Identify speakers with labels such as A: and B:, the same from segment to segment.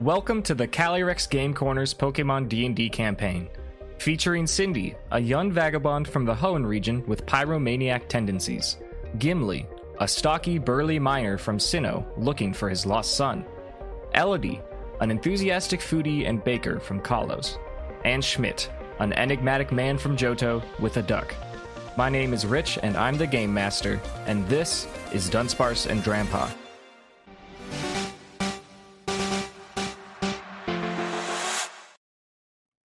A: Welcome to the Calyrex Game Corner's Pokemon D&D campaign, featuring Cindy, a young vagabond from the Hoenn region with pyromaniac tendencies, Gimli, a stocky, burly miner from Sinnoh looking for his lost son, Elodie, an enthusiastic foodie and baker from Kalos, and Schmidt, an enigmatic man from Johto with a duck. My name is Rich, and I'm the Game Master, and this is Dunsparce and Drampa.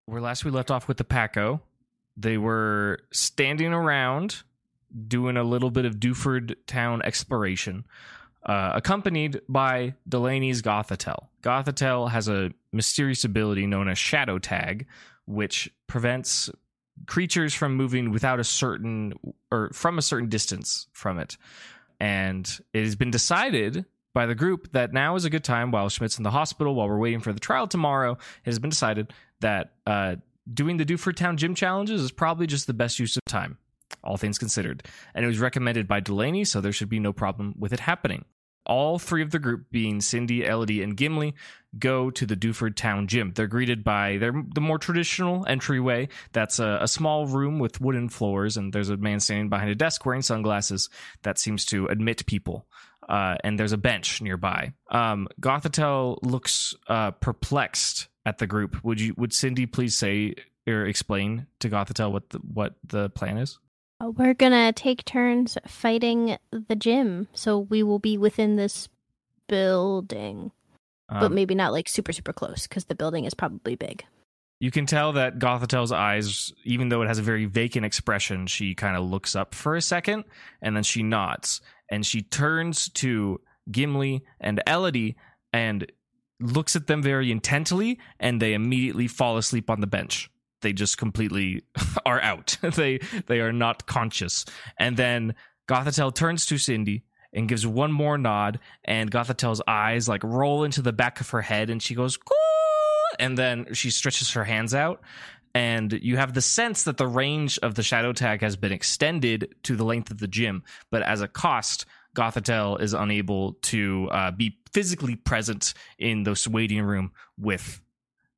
A: Where last we left off with the Paco, they were standing around doing a little bit of Duford town exploration, uh, accompanied by Delaney's Gothitelle. Gothitelle has a mysterious ability known as Shadow Tag, which prevents creatures from moving without a certain or from a certain distance from it. And it has been decided by the group that now is a good time while Schmidt's in the hospital, while we're waiting for the trial tomorrow, it has been decided that uh, doing the Duford Town gym challenges is probably just the best use of time, all things considered. And it was recommended by Delaney, so there should be no problem with it happening. All three of the group, being Cindy, Elodie, and Gimli, go to the Duford Town Gym. They're greeted by their, the more traditional entryway. That's a, a small room with wooden floors, and there's a man standing behind a desk wearing sunglasses that seems to admit people. Uh, and there's a bench nearby. Um, Gothitelle looks uh, perplexed at the group. Would you? Would Cindy please say or explain to Gothitelle what the, what the plan is?
B: Uh, We're gonna take turns fighting the gym, so we will be within this building, but
A: Um,
B: maybe not like super super close because the building is probably big.
A: You can tell that Gothitel's eyes, even though it has a very vacant expression, she kind of looks up for a second and then she nods and she turns to Gimli and Elodie and looks at them very intently and they immediately fall asleep on the bench. They just completely are out. they they are not conscious. And then Gothetel turns to Cindy and gives one more nod and Gothitel's eyes like roll into the back of her head and she goes "Coo!" and then she stretches her hands out and you have the sense that the range of the shadow tag has been extended to the length of the gym but as a cost Gothitelle is unable to uh, be physically present in the waiting room with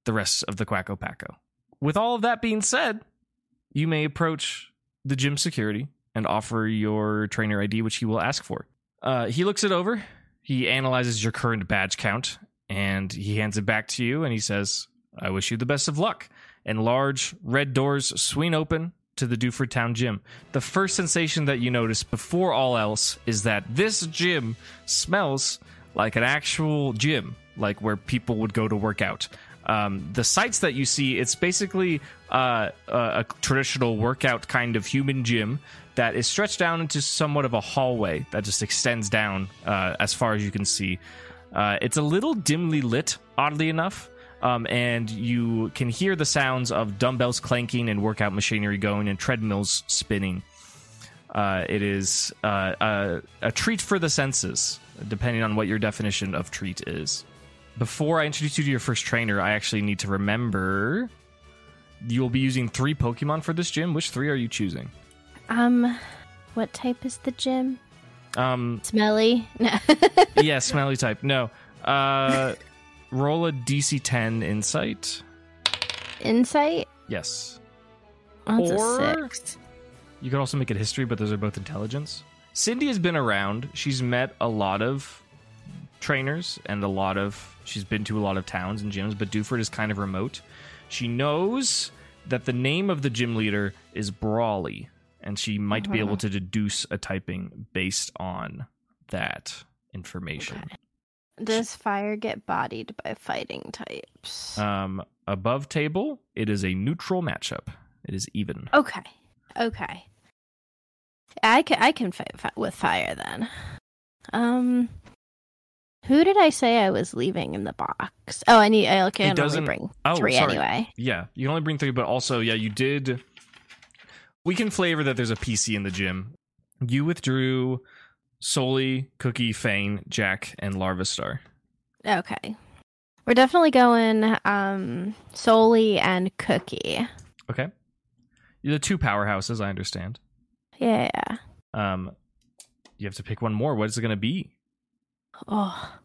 A: the rest of the Quacko Paco. With all of that being said, you may approach the gym security and offer your trainer ID, which he will ask for. Uh, he looks it over, he analyzes your current badge count, and he hands it back to you and he says, I wish you the best of luck. And large red doors swing open to the Duford Town Gym. The first sensation that you notice before all else is that this gym smells like an actual gym, like where people would go to work out. Um, the sites that you see, it's basically uh, a, a traditional workout kind of human gym that is stretched down into somewhat of a hallway that just extends down uh, as far as you can see. Uh, it's a little dimly lit, oddly enough, um, and you can hear the sounds of dumbbells clanking and workout machinery going and treadmills spinning. Uh, it is uh, a, a treat for the senses, depending on what your definition of treat is. Before I introduce you to your first trainer, I actually need to remember you'll be using three Pokemon for this gym. Which three are you choosing?
B: Um, what type is the gym?
A: Um,
B: Smelly. No.
A: yeah, smelly type. No. Uh, roll a DC 10 insight.
B: Insight.
A: Yes.
B: Oh, that's a
A: Or-
B: six.
A: You could also make it history, but those are both intelligence. Cindy has been around. She's met a lot of trainers and a lot of she's been to a lot of towns and gyms, but Duford is kind of remote. She knows that the name of the gym leader is Brawley, and she might be
B: Uh-huh.
A: able to deduce a typing based on that information.
B: Does fire get bodied by fighting types?
A: Um, above table, it is a neutral matchup. It is even.
B: okay. Okay. I can I can fight fi- with fire then. Um. Who did I say I was leaving in the box? Oh, I need. I can only
A: doesn't-
B: bring
A: Oh,
B: three
A: sorry.
B: anyway.
A: Yeah, you can only bring three, but also, yeah, you did. We can flavor that there's a PC in the gym. You withdrew Soli, Cookie, Fane, Jack, and Larvistar.
B: Okay. We're definitely going um Soli and Cookie.
A: Okay, you're the two powerhouses. I understand.
B: Yeah.
A: Um, you have to pick one more. What is it going to be?
B: Oh.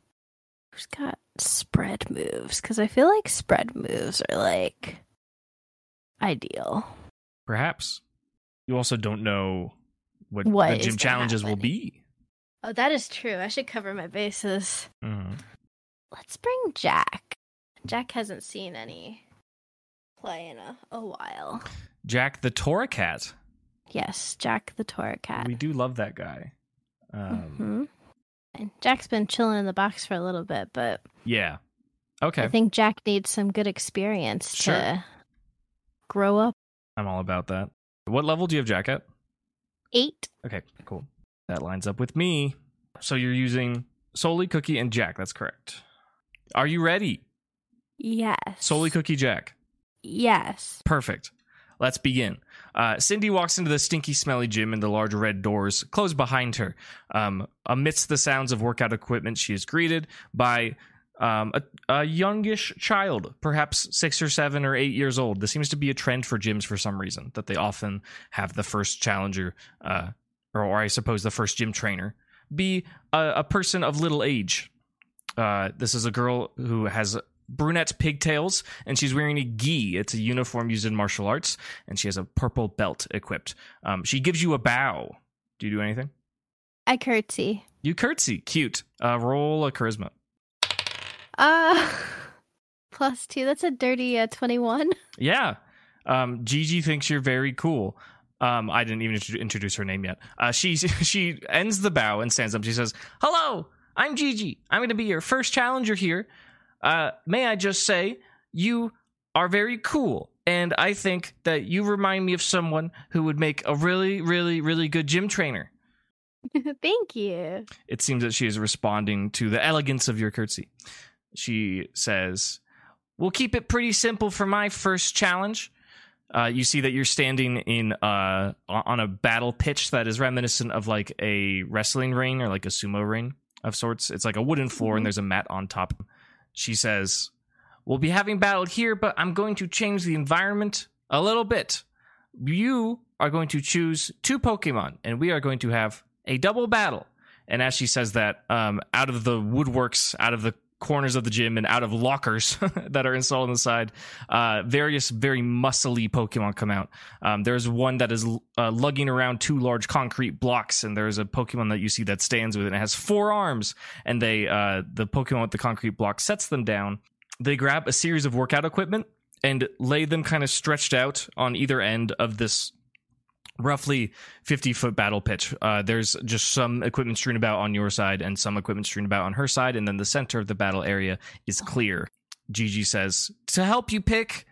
B: Who's got spread moves? Because I feel like spread moves are like ideal.
A: Perhaps. You also don't know what,
B: What
A: the
B: is
A: gym
B: gonna
A: challenges will
B: happen.
A: be.
B: Oh, that is true. I should cover my bases.
A: Mhm.
B: Let's bring Jack. Jack hasn't seen any play in a, a while.
A: Jack the Toracat.
B: Yes, Jack the Torah cat.
A: We do love that guy. Um,
B: Mhm. And Jack's been chilling in the box for a little bit, but
A: Yeah. Okay.
B: I think Jack needs some good experience
A: Sure.
B: to grow up.
A: I'm all about that. What level do you have Jack at?
B: Eight.
A: Okay, cool. That lines up with me. So you're using Soli, Cookie, and Jack. That's correct. Are you ready?
B: Yes.
A: Soli, Cookie, Jack.
B: Yes.
A: Perfect. Let's begin. Uh, Cindy walks into the stinky, smelly gym, and the large red doors close behind her. Um, amidst the sounds of workout equipment, she is greeted by um, a, a youngish child, perhaps six or seven or eight years old. This seems to be a trend for gyms for some reason that they often have the first challenger, uh, or, or I suppose the first gym trainer, be a, a person of little age. Uh, this is a girl who has brunette pigtails and she's wearing a gi. It's a uniform used in martial arts, and she has a purple belt equipped. Um, she gives you a bow. Do you do anything?
B: I curtsy.
A: You curtsy. Cute. Uh, roll a charisma.
B: Uh plus two. That's a dirty uh, twenty-one.
A: Yeah. Um, Gigi thinks you're very cool. Um, I didn't even intro- introduce her name yet. Uh, she she ends the bow and stands up. She says, "Hello, I'm Gigi. I'm going to be your first challenger here. Uh, may I just say, you are very cool, and I think that you remind me of someone who would make a really, really, really good gym trainer."
B: Thank you.
A: It seems that she is responding to the elegance of your curtsy. She says, We'll keep it pretty simple for my first challenge. Uh, you see that you're standing in uh, o- on a battle pitch that is reminiscent of like a wrestling ring or like a sumo ring of sorts. It's like a wooden floor and there's a mat on top. She says, We'll be having battle here, but I'm going to change the environment a little bit. You are going to choose two Pokemon, and we are going to have a double battle. And as she says that, um, out of the woodworks, out of the corners of the gym, and out of lockers that are installed on the side, uh, various very muscly Pokemon come out. Um, there's one that is uh, lugging around two large concrete blocks, and there's a Pokemon that you see that stands with it. And it has four arms, and they uh, the Pokemon with the concrete block sets them down. They grab a series of workout equipment and lay them kind of stretched out on either end of this roughly 50 foot battle pitch. Uh, there's just some equipment strewn about on your side and some equipment strewn about on her side, and then the center of the battle area is clear. Gigi says, To help you pick,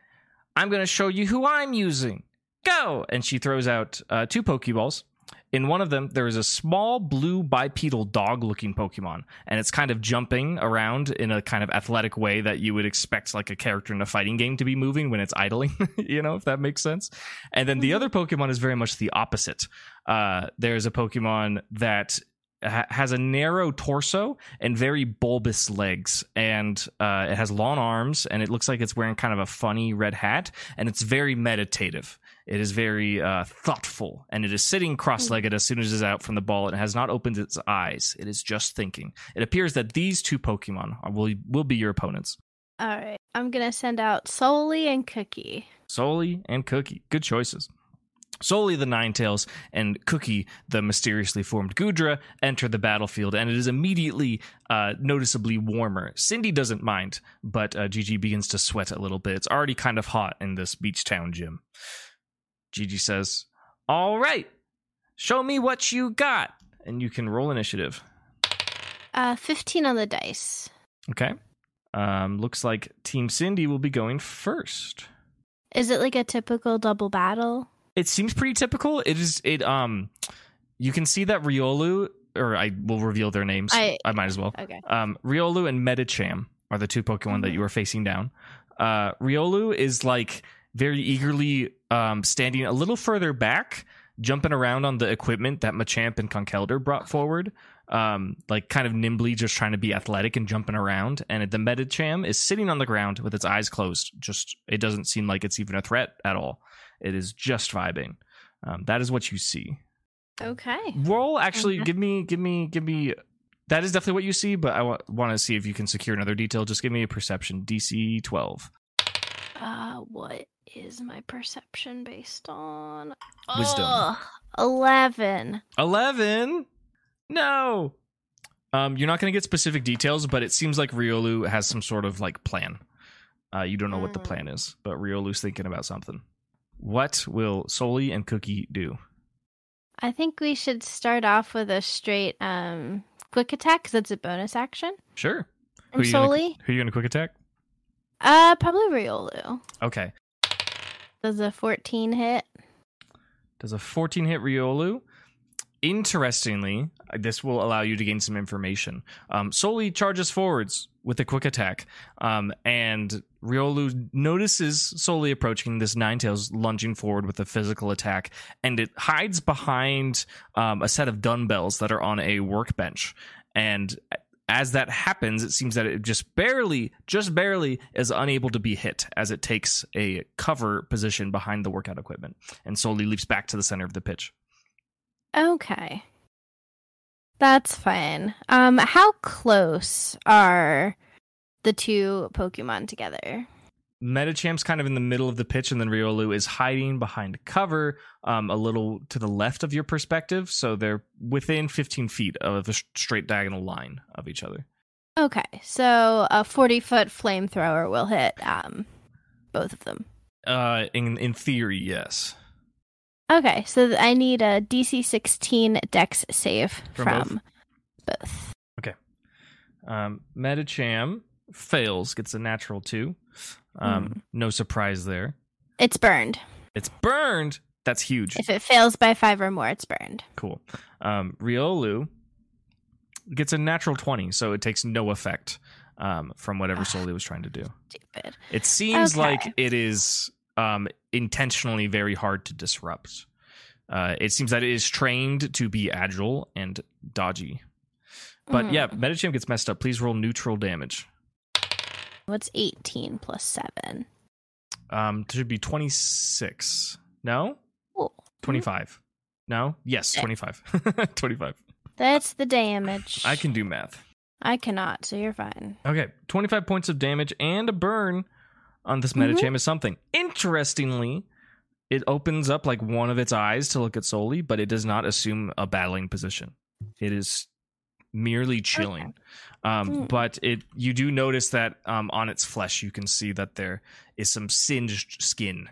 A: I'm going to show you who I'm using. Go! And she throws out uh, two Pokeballs. In one of them, there is a small blue bipedal dog looking Pokemon, and it's kind of jumping around in a kind of athletic way that you would expect, like a character in a fighting game to be moving when it's idling, you know, if that makes sense. And then the
B: Mhm.
A: other Pokemon is very much the opposite. Uh, there's a Pokemon that ha- has a narrow torso and very bulbous legs, and uh, it has long arms, and it looks like it's wearing kind of a funny red hat, and it's very meditative. It is very uh, thoughtful, and it is sitting cross-legged as soon as it is out from the ball, and has not opened its eyes. It is just thinking. It appears that these two Pokemon are, will will be your opponents,
B: All right. I'm gonna send out Soli and Cookie.
A: Soli and Cookie. Good choices. Soli the Ninetales and Cookie the mysteriously formed Gudra enter the battlefield, and it is immediately uh, noticeably warmer. Cindy doesn't mind, but uh, Gigi begins to sweat a little bit. It's already kind of hot in this beach town gym. Gigi says, All right, show me what you got. And you can roll initiative.
B: Uh, fifteen on the dice.
A: Okay. Um, looks like Team Cindy will be going first.
B: Is it like a typical double battle?
A: it seems pretty typical. It is it um you can see that Riolu or I will reveal their names.
B: I-
A: might as well.
B: Okay.
A: Um Riolu and Medicham are the two Pokemon that
B: Mhm.
A: you are facing down. Uh Riolu is like very eagerly um standing a little further back, jumping around on the equipment that Machamp and Conkeldurr brought forward. Um, like kind of nimbly just trying to be athletic and jumping around. And the Medicham is sitting on the ground with its eyes closed. Just it doesn't seem like it's even a threat at all. It is just vibing. Um, that is what you see.
B: Okay.
A: Roll actually
B: Okay.
A: give me give me give me that is definitely what you see, but I want to see if you can secure another detail. Just give me a perception DC 12.
B: Uh, what is my perception based on?
A: Wisdom.
B: Ugh, 11.
A: 11? No. Um, you're not going to get specific details, but it seems like Riolu has some sort of like plan. Uh, you don't know what the
B: Mm.
A: plan is, but Riolu's thinking about something. What will Soli and Cookie do?
B: I think we should start off with a straight um quick attack because it's a bonus action.
A: Sure.
B: From
A: you gonna-
B: Soli.
A: Who are you going to quick attack?
B: Uh, probably Riolu.
A: Okay.
B: Does a 14 hit?
A: Does a 14 hit Riolu? Interestingly, this will allow you to gain some information. Um, Soli charges forwards with a quick attack, um, and Riolu notices Soli approaching this Ninetales lunging forward with a physical attack, and it hides behind um, a set of dumbbells that are on a workbench. And as that happens, it seems that it just barely, just barely is unable to be hit as it takes a cover position behind the workout equipment and Soli leaps back to the center of the pitch.
B: Okay. That's fine. Um, how close are the two Pokemon together?
A: Metachamp's kind of in the middle of the pitch, and then Riolu is hiding behind cover um, a little to the left of your perspective. So they're within 15 feet of a s- straight diagonal line of each other.
B: Okay, so a 40 foot flamethrower will hit um both of them.
A: Uh, in, in theory, yes.
B: Okay, so th- I need a DC 16 Dex save
A: From
B: from,
A: both?
B: both.
A: Um, Metacham fails, gets a natural two. Um, No surprise there.
B: It's burned.
A: It's burned. That's huge.
B: If it fails by five or more, it's burned.
A: Cool. Um, Riolu gets a natural 20, so it takes no effect um, from whatever
B: Ugh.
A: Soli was trying to do.
B: Stupid.
A: It seems
B: Okay.
A: like it is um, intentionally very hard to disrupt. Uh, it seems that it is trained to be agile and dodgy. But
B: Hmm. Mm-hmm.
A: yeah, Metacham gets messed up. Please roll neutral damage.
B: What's 18 plus 7?
A: Um, it should be 26. No?
B: Cool.
A: 25. No? Yes,
B: Eh.
A: 25. 25.
B: That's the damage.
A: I can do math.
B: I cannot, so you're fine.
A: Okay, 25 points of damage and a burn on this
B: Mhm.
A: metacham is something. Interestingly, it opens up like one of its eyes to look at Soli, but it does not assume a battling position. It is merely chilling. Um,
B: Hmm.
A: But it you do notice that um, on its flesh, you can see that there is some singed skin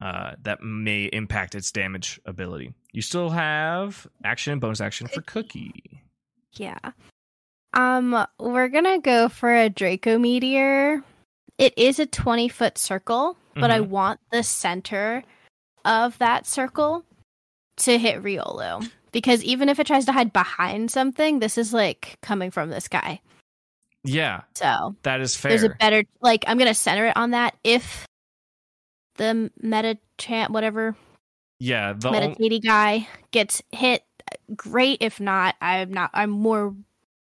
A: uh, that may impact its damage ability. You still have action and bonus action for Cookie.
B: Yeah. Um, we're gonna go for a Draco Meteor. It is a 20 foot circle, but I
A: Mm-hmm.
B: want the center of that circle to hit Riolu. Because even if it tries to hide behind something, this is like coming from this guy.
A: Yeah,
B: So
A: that is fair.
B: there's a better like I'm gonna center it on that if the meta chant whatever
A: yeah, the on-
B: meditating guy gets hit great if not i'm not i'm more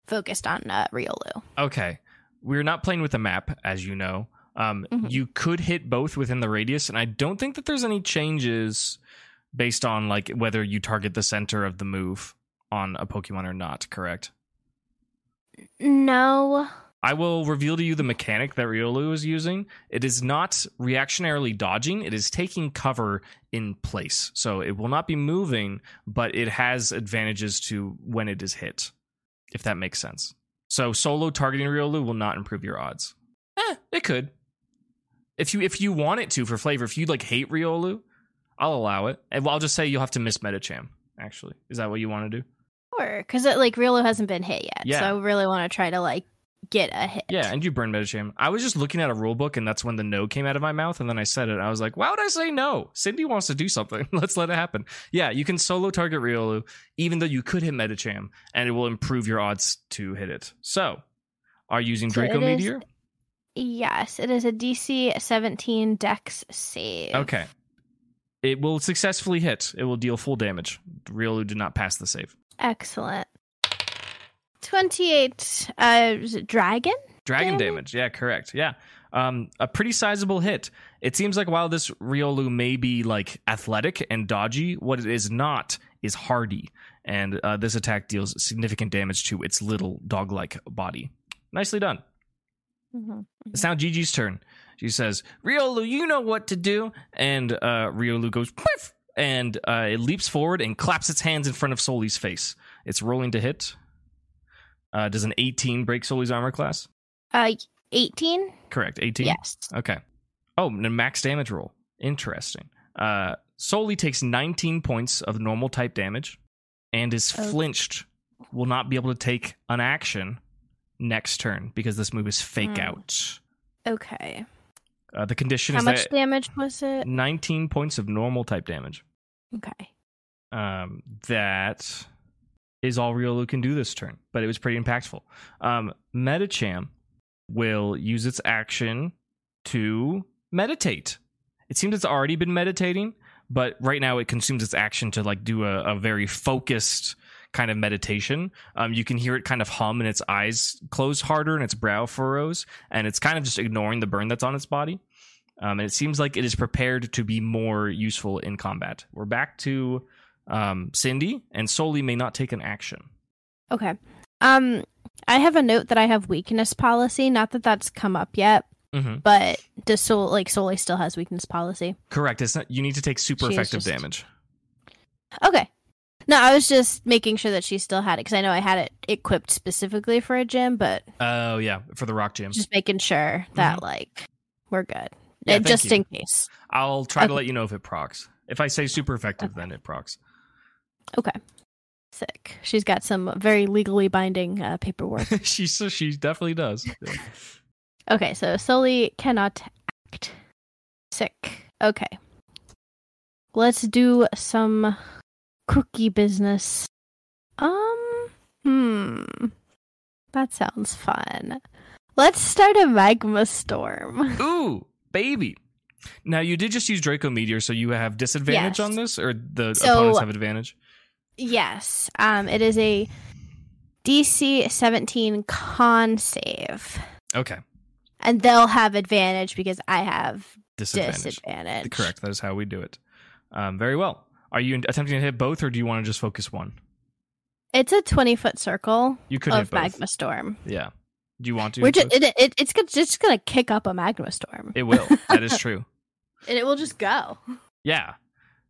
B: focused on uh, riolu
A: Okay. We're not playing with a map, as you know. Um,
B: Mhm.
A: You could hit both within the radius, and I don't think that there's any changes based on like whether you target the center of the move on a Pokemon or not. Correct.
B: no
A: I will reveal to you the mechanic that Riolu is using. It is not reactionarily dodging, it is taking cover in place. So it will not be moving, but it has advantages to when it is hit, if that makes sense. So solo targeting Riolu will not improve your odds. Eh, it could. If you if you want it to for flavor, if you like hate Riolu, I'll allow it. And I'll just say you'll have to miss Metacham, actually. Is that what you want to do?
B: sure because it like riolu hasn't been hit yet
A: Yeah.
B: so i really want to try to like get a hit
A: Yeah, and you burn Metacham. I was just looking at a rule book, and that's when the no came out of my mouth, and then I said it. I was like, why would I say no? Cindy wants to do something. Let's let it happen. Yeah, you can solo target Riolu, even though you could hit Metacham, and it will improve your odds to hit it. So, are you using
B: So
A: Draco
B: it is-
A: Meteor?
B: yes it is a dc 17 dex save
A: Okay. It will successfully hit. It will deal full damage. Riolu did not pass the save.
B: excellent 28 uh is it dragon
A: Dragon
B: Damn it.
A: damage. Yeah, correct. Yeah. Um, a pretty sizable hit. It seems like while this Riolu may be like athletic and dodgy, what it is not is hardy. and uh, this attack deals significant damage to its little dog-like body. Nicely done.
B: Mhm.
A: It's now Gigi's turn. She says, Riolu, you know what to do. And uh, Riolu goes, Poof! and uh, it leaps forward and claps its hands in front of Soli's face. It's rolling to hit. Uh, does an 18 break Soli's armor class?
B: Uh, 18?
A: Correct, 18?
B: Yes.
A: Okay. Oh, and a max damage roll. Interesting. Uh, Soli takes 19 points of normal type damage and is
B: Okay.
A: flinched. Will not be able to take an action next turn because this move is fake
B: Hmm.
A: out.
B: Okay.
A: Uh, the condition
B: How
A: is
B: much
A: that
B: damage was it?
A: 19 points of normal type damage.
B: Okay.
A: Um, that is all Riolu can do this turn, but it was pretty impactful. Um, Metacham will use its action to meditate. It seems it's already been meditating, but right now it consumes its action to like do a, a very focused kind of meditation. Um, you can hear it kind of hum and its eyes close harder and its brow furrows, and it's kind of just ignoring the burn that's on its body. Um, and it seems like it is prepared to be more useful in combat. We're back to um, Cindy, and Soli may not take an action.
B: Okay. Um, I have a note that I have weakness policy. Not that that's come up yet,
A: Mm-hmm.
B: but does Sol like Soli still has weakness policy?
A: Correct. It's not, you need to take super
B: She is
A: effective
B: just-
A: damage.
B: Okay. No, I was just making sure that she still had it because I know I had it equipped specifically for a gym, but
A: Oh yeah, for the rock gym.
B: just making sure that like we're good,
A: Mm-hmm. Yeah,
B: Uh,
A: thank
B: just
A: you.
B: in case.
A: I'll try to
B: Okay.
A: let you know if it procs. If I say super effective, then it procs.
B: Sick. She's got some very legally binding uh, paperwork.
A: she so she definitely does. Yeah.
B: Okay, so Sully cannot act. Sick. Okay. Let's do some cookie business. Um, hmm. That sounds fun. Let's start a magma storm.
A: Ooh, baby. Now you did just use Draco Meteor, so you have disadvantage
B: Yes.
A: on this, or the
B: So-
A: opponents have advantage.
B: Yes. Um it is a DC 17 con save.
A: Okay,
B: And they'll have advantage because I have
A: disadvantage.
B: disadvantage.
A: Correct. That is how we do it. Um, very well. Are you attempting to hit both, or do you want to just focus one?
B: It's a 20 foot circle
A: You could hit
B: of
A: both.
B: magma storm.
A: Yeah. Do you want to?
B: We're
A: hit
B: just,
A: both?
B: it, it, it's go- just gonna kick up a magma storm,
A: It will. That is true.
B: and it will just go.
A: Yeah.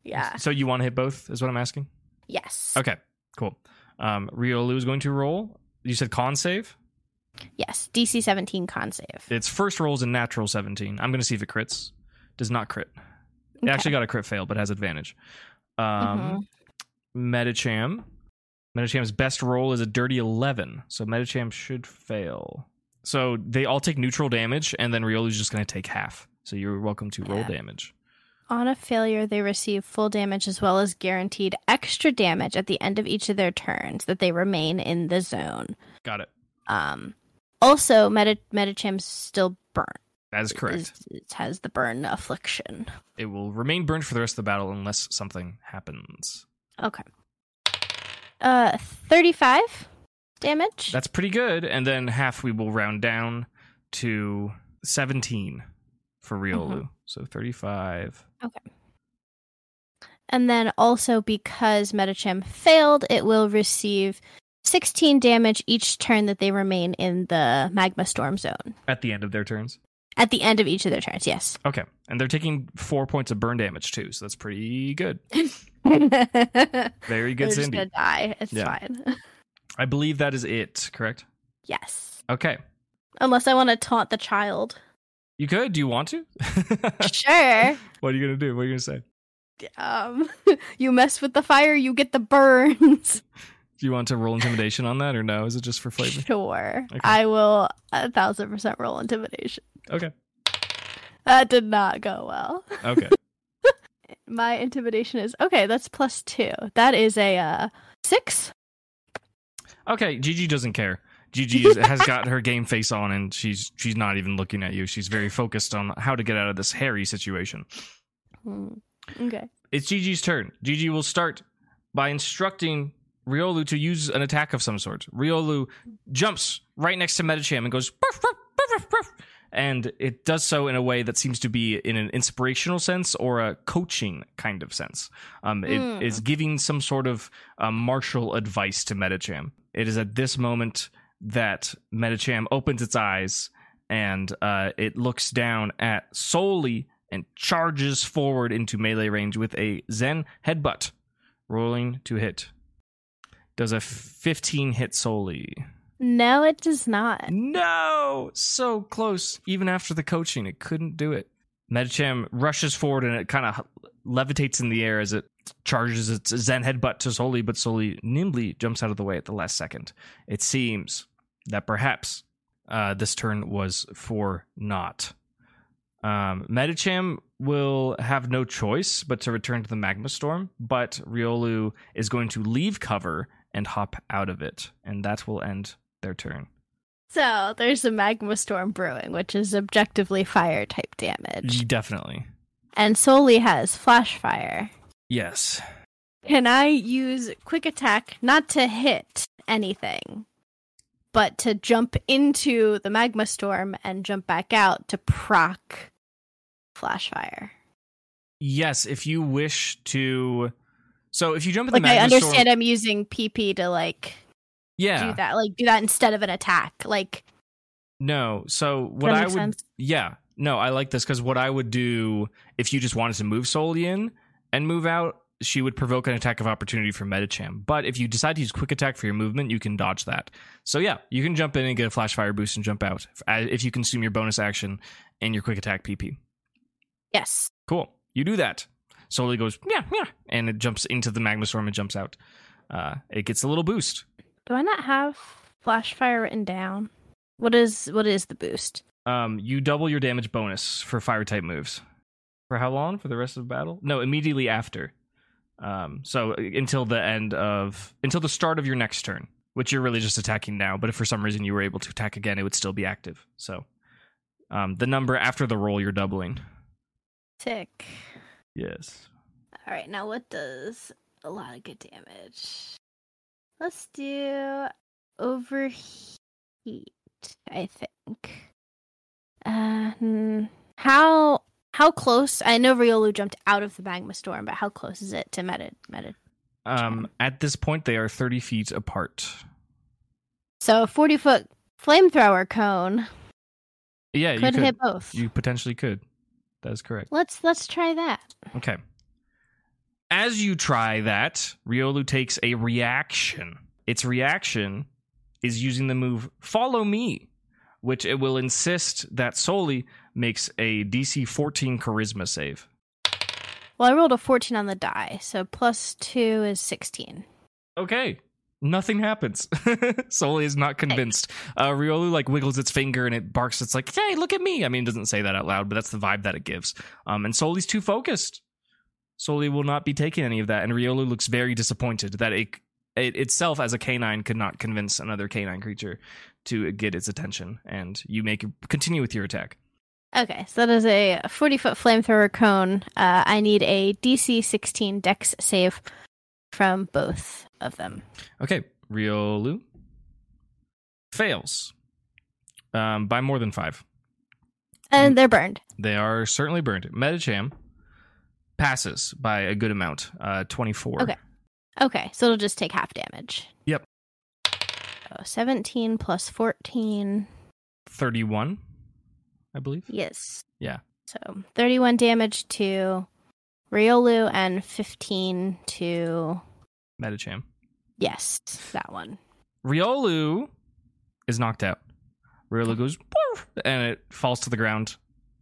B: Yeah.
A: So you want to hit both is what I'm asking.
B: Yes.
A: Okay. Cool. Um, Riolu is going to roll. You said con save.
B: Yes. DC 17 con save.
A: Its first roll is a natural 17. I'm going to see if it crits. Does not crit. It
B: Okay.
A: actually got a crit fail, but has advantage.
B: Mm-hmm.
A: Um, Metacham. Metacham's best roll is a dirty 11, so Metacham should fail. So they all take neutral damage, and then Riolu's just going to take half. So you're welcome to roll
B: Yeah.
A: damage.
B: On a failure, they receive full damage as well as guaranteed extra damage at the end of each of their turns that they remain in the zone.
A: Got it.
B: Um, also, Meta Metacham's still burnt.
A: That is correct.
B: Is- It has the burn affliction.
A: It will remain burned for the rest of the battle unless something happens.
B: Okay. Uh, 35 damage.
A: That's pretty good. And then half we will round down to 17 for
B: Mm-hmm.
A: Riolu. So 35.
B: And then also because Metacham failed, it will receive 16 damage each turn that they remain in the magma storm zone.
A: At the end of their turns.
B: At the end of each of their turns, yes.
A: Okay. And they're taking four points of burn damage too. So that's pretty good.
B: They're
A: Very good,
B: just
A: Cindy.
B: gonna die. It's
A: Yeah.
B: fine.
A: I believe that is it, correct?
B: Yes.
A: Okay.
B: Unless I want to taunt the child.
A: You could. Do you want to?
B: sure.
A: what are you going to do? What are you going to say?
B: Um, you mess with the fire, you get the burns.
A: Do you want to roll intimidation on that or no? Is it just for flavor?
B: Sure.
A: Okay.
B: I will a thousand percent roll intimidation.
A: Okay.
B: That did not go well.
A: Okay.
B: my intimidation is okay that's plus two that is a uh six
A: Okay, Gigi doesn't care. Gigi is, has got her game face on, and she's she's not even looking at you. She's very focused on how to get out of this hairy situation.
B: Hmm. okay
A: It's Gigi's turn. Gigi will start by instructing Riolu to use an attack of some sort. Riolu jumps right next to Metacham and goes, "Poof, poof, poof, poof, poof," and it does so in a way that seems to be in an inspirational sense or a coaching kind of sense. Um, it
B: Mm.
A: is giving some sort of uh, martial advice to Metacham. It is at this moment that Metacham opens its eyes and uh, it looks down at Soli and charges forward into melee range with a Zen headbutt, rolling to hit. Does a 15 hit Soli?
B: No, it does not.
A: No, so close. Even after the coaching, it couldn't do it. Medicham rushes forward and it kind of levitates in the air as it charges its Zen headbutt to Soli, but Soli nimbly jumps out of the way at the last second. It seems that perhaps uh, this turn was for naught. Um, Medicham will have no choice but to return to the magma storm, but Riolu is going to leave cover and hop out of it, and that will end their turn.
B: So there's a magma storm brewing, which is objectively fire type
A: Mm.
B: damage.
A: Definitely.
B: And Soli has flash fire.
A: Yes.
B: Can I use quick attack not to hit anything, but to jump into the magma storm and jump back out to proc flash fire?
A: Yes, if you wish to so if you jump in the
B: Like I
A: magma
B: understand
A: storm,
B: I'm using PP to like
A: yeah.
B: do that, like do that instead of an attack. Like
A: No. So what
B: that
A: I
B: make
A: would
B: sense?
A: Yeah. No, I like this cuz what I would do if you just wanted to move Soli in and move out, she would provoke an attack of opportunity for Medicham. But if you decide to use quick attack for your movement, you can dodge that. So yeah, you can jump in and get a flash fire boost and jump out if- uh, if you consume your bonus action and your quick attack PP.
B: yes,
A: Cool. You do that. Soli goes, yeah, yeah, and it jumps into the magma storm and jumps out. Uh, it gets a little boost.
B: Do I not have flash fire written down? What is what is the boost?
A: Um, you double your damage bonus for fire type moves. For how long? For the rest of the battle? No, immediately after. Um, so uh, until the end of until the start of your next turn, which you're really just attacking now. But if for some reason you were able to attack again, it would still be active. So um, the number after the roll you're doubling.
B: Tick.
A: Yes.
B: All right, now what does a lot of good damage? Let's do overheat. I think. Uh, hmm. how how close? I know Riolu jumped out of the magma storm, but how close is it to Meta Meta?
A: Um, at this point, they are 30 feet apart.
B: So a forty foot flamethrower cone
A: Yeah, you
B: could hit both.
A: You potentially could. That is correct.
B: Let's let's try that.
A: Okay. As you try that, Riolu takes a reaction. Its reaction is using the move Follow Me, which it will insist that Soli makes a DC 14 charisma save.
B: Well, I rolled a 14 on the die, so plus 2 is 16.
A: okay nothing happens soli is not convinced uh riolu like wiggles its finger and it barks it's like hey look at me i mean it doesn't say that out loud but that's the vibe that it gives um and soli's too focused soli will not be taking any of that and riolu looks very disappointed that it, it itself as a canine could not convince another canine creature to get its attention and you make continue with your attack
B: Okay, so that is a 40 foot flamethrower cone. Uh, I need a DC 16 dex save from both of them.
A: Okay, Riolu fails um, by more than five. Mm.
B: And they're burned.
A: They are certainly burned. Medicham passes by a good amount, uh, 24.
B: Okay. Okay, so it'll just take half damage.
A: Yep.
B: So 17 plus 14.
A: 31, I believe.
B: Yes.
A: Yeah.
B: So 31 damage to Riolu and 15 to.
A: Medicham.
B: Yes, that one.
A: Riolu is knocked out. Riolu goes, "Poof," and it falls to the ground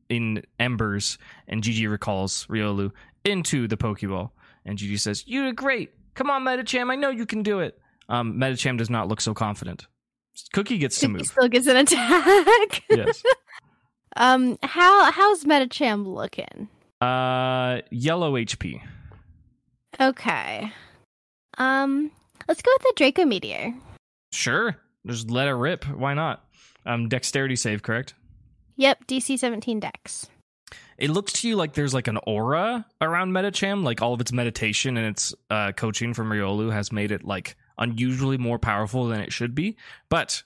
A: in embers, and Gigi recalls Riolu into the Pokeball. And Gigi says, You did great. Come on, Medicham. I know you can do it. Um, Medicham does not look so confident. Cookie gets to
B: Cookie
A: move.
B: still gets an attack.
A: yes.
B: Um, how how's Metacham looking?
A: Uh, yellow HP.
B: Okay. Um, let's go with the Draco Meteor.
A: Sure. Just let it rip. Why not? Um, dexterity save, correct?
B: Yep, DC 17 Dex.
A: It looks to you like there's like an aura around Metacham, like all of its meditation and its uh, coaching from Riolu has made it like unusually more powerful than it should be. But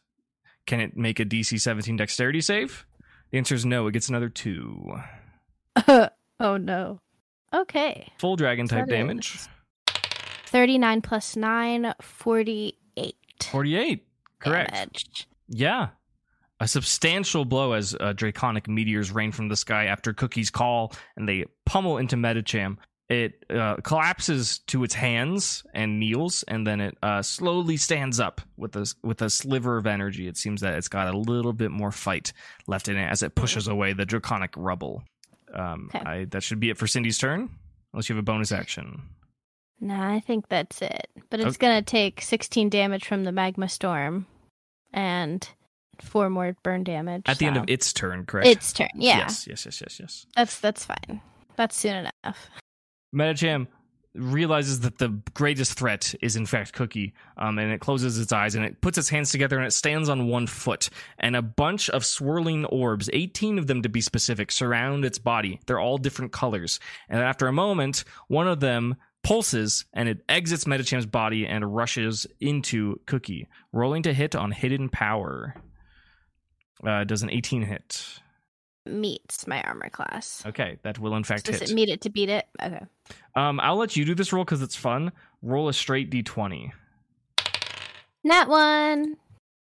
A: can it make a DC 17 dexterity save? The answer is no. It gets another two.
B: oh no. Okay.
A: Full dragon type
B: That is-
A: damage.
B: 39 plus 9, 48.
A: 48. Correct.
B: damage.
A: Yeah. A substantial blow as uh, draconic meteors rain from the sky after Cookie's call and they pummel into Metacham. It uh, collapses to its hands and kneels, and then it uh, slowly stands up with a, with a sliver of energy. It seems that it's got a little bit more fight left in it as it pushes away the draconic rubble. Um,
B: Okay.
A: I, that should be it for Cindy's turn, unless you have a bonus action.
B: Nah, I think that's it. But
A: Ok-
B: it's going to take 16 damage from the magma storm and 4 more burn damage.
A: At the end
B: so-
A: of its turn, correct?
B: its turn. Yeah.
A: Yes, yes, yes, yes, yes.
B: That's that's fine. That's soon enough.
A: Metacham realizes that the greatest threat is in fact Cookie, um, and it closes its eyes and it puts its hands together and it stands on one foot. And a bunch of swirling orbs, 18 of them to be specific, surround its body. They're all different colors. And then after a moment, one of them pulses and it exits Metacham's body and rushes into Cookie, rolling to hit on hidden power. Uh, does an 18 hit?
B: Meets my armor class.
A: Okay, that will in fact
B: Does
A: hit.
B: it meet it to beat it? Okay.
A: Um, I'll let you do this roll because it's fun. Roll a straight d20.
B: That one.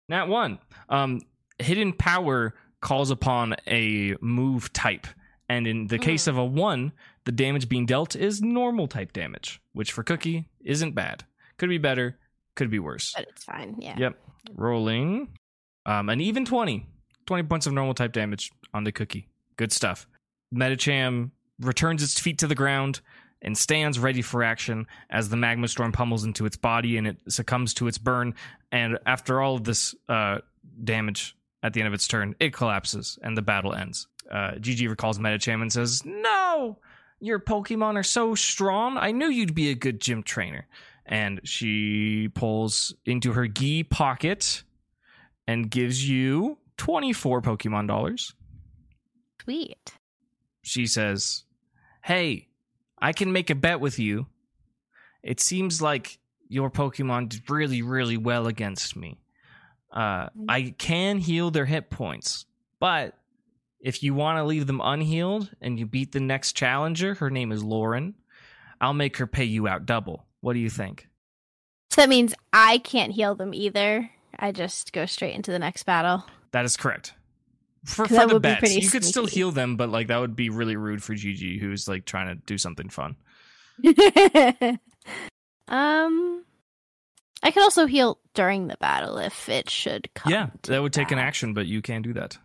A: Nat one. Um, hidden power calls upon a move type, and in the case of a one, the damage being dealt is normal type damage, which for Cookie isn't bad. Could be better. Could be worse.
B: But it's fine. Yeah.
A: Yep. Rolling. Um, an even 20. 20 points of normal type damage on the cookie. Good stuff. Metacham returns its feet to the ground and stands ready for action as the magma storm pummels into its body and it succumbs to its burn. And after all of this uh, damage at the end of its turn, it collapses and the battle ends. Uh, Gigi recalls Metacham and says, No! Your Pokemon are so strong. I knew you'd be a good gym trainer and she pulls into her gi pocket and gives you 24 pokemon dollars
B: Sweet.
A: she says hey i can make a bet with you it seems like your pokemon did really really well against me uh, i can heal their hit points but if you want to leave them unhealed and you beat the next challenger her name is lauren i'll make her pay you out double what do you think
B: So that means I can't heal them either. I just go straight into the next battle.
A: That is correct. For,
B: 'Cause
A: for
B: that
A: the
B: would be
A: bets,
B: pretty
A: you could still
B: sneaky.
A: heal them, but like that would be really rude for Gigi, who's like trying to do something fun.
B: um I could also heal during the battle if it should come.
A: yeah,
B: to
A: that would take an
B: that.
A: action, but you can do that.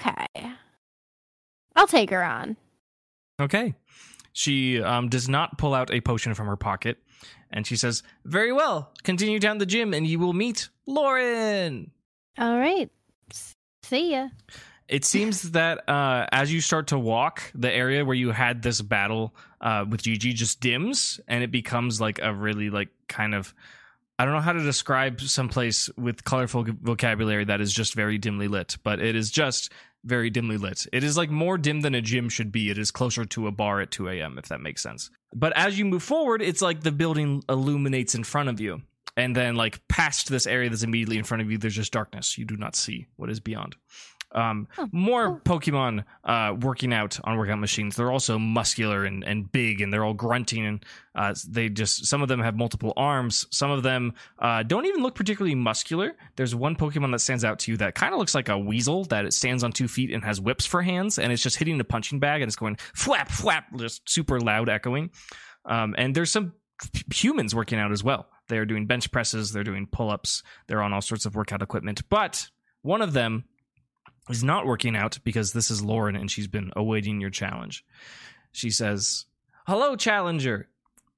B: Okay. I'll take her on.
A: Okay. She um, does not pull out a potion from her pocket, and she says, "Very well. Continue down the gym, and you will meet Lauren."
B: All right. S- See ya.
A: It seems that uh, as you start to walk, the area where you had this battle uh, with Gigi just dims, and it becomes like a really like kind of I don't know how to describe someplace with colorful g- vocabulary that is just very dimly lit, but it is just very dimly lit. It is like more dim than a gym should be. It is closer to a bar at 2 a.m. if that makes sense. But as you move forward, it's like the building illuminates in front of you. And then, like past this area that's immediately in front of you, there's just darkness. You do not see what is beyond um
B: Oh,
A: more
B: cool.
A: pokemon uh working out on workout machines they're also muscular and, and big and they're all grunting and uh they just some of them have multiple arms some of them uh don't even look particularly muscular there's one pokemon that stands out to you that kind of looks like a weasel that it stands on two feet and has whips for hands and it's just hitting the punching bag and it's going flap flap just super loud echoing um and there's some humans working out as well they're doing bench presses they're doing pull-ups they're on all sorts of workout equipment but one of them is not working out because this is Lauren and she's been awaiting your challenge. She says, Hello, challenger.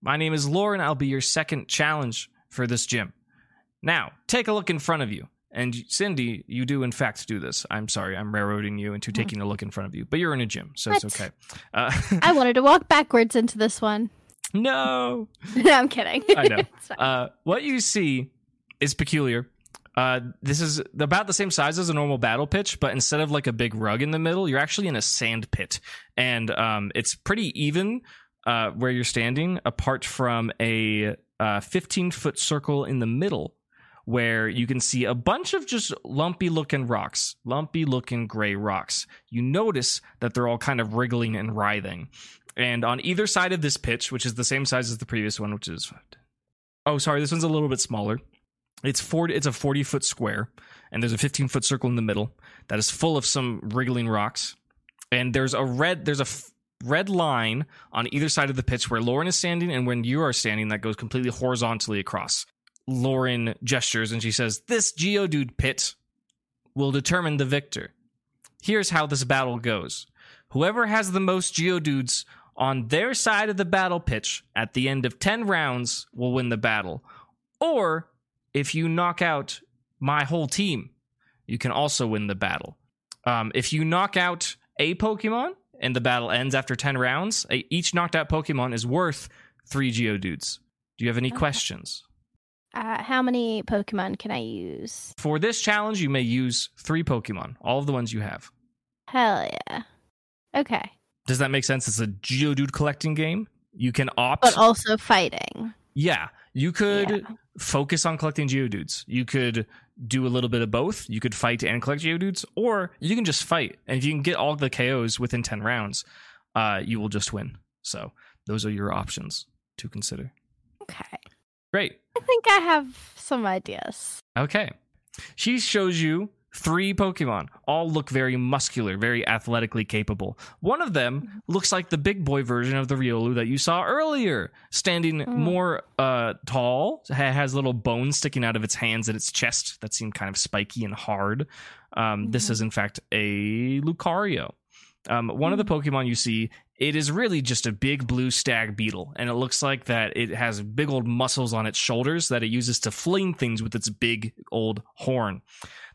A: My name is Lauren. I'll be your second challenge for this gym. Now, take a look in front of you. And Cindy, you do in fact do this. I'm sorry, I'm railroading you into taking a look in front of you, but you're in a gym, so it's
B: What?
A: okay. Uh,
B: I wanted to walk backwards into this one.
A: no.
B: I'm kidding.
A: I know.
B: It's fine.
A: Uh, what you see is peculiar. Uh, this is about the same size as a normal battle pitch, but instead of like a big rug in the middle, you're actually in a sand pit, and um, it's pretty even uh, where you're standing, apart from a uh, 15 foot circle in the middle where you can see a bunch of just lumpy looking rocks, lumpy looking gray rocks. You notice that they're all kind of wriggling and writhing. And on either side of this pitch, which is the same size as the previous one, which is oh sorry, this one's a little bit smaller. It's four. It's a forty foot square, and there's a fifteen foot circle in the middle that is full of some wriggling rocks. And there's a red. There's a f- red line on either side of the pitch where Lauren is standing, and when you are standing, that goes completely horizontally across. Lauren gestures and she says, "This geodude pit will determine the victor. Here's how this battle goes: whoever has the most geodudes on their side of the battle pitch at the end of ten rounds will win the battle, or if you knock out my whole team, you can also win the battle. Um, if you knock out a Pokemon and the battle ends after 10 rounds, a- each knocked out Pokemon is worth three Geodudes. Do you have any
B: Okay.
A: questions?
B: Uh, how many Pokemon can I use?
A: For this challenge, you may use three Pokemon, all of the ones you have.
B: Hell yeah. Okay.
A: Does that make sense? It's a Geodude collecting game. You can opt.
B: But also fighting.
A: yeah, you could
B: Yeah.
A: focus on collecting Geodudes. You could do a little bit of both. You could fight and collect Geodudes, or you can just fight. And if you can get all the KOs within 10 rounds, uh, you will just win. So those are your options to consider.
B: Okay.
A: Great.
B: I think I have some ideas.
A: Okay. She shows you three Pokemon, all look very muscular, very athletically capable. One of them looks like the big boy version of the Riolu that you saw earlier, standing
B: Mm.
A: more uh, tall, ha- has little bones sticking out of its hands and its chest that seem kind of spiky and hard. Um, This
B: Mhm.
A: is, in fact, a Lucario. Um, one of the Pokemon you see, it is really just a big blue stag beetle, and it looks like that it has big old muscles on its shoulders that it uses to fling things with its big old horn.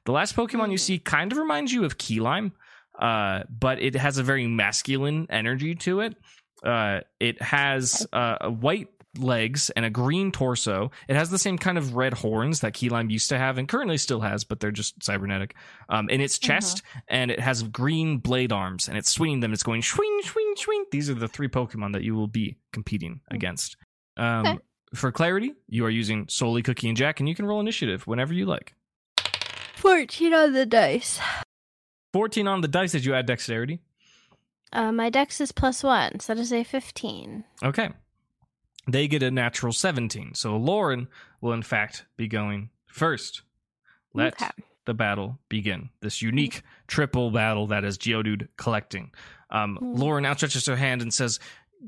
A: The last Pokemon you
B: Hmm.
A: see kind of reminds you of Key Lime, uh, but it has a very masculine energy to it. Uh, it has uh, a white legs and a green torso. It has the same kind of red horns that Key Lime used to have and currently still has, but they're just cybernetic. Um, in its chest, and it has green blade arms, and it's swinging them. It's going swing, swing, swing. These are the three Pokemon that you will be competing against. Um,
B: Okay.
A: For clarity, you are using solely Cookie and Jack, and you can roll initiative whenever you like.
B: 14 on the dice.
A: 14 on the dice Did you add dexterity.
B: Uh, my dex is plus one, so that is a 15.
A: Okay. They get a natural 17. So Lauren will, in fact, be going first. Let
B: Okay.
A: the battle begin. This unique triple battle that is Geodude collecting. Um,
B: Mm.
A: Lauren outstretches her hand and says,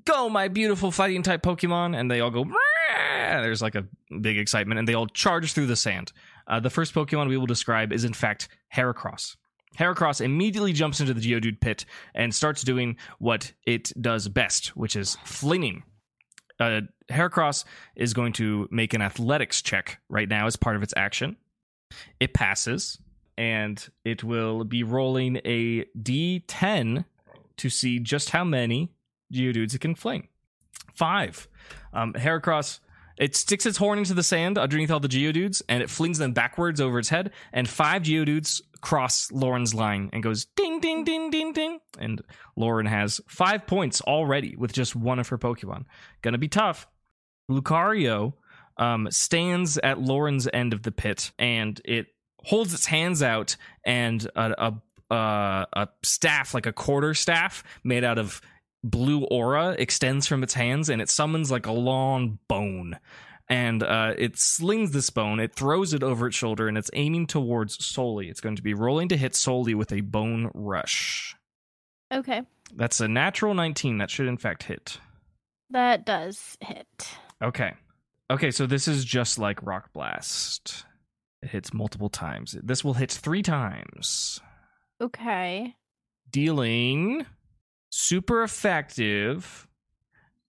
A: Go, my beautiful fighting type Pokemon. And they all go, "Meow." There's like a big excitement, and they all charge through the sand. Uh, the first Pokemon we will describe is, in fact, Heracross. Heracross immediately jumps into the Geodude pit and starts doing what it does best, which is flinging. Uh, Heracross is going to make an athletics check right now as part of its action. It passes, and it will be rolling a d10 to see just how many Geodudes it can fling. Five. Um, Heracross. It sticks its horn into the sand underneath all the geodudes, and it flings them backwards over its head. And five geodudes cross Lauren's line and goes ding, ding, ding, ding, ding. And Lauren has five points already with just one of her Pokemon. Gonna be tough. Lucario um, stands at Lauren's end of the pit, and it holds its hands out, and a a, uh, a staff, like a quarter staff, made out of blue aura, extends from its hands, and it summons like a long bone. And uh, it slings this bone, it throws it over its shoulder, and it's aiming towards Soli. It's going to be rolling to hit Soli with a bone rush.
B: Okay.
A: That's a natural 19. That should, in fact, hit.
B: That does hit.
A: Okay. Okay, so this is just like Rock Blast. It hits multiple times. This will hit three times,
B: Okay.
A: dealing super effective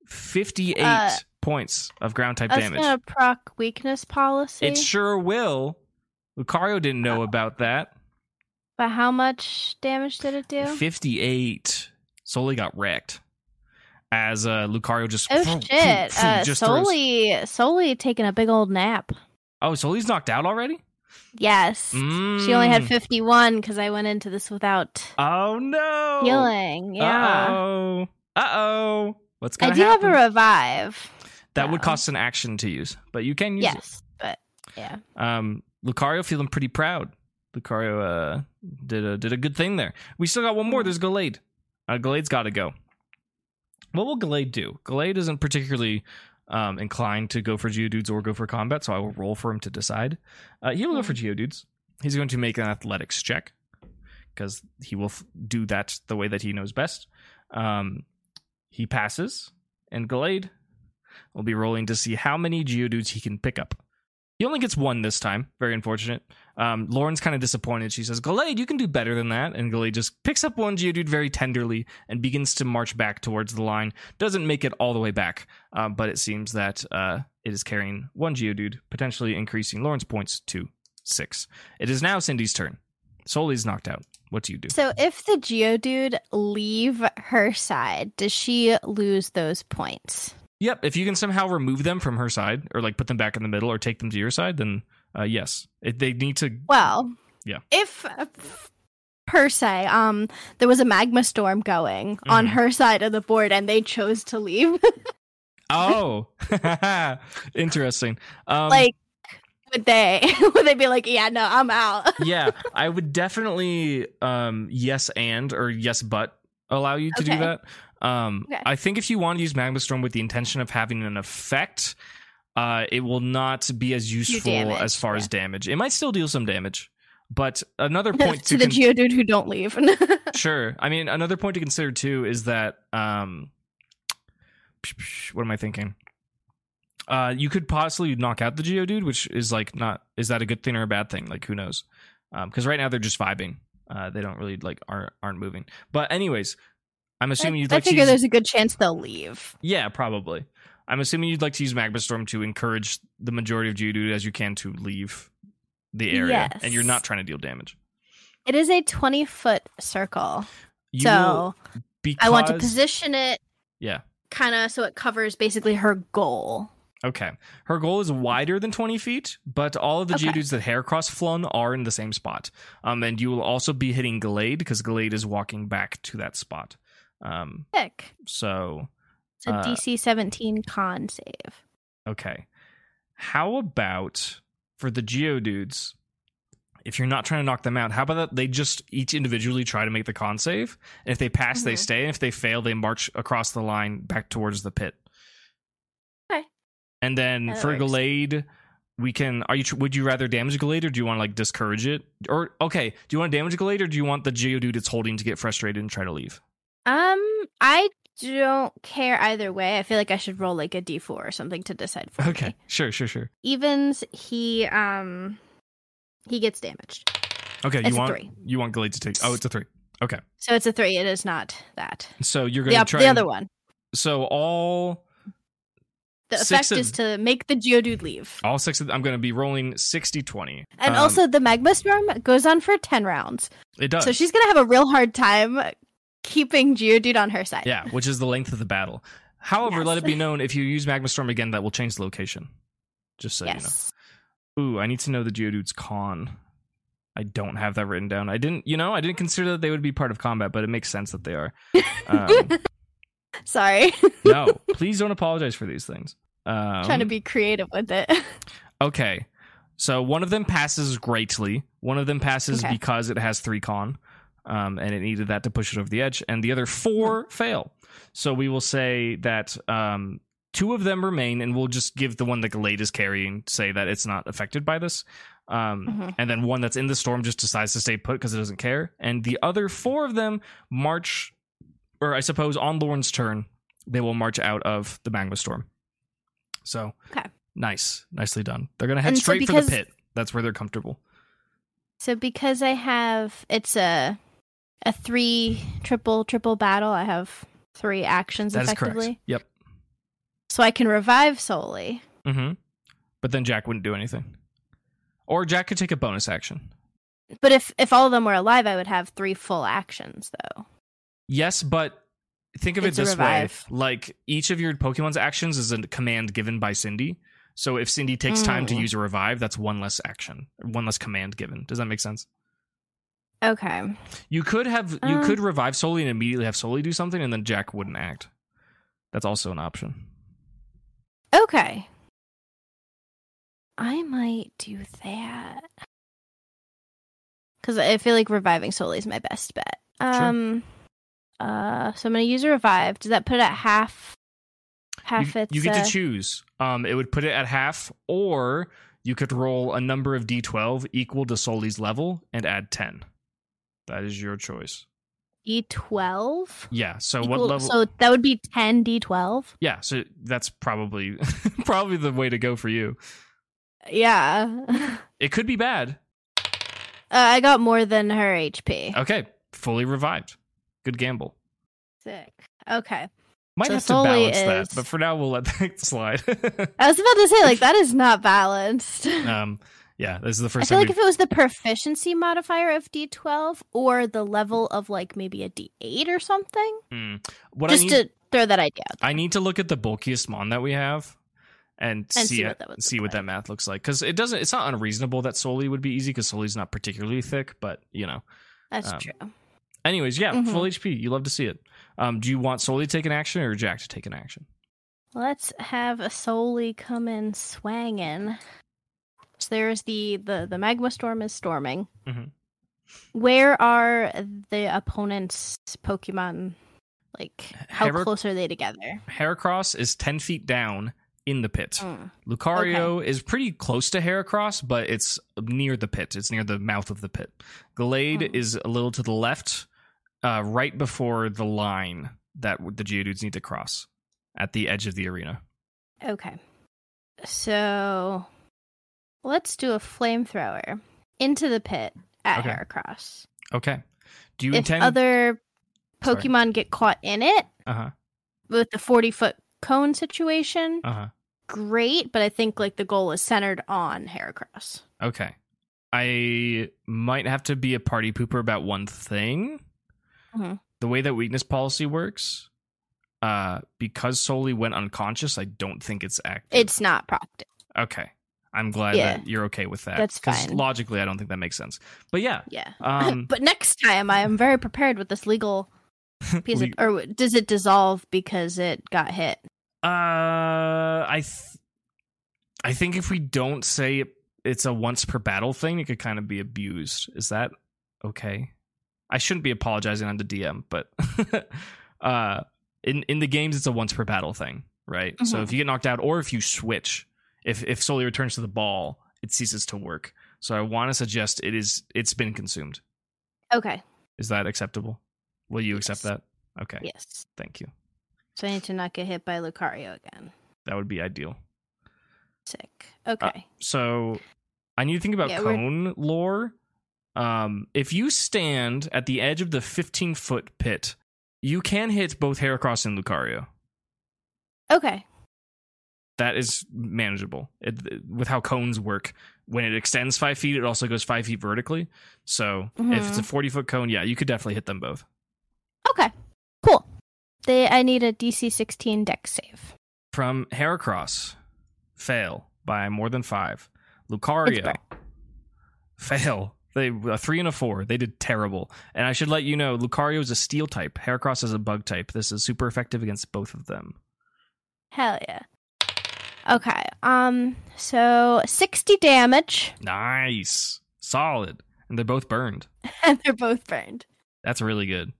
A: 58
B: Uh,
A: points of ground type
B: That's
A: damage.
B: gonna proc weakness policy.
A: It sure will. Lucario didn't know
B: Uh,
A: about that.
B: but how much damage did it do?
A: 58. Soli got wrecked. As uh, Lucario just.
B: Oh
A: vroom, vroom,
B: shit!
A: vroom,
B: Uh,
A: just throws-
B: Soli, Soli taking a big old nap.
A: Oh, Soli's knocked out already?
B: Yes, she only had
A: Mm.
B: fifty-one because I went into this without
A: Oh no!
B: healing. Yeah,
A: Oh. Uh oh. What's
B: I
A: gonna
B: do
A: happen?
B: have a revive.
A: that would
B: Yeah.
A: cost an action to use, but you can use
B: Yes, but yeah,
A: it. Um, Lucario feeling pretty proud. Lucario uh, did a did a good thing there. We still got one more. There's Gallade. Uh, Gallade's got to go. What will Gallade do? Gallade isn't particularly um, inclined to go for Geodudes or go for combat, so I will roll for him to decide. Uh, he will go for Geodudes. He's going to make an athletics check because he will f- do that the way that he knows best. Um, he passes, and Gallade will be rolling to see how many Geodudes he can pick up. He only gets one this time. Very unfortunate. Um, Lauren's kind of disappointed. She says, Gallade, you can do better than that. And Gallade just picks up one Geodude very tenderly and begins to march back towards the line. Doesn't make it all the way back, um, but it seems that uh, it is carrying one Geodude, potentially increasing Lauren's points to six. It is now Cindy's turn. Soli's knocked out. What do you do?
B: So if the Geodude leave her side, does she lose those points?
A: Yep, if you can somehow remove them from her side or like put them back in the middle or take them to your side, then uh, yes. It, they need to
B: Well,
A: Yeah.
B: If uh, per se, um, there was a magma storm going on
A: Mhm.
B: her side of the board, and they chose to leave,
A: Oh, interesting. Um,
B: like would they would they be like, yeah, no, I'm out?
A: yeah, I would definitely um, yes and or yes but allow you to do
B: Okay.
A: that. Um,
B: Okay.
A: I think if you want to use Magma Storm with the intention of having an effect, uh, it will not be as useful
B: damage,
A: as far as damage. It might still deal some damage, but another point
B: to the
A: con-
B: Geodude who don't leave.
A: sure. I mean, another point to consider too is that um, what am I thinking? Uh, you could possibly knock out the Geodude, which is like not is that a good thing or a bad thing? Like who knows? Because right now they're just vibing. Uh, they don't really like aren't aren't moving. But anyways, I'm assuming you'd
B: I
A: like to
B: figure
A: use,
B: there's a good chance they'll leave.
A: yeah probably. I'm assuming you'd like to use Magma Storm to encourage the majority of Geodude as you can to leave the area, and you're
B: Yes.
A: not trying to deal damage.
B: It is a 20 foot circle,
A: You will-
B: so I want to
A: because-
B: position it.
A: Yeah.
B: Kind of so it covers basically her goal.
A: Okay. Her goal is wider than 20 feet, but all of the
B: Okay.
A: Geodudes that Haircross flung are in the same spot. Um, and you will also be hitting Glade because Glade is walking back to that spot. Um,
B: Pick.
A: so,
B: It's a
A: Uh,
B: DC 17 con save.
A: okay. How about for the Geodudes, if you're not trying to knock them out, how about that they just each individually try to make the con save? And if they pass, they
B: Mhm.
A: stay. And if they fail, they march across the line back towards the pit.
B: Okay.
A: And then
B: That
A: for
B: works.
A: Gallade, we can. Are you? tr- Would you rather damage Gallade or do you want to like discourage it? Or okay, do you want to damage Gallade or do you want the Geodude it's holding to get frustrated and try to leave?
B: Um, I don't care either way. I feel like I should roll like a d4 or something to decide for
A: Okay,
B: me.
A: sure, sure, sure.
B: Evens, he um, he gets damaged.
A: Okay,
B: It's
A: you
B: a
A: want
B: three.
A: you want Gallade to take. Oh, it's a three.
B: So it's a three. It is not that.
A: So you're
B: The,
A: going to
B: op-
A: try
B: the
A: and-
B: other one.
A: So all
B: The
A: Six
B: effect
A: of-
B: is to make the Geodude leave.
A: all six of I'm going to be rolling 60 20.
B: And
A: Um, Oh.
B: also, the Magma Storm goes on for 10 rounds.
A: it does.
B: So she's going to have a real hard time keeping Geodude on her side.
A: Yeah, which is the length of the battle. However, let
B: Yes.
A: it be known if you use Magma Storm again that will change the location. Just so you know.
B: yes.
A: Ooh, I need to know the Geodude's con. I don't have that written down. I didn't, you know, I didn't consider that they would be part of combat, but it makes sense that they are. Um,
B: Sorry.
A: no, please don't apologize for these things. Um,
B: Trying to be creative with it.
A: okay. So one of them passes greatly. One of them passes
B: Okay.
A: because it has three con, um, and it needed that to push it over the edge, and the other four fail. So we will say that um, two of them remain, and we'll just give the one that Gallade is carrying say that it's not affected by this. Um,
B: Mhm.
A: And then one that's in the storm just decides to stay put because it doesn't care. And the other four of them march, or I suppose on Lauren's turn, they will march out of the magma storm. So
B: Okay.
A: nice, nicely done. They're gonna head
B: And so
A: straight for
B: because-
A: the pit. That's where they're comfortable.
B: So because I have it's a a three triple triple battle, I have three actions
A: That is
B: effectively.
A: correct. Yep.
B: So I can revive solely.
A: Mm-hmm. But then Jack wouldn't do anything, or Jack could take a bonus action.
B: But if if all of them were alive, I would have three full actions though.
A: Yes, but think of it
B: It's a
A: this way:
B: revive.
A: like each of your Pokemon's actions is a command given by Cindy. So if Cindy takes time to
B: Mm.
A: use a revive, that's one less action, one less command given. Does that make sense?
B: Okay.
A: You could have you
B: Um.
A: could revive Soli and immediately have Soli do something, and then Jack wouldn't act. That's also an option.
B: Okay. I might do that. Because I feel like reviving Soli is my best bet. Um, uh, so I'm gonna use a revive. Does that put it at half? Half
A: you,
B: its.
A: you get
B: uh,
A: to choose. Um, it would put it at half, or you could roll a number of d12 equal to Soli's level and add 10. That is your choice.
B: E D12.
A: Yeah. So what
B: Equal-
A: level?
B: So that would be 10 D12.
A: yeah. So that's probably probably the way to go for you.
B: Yeah. uh,
A: It could be bad.
B: I got more than her HP.
A: Okay, fully revived. Good gamble.
B: Sick. Okay.
A: Might
B: So
A: have to
B: Sully
A: balance
B: is-
A: that, but for now we'll let that slide.
B: I was about to say, like, that is not balanced.
A: um, yeah, this is the
B: I
A: first
B: feel
A: time.
B: like
A: we've
B: if it was the proficiency modifier of D12 or the level of, like, maybe a D8 or something,
A: Mm. What I
B: just
A: need,
B: to throw that idea out.
A: I need to look at the bulkiest mon that we have, and,
B: And
A: see
B: see
A: it-
B: what that would
A: see
B: look
A: what that math looks like. Because it doesn't. It's not unreasonable that Soli would be easy because Soli's not particularly thick, but you know.
B: That's
A: um,
B: true.
A: Anyways, yeah,
B: Mhm.
A: full HP. You love to see it. Um, do you want Soli to take an action or Jack to take an action?
B: Let's have a Soli come in swangin'. So there's the, the, the magma storm is storming.
A: Mhm.
B: Where are the opponent's Pokemon? Like, how
A: Hero-
B: close are they together?
A: Heracross is ten feet down in the pit.
B: Mm.
A: Lucario is pretty close to Heracross, but it's near the pit. It's near the mouth of the pit. Glade
B: Hmm.
A: is a little to the left, uh, right before the line that w- the Geodudes need to cross at the edge of the arena.
B: Okay. So let's do a flamethrower into the pit at
A: Okay.
B: Heracross.
A: Okay. Do you
B: if
A: intend?
B: other
A: Sorry.
B: Pokemon get caught in it
A: uh huh.
B: with the 40 foot cone situation,
A: Uh huh.
B: great, but I think like the goal is centered on Heracross.
A: Okay. I might have to be a party pooper about one thing.
B: Mhm.
A: The way that weakness policy works, uh, because Soli went unconscious, I don't think it's active.
B: It's not practice.
A: Okay. I'm glad
B: Yeah.
A: that you're okay with that.
B: That's
A: 'cause
B: fine.
A: Logically, I don't think that makes sense. But yeah.
B: Yeah.
A: Um
B: but next time I am very prepared with this legal piece
A: we-
B: of or does it dissolve because it got hit?
A: uh I th- I think if we don't say it, it's a once per battle thing, it could kind of be abused. Is that okay? I shouldn't be apologizing on the DM, but uh in in the games it's a once per battle thing, right? So
B: Mhm.
A: if you get knocked out or if you switch, if if Soli returns to the ball, it ceases to work. So I want to suggest it is it's been consumed.
B: Okay.
A: Is that acceptable? Will you accept
B: Yes.
A: that? Okay.
B: Yes.
A: Thank you.
B: So I need to not get hit by Lucario again.
A: That would be ideal.
B: Sick.
A: Uh,
B: Okay.
A: So I need to think about
B: Yeah, we're-
A: cone lore. Um, if you stand at the edge of the 15 foot pit, you can hit both Heracross and Lucario.
B: Okay.
A: That is manageable it, with how cones work. When it extends five feet, it also goes five feet vertically. So if
B: Mm-hmm.
A: it's a 40 foot cone, yeah, you could definitely hit them both.
B: Okay. Cool. They I need a DC 16 deck save.
A: From Heracross, fail by more than five. Lucario,
B: It's
A: fail. They a three and a four. They did terrible. And I should let you know, Lucario is a steel type. Heracross is a bug type. This is super effective against both of them.
B: Hell yeah. Okay. Um so 60 damage
A: Nice, solid, and they're both burned.
B: and they're both burned.
A: That's really good.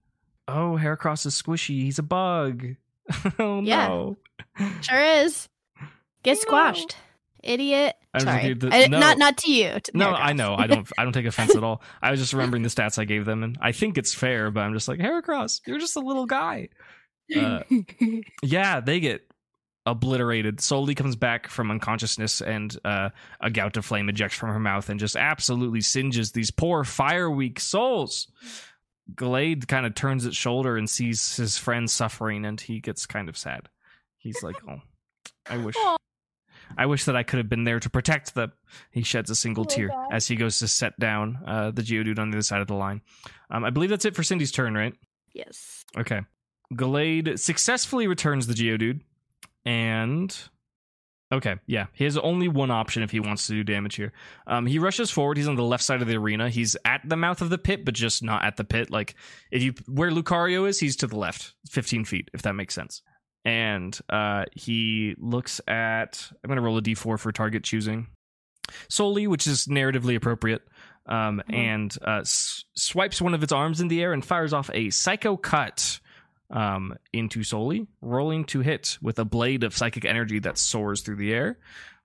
A: Oh, Heracross is squishy. He's a bug. oh
B: Yeah.
A: no.
B: Sure is. Get
A: No.
B: squashed. Idiot.
A: I was
B: Sorry.
A: looking at the-
B: I-
A: no.
B: Not not to you. to
A: No,
B: Heracross.
A: I know. I don't. I don't take offense at all. I was just remembering the stats I gave them, and I think it's fair. But I'm just like Heracross. You're just a little guy. Uh, yeah, they get obliterated. Soli comes back from unconsciousness, and uh, a gout of flame ejects from her mouth and just absolutely singes these poor fire weak souls. Glade kind of turns its shoulder and sees his friend suffering, and he gets kind of sad. He's like, "Oh, I wish."
B: Aw.
A: I wish that I could have been there to protect them. He sheds a single
B: Oh,
A: tear
B: God.
A: as he goes to set down uh, the Geodude on the other side of the line. Um, I believe that's it for Cindy's turn, right?
B: yes.
A: Okay. Glade successfully returns the Geodude. And. Okay, yeah. He has only one option if he wants to do damage here. Um, he rushes forward. He's on the left side of the arena. He's at the mouth of the pit, but just not at the pit. Like, if you where Lucario is, he's to the left, 15 feet, if that makes sense. And uh, he looks at. I'm going to roll a d4 for target choosing. solely, which is narratively appropriate, um, and uh, s- swipes one of its arms in the air and fires off a psycho cut um, into Soli, rolling to hit with a blade of psychic energy that soars through the air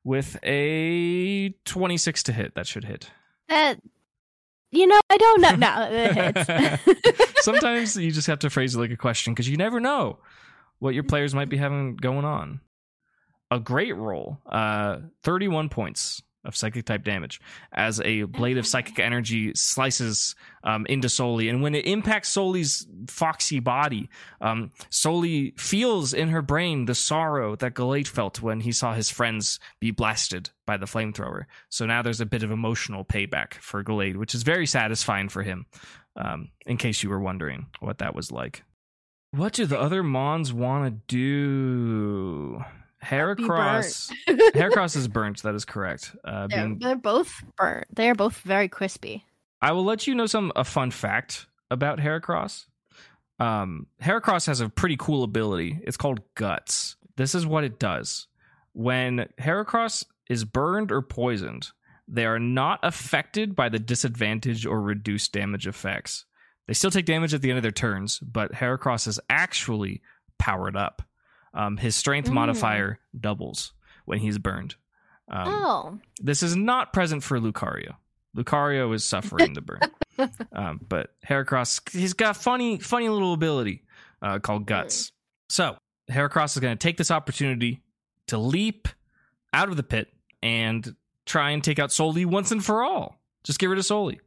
A: with a 26 to hit. That should hit.
B: That you know, I don't know. No, it hits.
A: Sometimes you just have to phrase it like a question because you never know what your players might be having going on. A great roll, uh, 31 points of psychic type damage as a blade of psychic energy slices um, into Soli. And when it impacts Soli's foxy body, um, Soli feels in her brain the sorrow that Galate felt when he saw his friends be blasted by the flamethrower. So now there's a bit of emotional payback for Galate, which is very satisfying for him, um, in case you were wondering what that was like. What do the other Mons want to do?
B: Be
A: Heracross.
B: burnt.
A: Haircross is burnt. That is correct. Uh,
B: they're,
A: being,
B: they're both burnt. They are both very crispy.
A: I will let you know some a fun fact about Heracross. Um, Heracross has a pretty cool ability. It's called Guts. This is what it does. When Heracross is burned or poisoned, they are not affected by the disadvantage or reduced damage effects. They still take damage at the end of their turns, but Heracross is actually powered up. Um, his strength
B: Mm.
A: modifier doubles when he's burned. Um,
B: oh,
A: this is not present for Lucario. Lucario is suffering the burn, um, but Heracross he's got funny, funny little ability uh, called
B: Mm.
A: Guts. So Heracross is going to take this opportunity to leap out of the pit and try and take out Soli once and for all. Just get rid of Soli.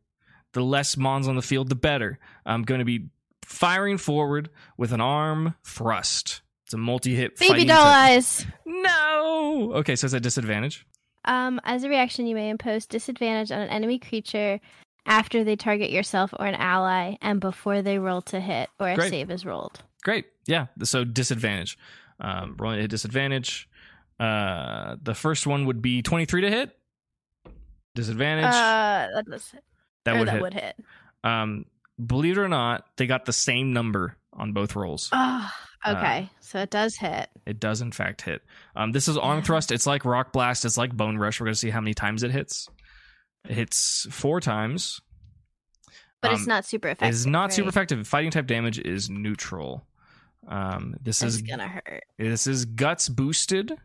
A: The less Mons on the field, the better. I'm going to be firing forward with an arm thrust. It's a multi-hit.
B: baby
A: fighting
B: doll
A: type-
B: eyes.
A: No. Okay, so it's a disadvantage.
B: Um, as a reaction, you may impose disadvantage on an enemy creature after they target yourself or an ally, and before they roll to hit or a
A: Great.
B: save is rolled.
A: Great. Yeah. So disadvantage. Um, rolling to hit disadvantage. Uh, the first one would be 23 to hit. Disadvantage.
B: Uh, that does hit.
A: that
B: or
A: would
B: that
A: hit.
B: would hit.
A: Um, believe it or not, they got the same number on both rolls.
B: Oh,
A: Uh,
B: okay, so it does hit.
A: It does, in fact, hit. Um, this is arm
B: Yeah.
A: thrust. It's like rock blast. It's like bone rush. We're going to see how many times it hits. It hits four times.
B: But it's
A: um,
B: not super
A: It
B: effective.
A: is not super
B: right?
A: effective. Fighting type damage is neutral. Um, this
B: It's
A: is
B: gonna hurt.
A: This is guts boosted,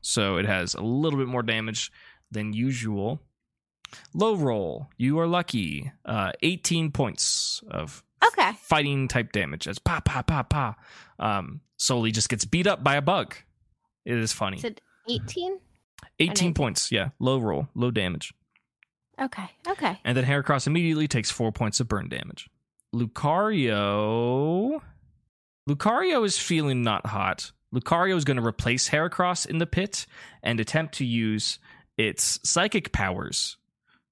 A: so it has a little bit more damage than usual. Low roll, you are lucky. Uh, 18 points of
B: Okay.
A: fighting type damage as pa pa pa pa. Um, Soli just gets beat up by a bug. It is funny.
B: So 18?
A: 18
B: amazing.
A: points, yeah. Low roll, low damage.
B: Okay. Okay.
A: And then Heracross immediately takes four points of burn damage. Lucario. Lucario is feeling not hot. Lucario is going to replace Heracross in the pit and attempt to use its psychic powers,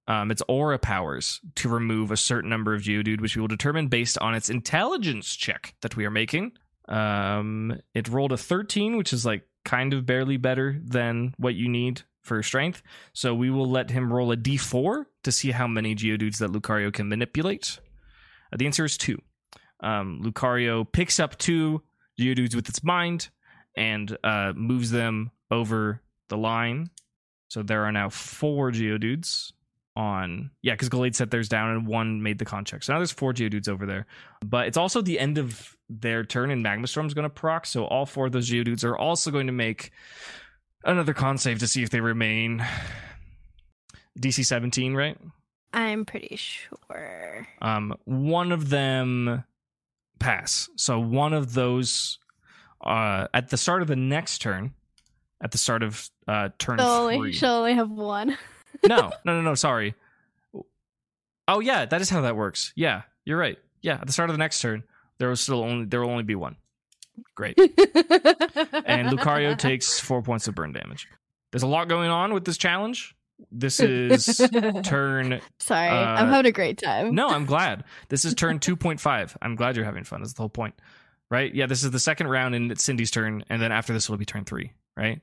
A: um, its aura powers, to remove a certain number of Geodude, which we will determine based on its intelligence check that we are making. Um, it rolled a 13, which is like kind of barely better than what you need for strength. So we will let him roll a d4 to see how many Geodudes that Lucario can manipulate. Uh, the answer is two. Um, Lucario picks up two Geodudes with its mind and uh, moves them over the line. So there are now four Geodudes on. Yeah, because Gallade set theirs down and one made the contract. So now there's four Geodudes over there. But it's also the end of their turn and Magmastorm's going to proc. So all four of those Geodudes are also going to make another con save to see if they remain DC 17, right?
B: I'm pretty sure.
A: Um, one of them pass. So one of those uh, at the start of the next turn, at the start of uh, turn
B: She'll only,
A: three.
B: she'll only have one.
A: no, no, no, no. Sorry. Oh yeah, that is how that works. Yeah, you're right. Yeah, at the start of the next turn, there will still only there will only be one. Great. and Lucario takes four points of burn damage. There's a lot going on with this challenge. This is turn.
B: Sorry,
A: uh,
B: I'm having a great time.
A: No, I'm glad. This is turn 2.5. I'm glad you're having fun. That's the whole point, right? Yeah, this is the second round, and it's Cindy's turn, and then after this, it'll be turn three, right?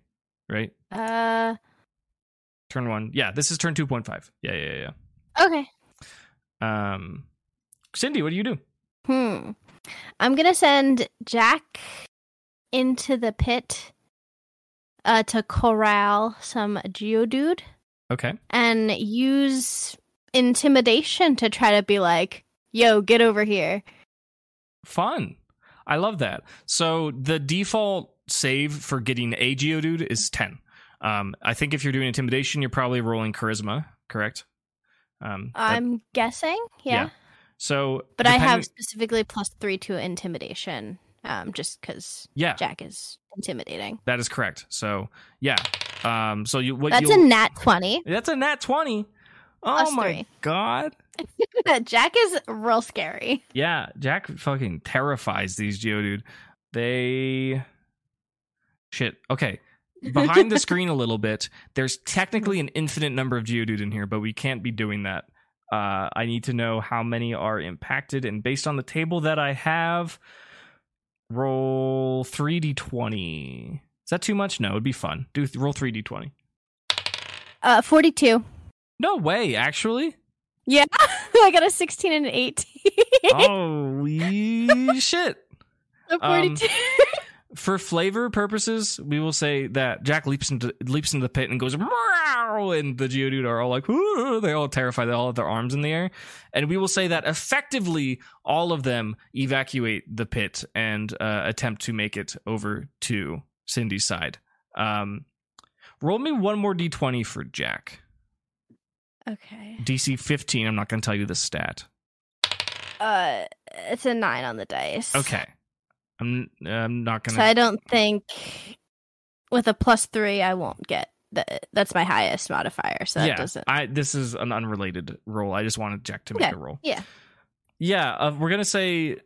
A: Right?
B: Uh,
A: Turn one. Yeah, this is turn 2.5. Yeah, yeah,
B: okay.
A: yeah. Um, Cindy, what do you do?
B: Hmm. I'm gonna send Jack into the pit uh, to corral some Geodude
A: Okay.
B: and use intimidation to try to be like, yo, get over here.
A: Fun. I love that. So the default save for getting a Geodude is 10. Um, I think if you're doing intimidation, you're probably rolling charisma, correct? Um, that-
B: I'm guessing. Yeah.
A: Yeah. so
B: But I
A: depending-
B: have specifically plus three to intimidation um, just because
A: yeah,
B: Jack is intimidating.
A: that is correct. So yeah, um, so you what
B: That's a
A: you'll-
B: nat 20.
A: that's a nat twenty. Oh
B: Plus
A: my
B: three.
A: god!
B: Jack is real scary.
A: Yeah, Jack fucking terrifies these Geodude. They shit. Okay. Behind the screen a little bit, there's technically an infinite number of Geodude in here, but we can't be doing that. Uh, I need to know how many are impacted, and based on the table that I have, roll 3d20. Is that too much? No, it'd be fun. Do th- roll 3d20.
B: Uh, 42.
A: No way, actually.
B: Yeah. I got a 16 and an 18.
A: Oh, Holy shit.
B: So
A: Um,
B: 42.
A: for flavor purposes, we will say that Jack leaps into leaps into the pit and goes meow, and the Geodude are all like, "Ooh," they all terrified, they all have their arms in the air, and we will say that effectively all of them evacuate the pit and uh, attempt to make it over to Cindy's side. Um, roll me one more d20 for Jack.
B: okay.
A: DC 15. I'm not going to tell you the stat.
B: Uh, it's a 9 on the dice.
A: Okay. I'm I'm not going
B: So
A: to.
B: I don't think with a plus three, I won't get that. That's my highest modifier, so that
A: yeah,
B: doesn't.
A: I this is an unrelated roll. I just wanted Jack to make
B: Okay,
A: a roll.
B: yeah.
A: yeah. Uh, we're gonna say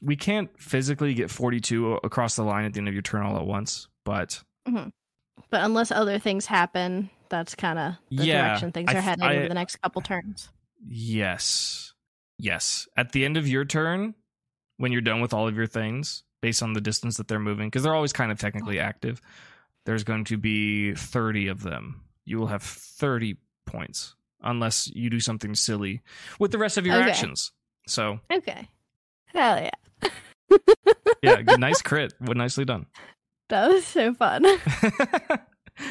A: we can't physically get forty-two a- across the line at the end of your turn all at once, but
B: But unless other things happen, that's kind of the
A: Yeah,
B: direction things
A: I
B: are
A: th-
B: heading
A: I-
B: over the next couple turns.
A: yes, yes. At the end of your turn, when you're done with all of your things, based on the distance that they're moving, because they're always kind of technically active, there's going to be thirty of them. You will have thirty points unless you do something silly with the rest of your
B: Okay.
A: actions. So.
B: Okay. Hell yeah.
A: yeah, good- nice crit. Well, nicely done.
B: That was so fun.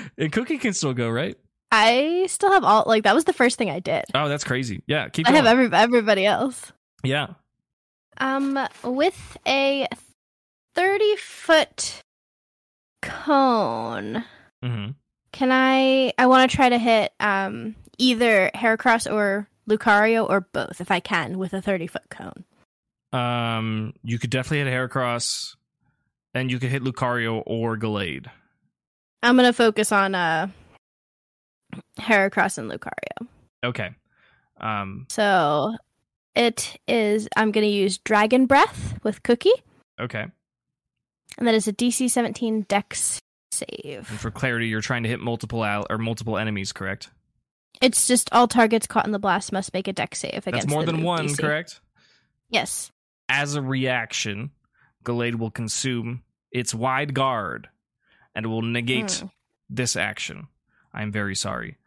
A: and Cookie can still go, right?
B: I still have all, like, that was the first thing I did.
A: Oh, that's crazy. Yeah, keep
B: I
A: going.
B: have every, everybody else.
A: yeah,
B: Um, with a 30 foot cone.
A: hmm
B: Can I? I want to try to hit um either Heracross or Lucario or both if I can with a thirty foot cone.
A: um, you could definitely hit Heracross, and you could hit Lucario or Gallade.
B: I'm gonna focus on uh Heracross and Lucario.
A: Okay. Um.
B: So it is. I'm gonna use Dragon Breath with Cookie,
A: Okay.
B: and that is a DC 17 Dex
A: And
B: save.
A: for clarity, you're trying to hit multiple al- or multiple enemies, correct?
B: It's just all targets caught in the blast must make a Dex save against.
A: That's more
B: the
A: than
B: move
A: one,
B: DC.
A: correct?
B: Yes.
A: As a reaction, Gallade will consume its wide guard, and will negate
B: Mm.
A: this action. I'm very sorry.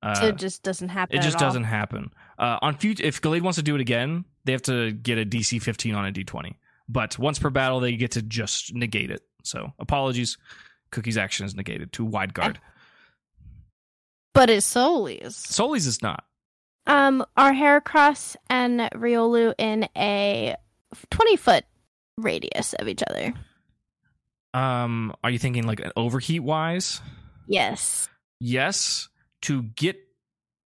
A: Uh,
B: so it just doesn't happen.
A: It
B: at
A: just
B: all.
A: doesn't happen. Uh, on future, if Gallade wants to do it again, they have to get a DC 15 on a D20. But once per battle, they get to just negate it. So apologies, Cookie's action is negated to wide guard.
B: Ah. But it solely is.
A: Solis is not.
B: Um, are Heracross and Riolu in a twenty foot radius of each other?
A: Um, are you thinking like an overheat wise?
B: Yes.
A: Yes, to get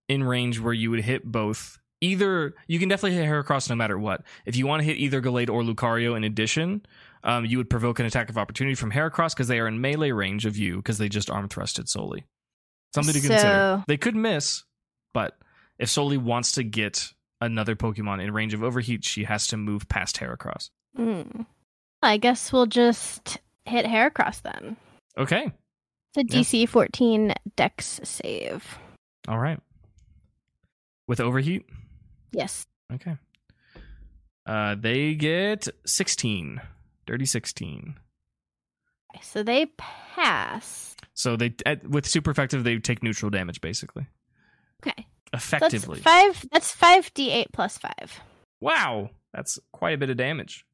A: in range where you would hit both. Either you can definitely hit Heracross no matter what. If you want to hit either Gallade or Lucario in addition, um, you would provoke an attack of opportunity from Heracross because they are in melee range of you because they just arm thrusted solely. Something to consider.
B: So-
A: They could miss, but if Soli wants to get another Pokemon in range of overheat, she has to move past Heracross.
B: Hmm. I guess we'll just hit Heracross then.
A: Okay.
B: It's a
A: Yeah.
B: DC fourteen Dex save.
A: All right. With overheat?
B: Yes.
A: Okay. Uh, they get 16. Dirty 16.
B: So they pass.
A: So they at, with super effective they take neutral damage basically.
B: Okay. That's
A: Effectively.
B: five. That's five D eight plus five.
A: wow. That's quite a bit of damage.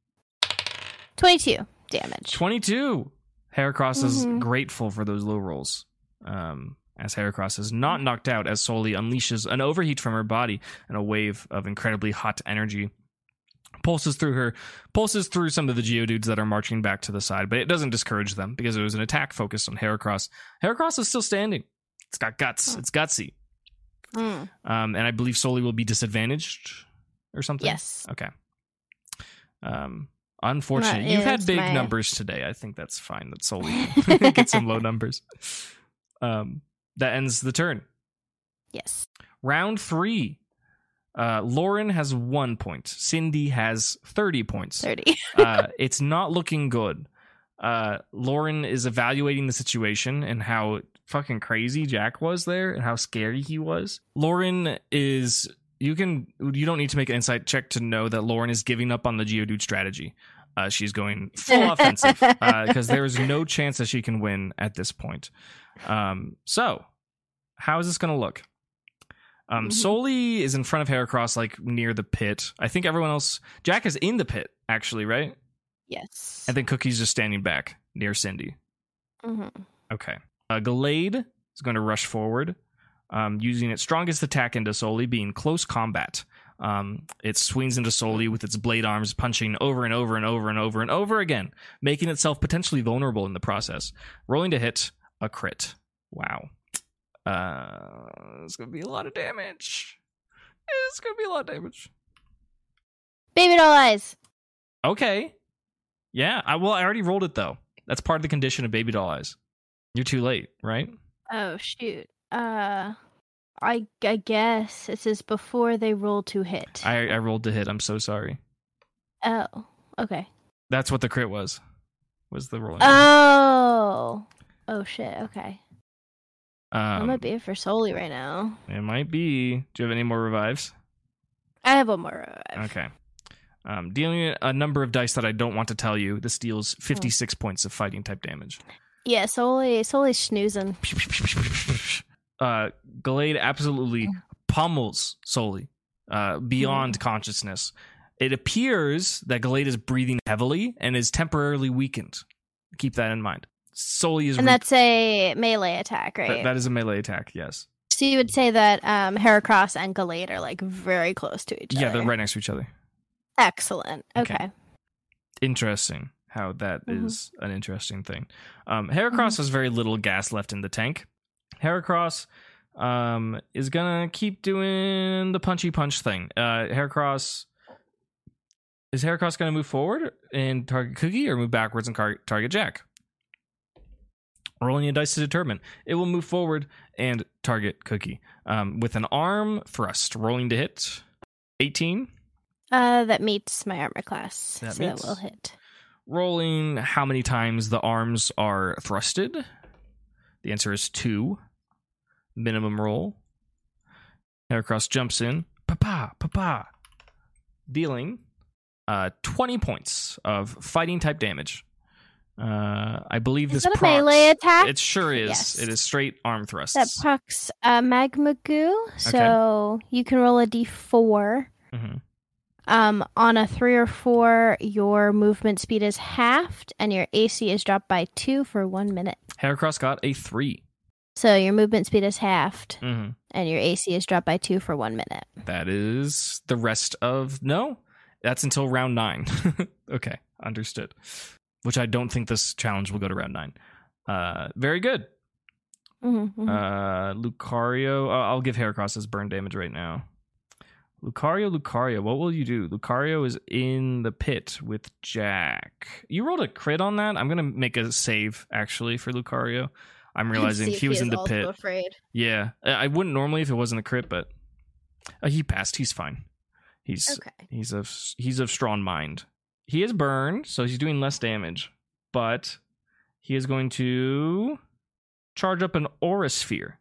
B: Twenty two damage.
A: 22. Heracross is
B: Mhm.
A: grateful for those low rolls. Um as Heracross is not knocked out as Soli unleashes an overheat from her body and a wave of incredibly hot energy pulses through her, pulses through some of the Geodudes that are marching back to the side, but it doesn't discourage them because it was an attack focused on Heracross. Heracross is still standing. It's got guts. It's gutsy.
B: Mm.
A: Um, and I believe Soli will be disadvantaged or something.
B: Yes.
A: Okay. Um, unfortunate.
B: That
A: You've had
B: is
A: big
B: my-
A: numbers today. I think that's fine that Soli gets some low numbers. Um, that ends the turn.
B: Yes.
A: Round three. Uh, Lauren has one point. Cindy has 30 points.
B: 30.
A: uh, it's not looking good. Uh, Lauren is evaluating the situation and how fucking crazy Jack was there and how scary he was. Lauren is you can you don't need to make an insight check to know that Lauren is giving up on the Geodude strategy. Uh, she's going full offensive Uh, because there is no chance that she can win at this point. Um, so how is this going to look? Um,
B: Mhm.
A: Soli is in front of Heracross, like near the pit. I think everyone else, Jack is in the pit, actually, right?
B: Yes.
A: And then Cookie's just standing back near Cindy.
B: Mhm.
A: Okay. Uh, Gallade is going to rush forward, um, using its strongest attack into Soli, being close combat. Um, it swings into Soli with its blade arms, punching over and over and over and over and over again, making itself potentially vulnerable in the process. Rolling to hit a crit. Wow. Uh, it's going to be a lot of damage. It's going to be a lot of damage.
B: Baby doll eyes.
A: Okay. Yeah. I well, I already rolled it though. That's part of the condition of baby doll eyes. You're too late, right?
B: Oh, shoot. Uh, I, I guess it says before they roll to hit.
A: I, I rolled to hit. I'm so sorry.
B: oh, okay.
A: That's what the crit was. Was the rolling?
B: Um, Oh. Oh, shit. Okay. I'm
A: um,
B: a bit for Soli right now.
A: it might be. Do you have any more revives?
B: I have one more. revive.
A: Okay. Um, dealing a number of dice that I don't want to tell you. This
B: Oh.
A: deals 56 points of fighting type damage.
B: Yeah, Soli, Soli's snoozing.
A: uh Glade absolutely
B: Oh.
A: pummels Soli uh beyond consciousness. It appears that Glade is breathing heavily and is temporarily weakened. Keep that in mind. Soli is
B: And
A: re-
B: that's a melee attack,
A: that-
B: right?
A: that is a melee attack, yes.
B: so you would say that um, Heracross and Galate are like very close to each
A: Yeah,
B: other.
A: they're right next to each other.
B: Excellent.
A: Okay.
B: Okay.
A: Interesting how that is
B: Mhm.
A: an interesting thing. Um Heracross has very little gas left in the tank. Heracross um is gonna keep doing the punchy punch thing. Uh Heracross is Heracross gonna move forward and target Cookie or move backwards and car- target Jack? Rolling a dice to determine. It will move forward and target Cookie um, with an arm thrust. Rolling to hit. 18.
B: Uh, that meets my armor class,
A: That
B: so
A: meets.
B: that will hit.
A: rolling how many times the arms are thrusted. The answer is two. Minimum roll. Heracross jumps in. Papa, papa. Dealing uh, 20 points of fighting type damage. Uh, I believe this
B: Is that a
A: procs-
B: melee attack?
A: It sure is.
B: Yes.
A: It is straight arm thrusts.
B: that procs uh, magma goo, so you can roll a d4.
A: Mhm.
B: Um, on a three or four, your movement speed is halved, and your AC is dropped by two for one minute.
A: Heracross got a 3
B: So your movement speed is halved,
A: Mm-hmm.
B: and your AC is dropped by two for one minute.
A: That is the rest of no. That's until round nine. okay, understood. Which I don't think this challenge will go to round nine. Uh, very good.
B: Mm-hmm.
A: Uh, Lucario. Uh, I'll give Heracross his burn damage right now. Lucario, Lucario, what will you do? Lucario is in the pit with Jack. You rolled a crit on that. I'm gonna make a save actually for Lucario. I'm realizing he was in the pit.
B: Afraid.
A: Yeah, I I wouldn't normally if it wasn't a crit, but uh, he passed. He's fine. He's
B: Okay.
A: He's of he's of strong mind. He is burned, so he's doing less damage, but he is going to charge up an aura sphere.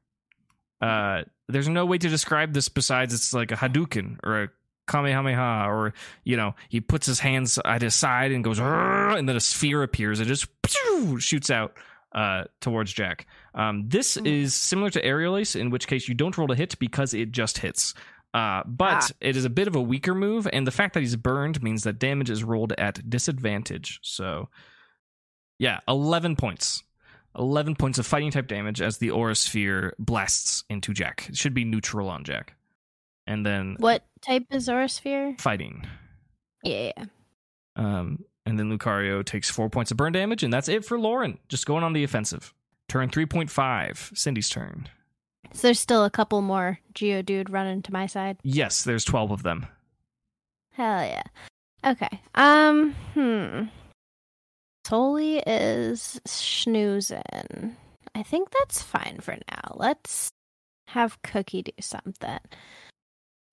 A: Uh, there's no way to describe this besides it's like a Hadouken or a Kamehameha, or you know, he puts his hands at his side and goes, "Arrgh," and then a sphere appears and just pshoo, shoots out uh, towards Jack. Um, this
B: Hmm.
A: is similar to Aerial Ace, in which case you don't roll to hit because it just hits. Uh, but it is a bit of a weaker move, and the fact that he's burned means that damage is rolled at disadvantage. So, yeah, 11 points 11 points of fighting type damage as the aura sphere blasts into Jack. It should be neutral on Jack. And then
B: What type is Zorosphere?
A: fighting.
B: Yeah. yeah.
A: Um, and then Lucario takes four points of burn damage, and that's it for Lauren. Just going on the offensive. Turn 3.5, Cindy's turn.
B: So there's still a couple more Geodude running to my side.
A: Yes, there's 12 of them.
B: Hell yeah. Okay. Um, hmm. Toli is schnoozing. I think that's fine for now. Let's have Cookie do something.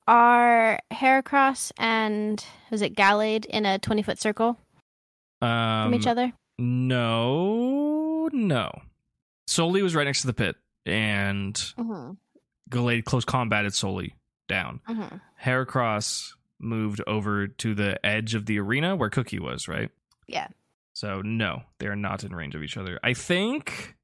B: Are Heracross and was it Gallade in a twenty foot circle
A: Um,
B: from each other?
A: No, no. Soli was right next to the pit, and
B: Mm-hmm.
A: Gallade close combated Soli down.
B: Mm-hmm.
A: Heracross moved over to the edge of the arena where Cookie was, right?
B: Yeah.
A: So no, they're not in range of each other. I think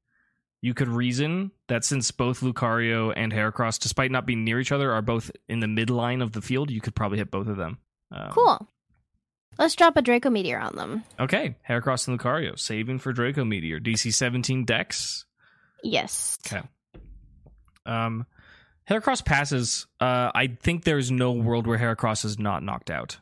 A: you could reason that since both Lucario and Heracross, despite not being near each other, are both in the midline of the field, you could probably hit both of them. Um,
B: Cool. Let's drop a Draco Meteor on them.
A: Okay, Heracross and Lucario saving for Draco Meteor. DC 17 Dex.
B: Yes.
A: Okay. Um, Heracross passes. Uh, I think there's no world where Heracross is not knocked out.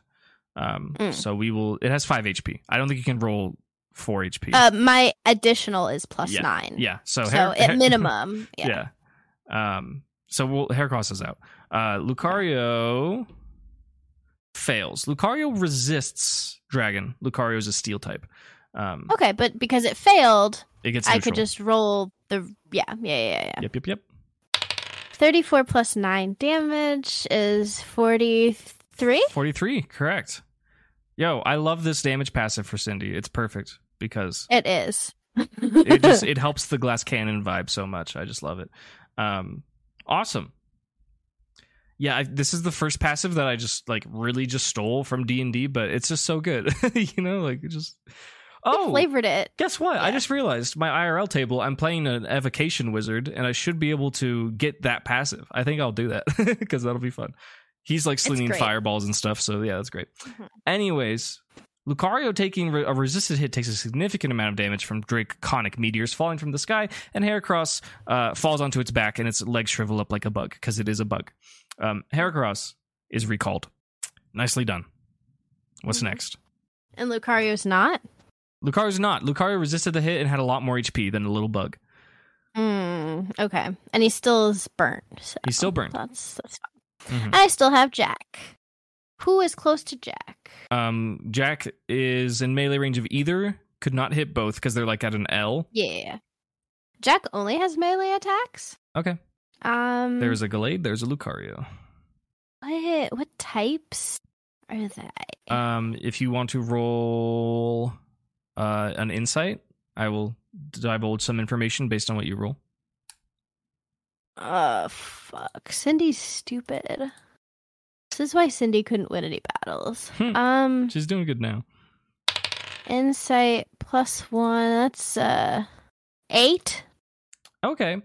A: Um,
B: Mm.
A: so we will. It has five HP. I don't think you can roll four HP.
B: Uh, my additional is plus nine.
A: yeah. So,
B: So
A: Her- Her-
B: at minimum, yeah.
A: yeah. Um. So we'll, Heracross is out. Uh, Lucario fails. Lucario resists dragon. Lucario is a steel type. Um,
B: Okay, but because it failed,
A: it gets.
B: I could
A: neutral.
B: just roll the yeah, yeah, yeah, yeah.
A: Yep. Yep. Yep.
B: 34 plus 9 damage is 43.
A: 43 correct yo i love this damage passive for cindy it's perfect because
B: It is.
A: it just it helps the glass cannon vibe so much i just love it um awesome yeah I, this is the first passive that i just like really just stole from d&d but it's just so good you know like it just
B: It
A: oh
B: flavored it.
A: Guess what? I
B: Yeah.
A: just realized my IRL table, I'm playing an evocation wizard, and I should be able to get that passive. I think I'll do that because that'll be fun. He's like slinging
B: great.
A: fireballs and stuff, so yeah, that's great.
B: Mhm.
A: Anyways, Lucario taking re- a resisted hit takes a significant amount of damage from Drake conic meteors falling from the sky, and Heracross uh, falls onto its back and its legs shrivel up like a bug because it is a bug. Um, Heracross is recalled. Nicely done. What's
B: Mhm.
A: next?
B: And Lucario's not.
A: Lucario's not. Lucario resisted the hit and had a lot more HP than a little bug.
B: Mm, okay. And he still is burnt. So
A: He's still burnt.
B: That's, that's fine.
A: Mhm.
B: And I still have Jack. Who is close to Jack?
A: Um, Jack is in melee range of either. Could not hit both because they're like at an L.
B: Yeah. Jack only has melee attacks?
A: Okay.
B: Um
A: There's a Gallade. There's a Lucario.
B: what, what types are they?
A: Um, if you want to roll uh, an insight, I will divulge some information based on what you roll.
B: Oh, fuck. Cindy's stupid. This is why Cindy couldn't win any battles.
A: Hmm.
B: um,
A: She's doing good now.
B: insight plus one. That's, uh, eight.
A: Okay.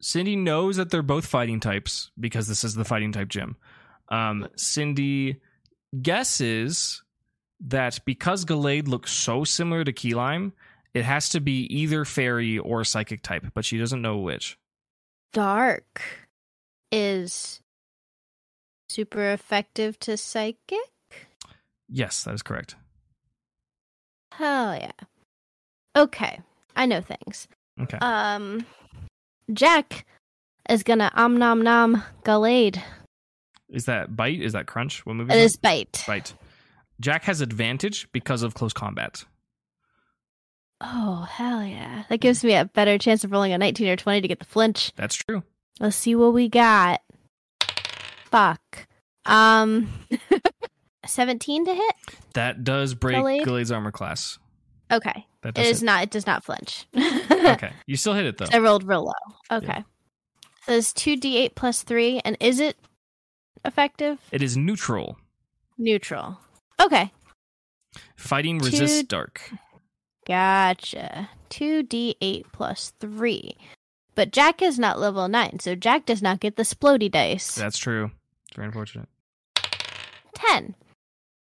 A: Cindy knows that they're both fighting types because this is the fighting type gym. Um, Cindy guesses that because Gallade looks so similar to Key Lime, it has to be either fairy or psychic type, but she doesn't know which.
B: Dark is super effective to psychic.
A: Yes, that is correct.
B: Hell yeah. Okay. I know things.
A: Okay.
B: Um, Jack is gonna om nom nom Gallade.
A: is that bite? Is that crunch? What movie?
B: It
A: is
B: is bite.
A: that? bite. Jack has advantage because of close combat.
B: Oh, hell yeah. That gives me a better chance of rolling a 19 or 20 to get the flinch.
A: That's true.
B: Let's see what we got. Fuck. Um 17 to hit?
A: That does break
B: Gallade?
A: Gallade's armor class.
B: Okay.
A: That
B: It
A: does.
B: is
A: hit.
B: not it does not flinch.
A: okay. You still hit it though.
B: I rolled real low. Okay.
A: Yeah.
B: So it's 2d8 plus 3 and is it effective?
A: It is neutral.
B: Neutral. Okay.
A: Fighting
B: Two-
A: resists dark.
B: Gotcha. 2d8 plus 3. But Jack is not level 9, so Jack does not get the splody dice.
A: That's true. It's very unfortunate.
B: 10. 10,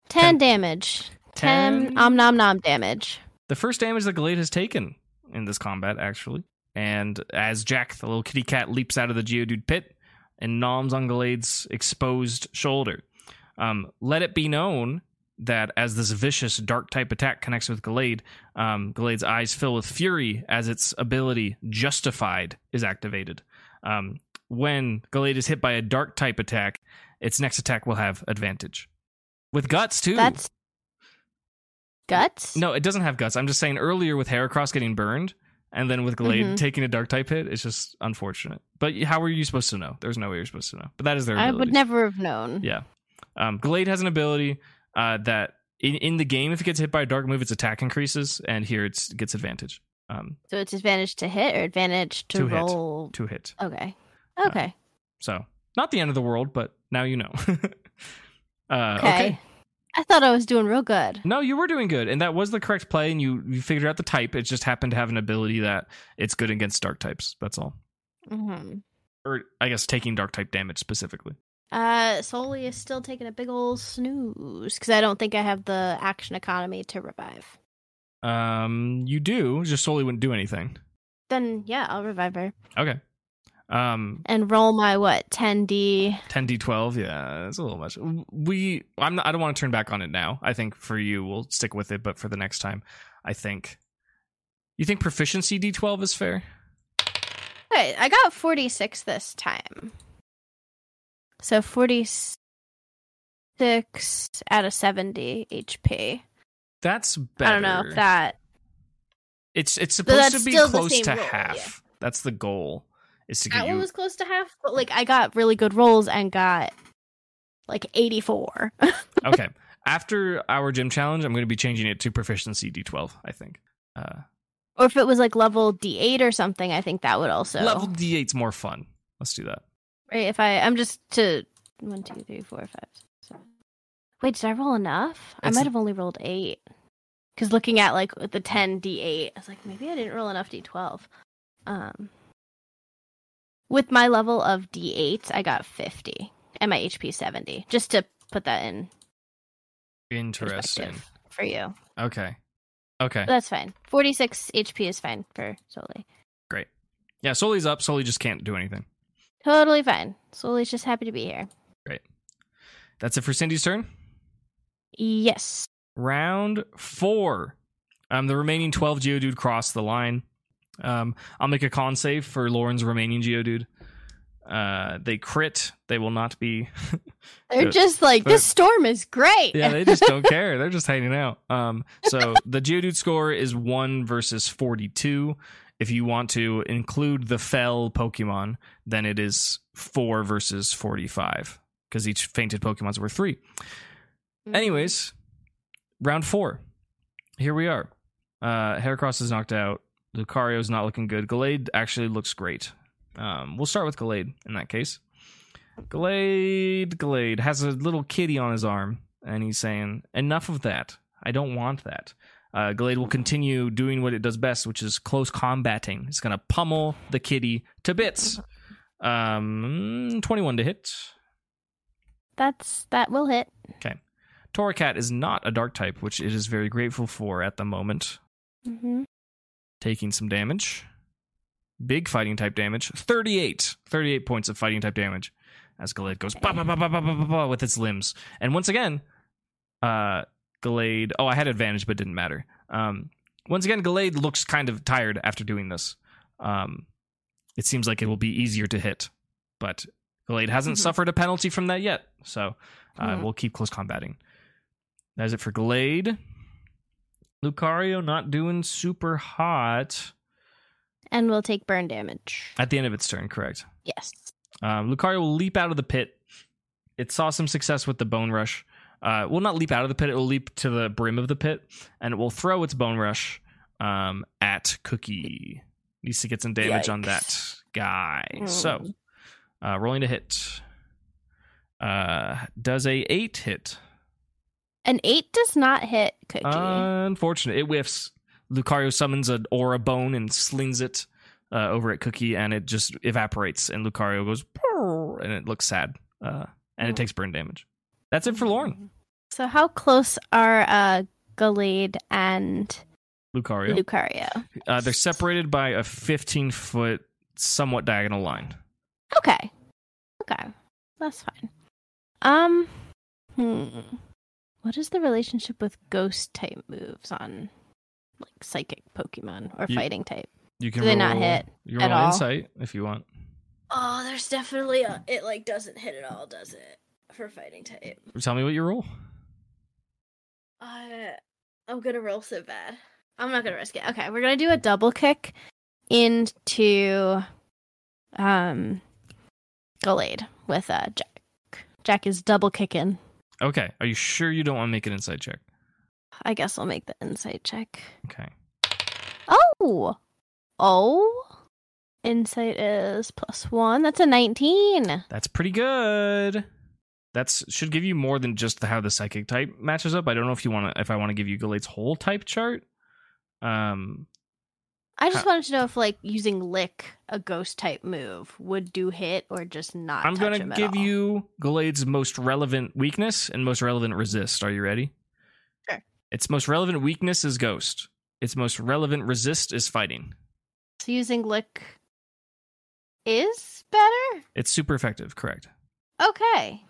A: Ten.
B: damage. 10
A: Ten.
B: om nom nom damage.
A: The first damage that Glade has taken in this combat, actually. And as Jack, the little kitty cat, leaps out of the Geodude pit and noms Ungolade's exposed shoulder. Um, let it be known that as this vicious dark type attack connects with Gallade, um, Gallade's eyes fill with fury as its ability Justified is activated. Um, when Gallade is hit by a dark type attack, its next attack will have advantage. With guts too.
B: That's guts.
A: no, it doesn't have guts. I'm just saying earlier with Heracross getting burned, and then with Glade
B: Mhm.
A: taking a dark type hit, it's just unfortunate. But how were you supposed to know? There's no way you're supposed to know. But that is their.
B: I would
A: abilities.
B: never have known.
A: Yeah. Um, Glade has an ability uh, that in, in the game, if it gets hit by a dark move, its attack increases, and here it's, it gets advantage. Um,
B: So it's advantage to hit or advantage to,
A: To hit. Uh,
B: roll.
A: two hit.
B: Okay. Okay.
A: So not the end of the world, but now you know. uh,
B: okay. I thought I was doing real good.
A: No, you were doing good, and that was the correct play, and you you figured out the type. It just happened to have an ability that it's good against dark types. That's all,
B: hmm
A: or I guess taking dark type damage specifically.
B: Uh, Soli is still taking a big old snooze because I don't think I have the action economy to revive.
A: Um, you do just solely wouldn't do anything.
B: Then yeah, I'll revive her
A: Okay. Um,
B: and roll my what 10d.
A: 10d12 yeah it's a little much we i'm not, i don't want to turn back on it now i think for you we'll stick with it but for the next time i think you think proficiency d12 is fair
B: Okay, I got 46 this time. So 46 out of 70 HP.
A: that's better
B: I don't know if that.
A: it's it's
B: But
A: supposed
B: that's
A: to be
B: still the
A: close
B: same
A: to
B: roll,
A: half
B: yeah.
A: that's the goal is to
B: That
A: get you
B: one was close to half, but like I got really good rolls and got like 84.
A: okay after our gym challenge i'm going to be changing it to proficiency d12 i think uh
B: or if it was like level D8 or something, I think that would also.
A: level d8's more fun let's do that
B: Right? If I, I'm just to one, two, three, four, five, six, seven. Wait, did I roll enough? I
A: It's-
B: might have only rolled eight. Because looking at like the ten d eight, I was like, maybe I didn't roll enough d twelve. Um, with my level of d eight, I got fifty, and my HP seventy. Just to put that in
A: interesting
B: perspective for you,
A: okay okay
B: that's fine. Forty six HP is fine for Soli.
A: yeah soli's up soli just can't do anything
B: Totally fine. Soli's just happy to be here.
A: That's it for Cindy's turn.
B: Yes.
A: Round four. Um, the remaining 12 Geodude cross the line. Um, I'll make a con save for Lauren's remaining Geodude. Uh, they crit. They will not be.
B: They're
A: Uh,
B: just like
A: but-
B: this storm is great.
A: yeah, they just don't care. They're just hanging out. Um, so the Geodude score is 1 versus 42. If you want to include the fell Pokemon, then it is 4 versus 45 because each fainted Pokemon's worth 3.
B: Mm-hmm.
A: Anyways, round four. Here we are. Uh, Heracross is knocked out. Lucario's not looking good. Gallade actually looks great. Um, we'll start with Gallade in that case. Gallade, Gallade has a little kitty on his arm, and he's saying, "Enough of that. I don't want that." Uh, Gallade will continue doing what it does best, which is close combating. It's gonna pummel the kitty to bits. Um, twenty-one to hit.
B: That's that will hit.
A: Torracat is not a dark type, which it is very grateful for at the moment.
B: Mm-hmm.
A: taking some damage. Big fighting type damage. 38. 38 points of fighting type damage as Gallade goes bah, bah, bah, bah, bah, bah, bah, bah, with its limbs. And once again, uh, Gallade. Oh, I had advantage, but it didn't matter. Um, once again, Gallade looks kind of tired after doing this. Um, it seems like it will be easier to hit, but Gallade hasn't
B: Mhm.
A: suffered a penalty from that yet. So uh,
B: Mhm.
A: we'll keep close combating. That is it for Gallade. Lucario not doing super hot
B: And we'll take burn damage.
A: at the end of its turn, correct?
B: Yes.
A: Um, Lucario will leap out of the pit. It saw some success with the bone rush. Uh, it will not leap out of the pit. It will leap to the brim of the pit, and it will throw its bone rush um, at Cookie. Needs to get some damage on
B: Yikes.
A: that guy. So, uh, rolling to hit. Uh, does a eight hit?
B: An eight does not hit Cookie.
A: Uh, Unfortunate. It whiffs. Lucario summons an aura bone and slings it uh, over at Cookie, and it just evaporates. And Lucario goes, "Purr," and it looks sad, uh, and it takes burn damage.
B: Mm-hmm.
A: That's it for Lauren.
B: So how close are uh Gallade and
A: Lucario.
B: Lucario.
A: Uh, they're separated by a 15 foot, somewhat diagonal line.
B: Okay. Okay. That's fine. Um hmm. What is the relationship with ghost type moves on like psychic Pokemon or
A: You-
B: fighting type?
A: You can
B: Do they
A: roll,
B: not hit
A: You
B: at
A: can roll
B: all?
A: insight if you want.
C: Oh, there's definitely a, it like doesn't hit at all, does it? For fighting type.
A: Tell me what you roll.
B: Uh,
C: I I'm gonna roll so bad. I'm not gonna
A: Mm.
C: risk it. Okay.
B: Okay, we're gonna do a double kick into um Gallade with uh Jack. Jack is double kicking.
A: Okay. Are you sure you don't want to make an insight check?
B: I guess I'll make the insight check.
A: Okay.
B: Oh, oh, insight is plus one. That's a nineteen.
A: That's pretty good. That's should give you more than just how the psychic type matches up. I don't know if you want to if I want to give you Galate's whole type chart. Um
B: I just
A: Huh.
B: wanted to know if like using lick a ghost type move would do hit or just not.
A: I'm
B: touch
A: going
B: him
A: to
B: at
A: give
B: all.
A: you Galade's most relevant weakness and most relevant resist. Are you ready?
C: Sure.
A: Its most relevant weakness is ghost. Its most relevant resist is fighting.
B: so using lick is better.
A: It's super effective, correct?
B: Okay,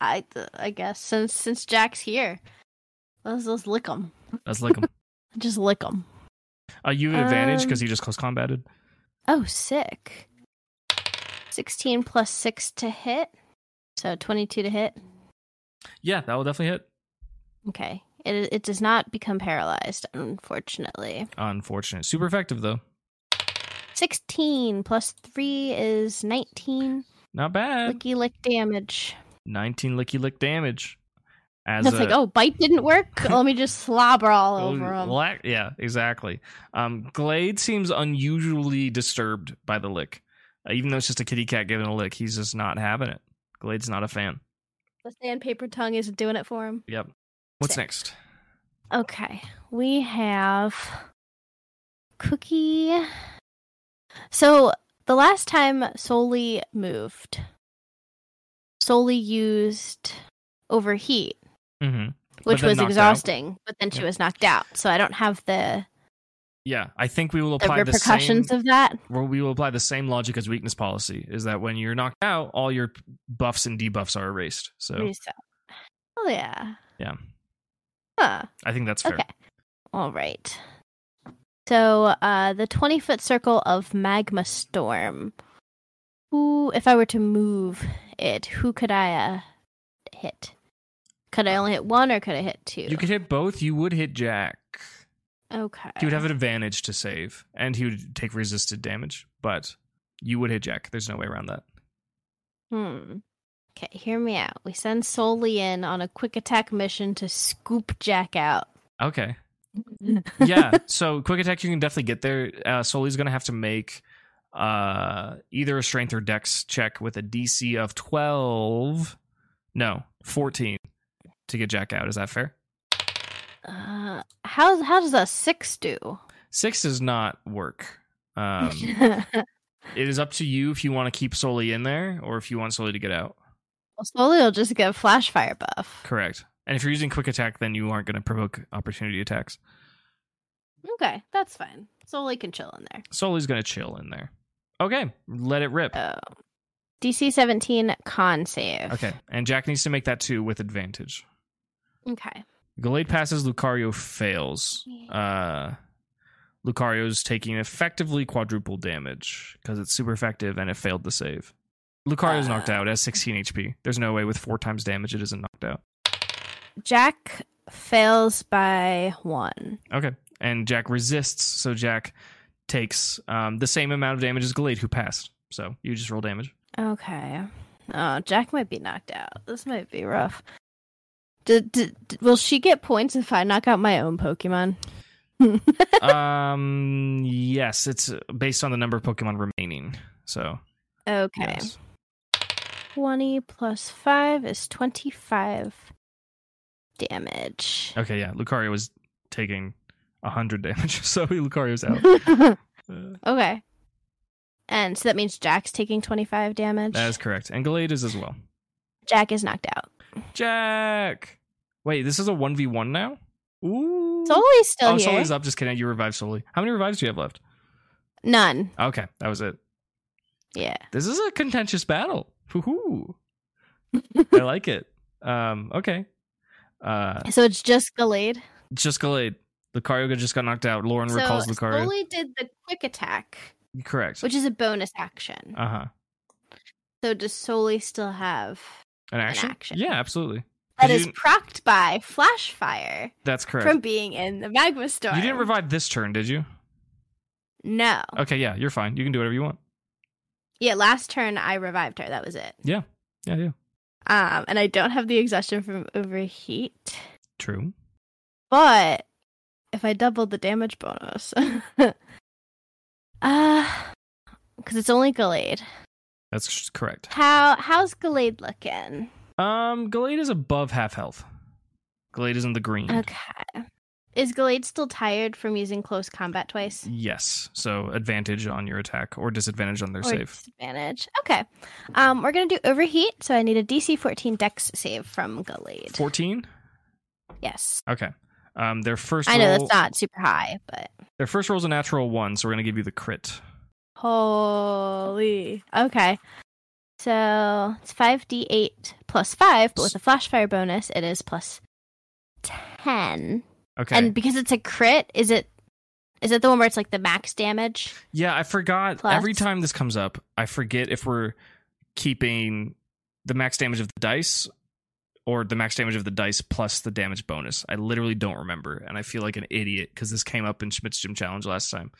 B: I th- I guess since since Jack's here, let's let's lick him.
A: That's like 'em.
B: Just lick him.
A: Uh, you have advantage
B: Um,
A: because he just close combated.
B: Oh, sick. 16 plus 6 to hit. So 22 to hit.
A: Yeah, that will definitely hit.
B: Okay. It, it does not become paralyzed, unfortunately.
A: Unfortunate. Super effective though.
B: 16 plus 3 is 19.
A: Not bad.
B: Licky lick damage.
A: 19 licky lick damage. As
B: That's
A: a- Oh,
B: like, oh, bite didn't work? Let me just slobber all
A: Well,
B: over him.
A: lack- yeah, exactly. Um, Glade seems unusually disturbed by the lick, uh, even though it's just a kitty cat giving a lick. He's just not having it. Glade's not a fan.
B: The sandpaper tongue isn't doing it for him.
A: Yep. What's
B: Sick.
A: next?
B: Okay, we have Cookie. So the last time Soli moved, Soli used Overheat,
A: Mm-hmm.
B: which
A: then
B: was
A: knocked out.
B: exhausting, but then she
A: Yeah.
B: was knocked out. So I don't have the,
A: Yeah, I think we will
B: the
A: apply the, same.
B: repercussions of that.
A: well, we will apply the same logic as weakness policy. Is that when you're knocked out, all your buffs and debuffs are erased. So
B: Reset. Oh, yeah.
A: Yeah.
B: Huh.
A: I think that's fair.
B: Okay. All right. So uh, the twenty foot circle of magma storm. Who, if I were to move it, who could I uh, hit? Could I only hit one, or could I hit two?
A: You could hit both. You would hit Jack.
B: Okay.
A: He would have an advantage to save, and he would take resisted damage. But you would hit Jack. There's no way around that.
B: Hmm. Okay. Hear me out. We send Soli in on a quick attack mission to scoop Jack out.
A: Okay. yeah. So quick attack, you can definitely get there. Uh, Soli's going to have to make uh, either a strength or dex check with a DC of 12. No, 14 to get Jack out. Is that fair?
B: Uh, how how does a six do?
A: Six does not work. Um, it is up to you if you want to keep Soli in there or if you want Soli to get out.
B: Soli will just get a flash fire buff.
A: Correct. And if you're using quick attack, then you aren't going to provoke opportunity attacks.
B: Okay, that's fine. Soli can chill in there.
A: Soli's going to chill in there. Okay, let it rip.
B: Oh. DC 17 con save.
A: Okay, and Jack needs to make that too with advantage.
B: Okay.
A: Gallade passes, Lucario fails. Uh, Lucario's taking effectively quadruple damage because it's super effective and it failed to save. Lucario's knocked out, has 16 HP. There's no way with four times damage it isn't knocked out.
B: Jack fails by one.
A: Okay, and Jack resists, so Jack takes um, the same amount of damage as Gallade, who passed. So you just roll damage.
B: Okay. Oh, Jack might be knocked out. This might be rough. D- d- d- will she get points if I knock out my own Pokemon?
A: um, yes, it's based on the number of Pokemon remaining. So
B: Okay.
A: yes.
B: 20 plus 5 is 25 damage.
A: Okay, yeah, Lucario was taking 100 damage, so Lucario's out. Uh,
B: okay. And so that means Jack's taking 25 damage.
A: That is correct. And Gallade is as well.
B: Jack is knocked out.
A: Jack! Wait, this is a 1v1 now? Ooh.
B: Soli's still
A: oh,
B: here.
A: Sully's up. Just kidding. You revived Sully. How many revives do you have left?
B: None.
A: Okay, that was it.
B: Yeah.
A: This is a contentious battle. Hoo-hoo. I like it. Um, okay. Uh,
B: So it's just Gallade.
A: just Galade. Lucario just got knocked out. Lauren
B: So
A: recalls Lucario.
B: Sully did the quick attack,
A: Correct.
B: which is a bonus action.
A: Uh huh.
B: so does Sully still have
A: An action?
B: action.
A: Yeah, absolutely.
B: that
A: you
B: is
A: didn't-
B: procked by flash fire
A: That's correct.
B: from being in the magma storm?
A: you didn't revive this turn, did you?
B: No.
A: Okay, yeah, you're fine. You can do whatever you want.
B: Yeah, last turn I revived her. That was it.
A: Yeah, yeah.
B: Um, and I don't have the exhaustion from overheat,
A: True.
B: but if I doubled the damage bonus, uh, because it's only Gallade.
A: That's sh- correct.
B: How how's Gallade looking?
A: Um, Gallade is above half health. Gallade is in the green.
B: Okay. Is Gallade still tired from using close combat twice?
A: Yes. So advantage on your attack or disadvantage on their
B: or
A: save.
B: disadvantage. Okay. Um, we're gonna do overheat, so I need a DC 14 Dex save from Gallade.
A: 14?
B: Yes.
A: Okay. Um, their first
B: I know
A: roll,
B: that's not super high, but
A: their first roll is a natural one, so we're gonna give you the crit.
B: Holy. Okay. So it's 5d8 plus 5, but with a flash fire bonus, it is plus 10.
A: Okay.
B: And because it's a crit, is it is it the one where it's like the max damage?
A: Yeah, I forgot.
B: Plus.
A: Every time this comes up, I forget if we're keeping the max damage of the dice or the max damage of the dice plus the damage bonus. I literally don't remember, and I feel like an idiot because this came up in Schmidt's Gym Challenge last time.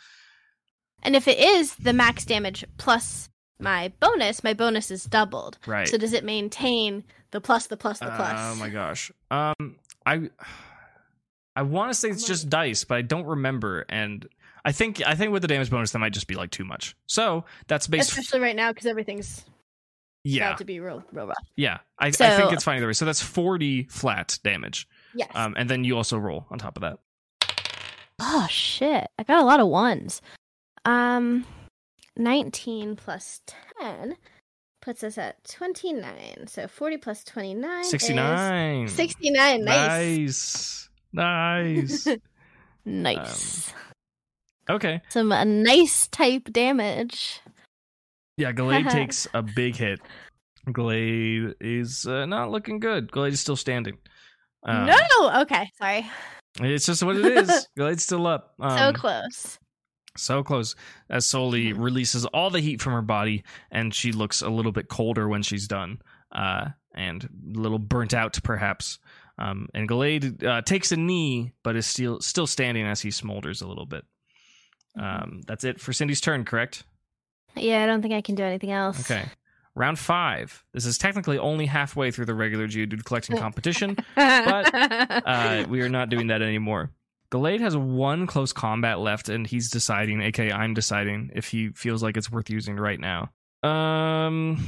B: And if it is the max damage plus my bonus, my bonus is doubled.
A: Right.
B: So does it maintain the plus, the plus, the plus?
A: Oh my gosh. Um, I I want to say it's
C: I'm
A: just dice, but I don't remember. And I think I think with the damage bonus, that might just be like too much. So that's based.
C: Especially right now because everything's
A: Yeah,
C: about to be real, real rough.
A: yeah. I, I
B: So-
A: think it's fine either way. So that's forty flat damage.
C: Yes.
A: Um, and then you also roll on top of that.
B: Oh shit. I got a lot of ones. Um 19 plus 10 puts us at 29. So 40 plus 29 is
A: 69.
B: 69. Nice.
A: Nice. Nice.
B: Nice.
A: Um, okay.
B: Some uh, nice type damage.
A: Yeah, Glade takes a big hit. Glade is uh, not looking good. Glade is still standing. Um,
B: no. Okay, sorry.
A: It's just what it is. Glade's still up.
B: so
A: Um,
B: close.
A: so close. As Soli releases all the heat from her body, and she looks a little bit colder when she's done, uh, and a little burnt out, perhaps. Um, and Glade uh, takes a knee, but is still still standing as he smolders a little bit. Um, that's it for Cindy's turn, correct?
B: Yeah, I don't think I can do anything else.
A: Okay. Round five. This is technically only halfway through the regular Geodude collection competition. But, Uh, we are not doing that anymore. Gallade has one close combat left, and he's deciding, aka I'm deciding, if he feels like it's worth using right now. Um,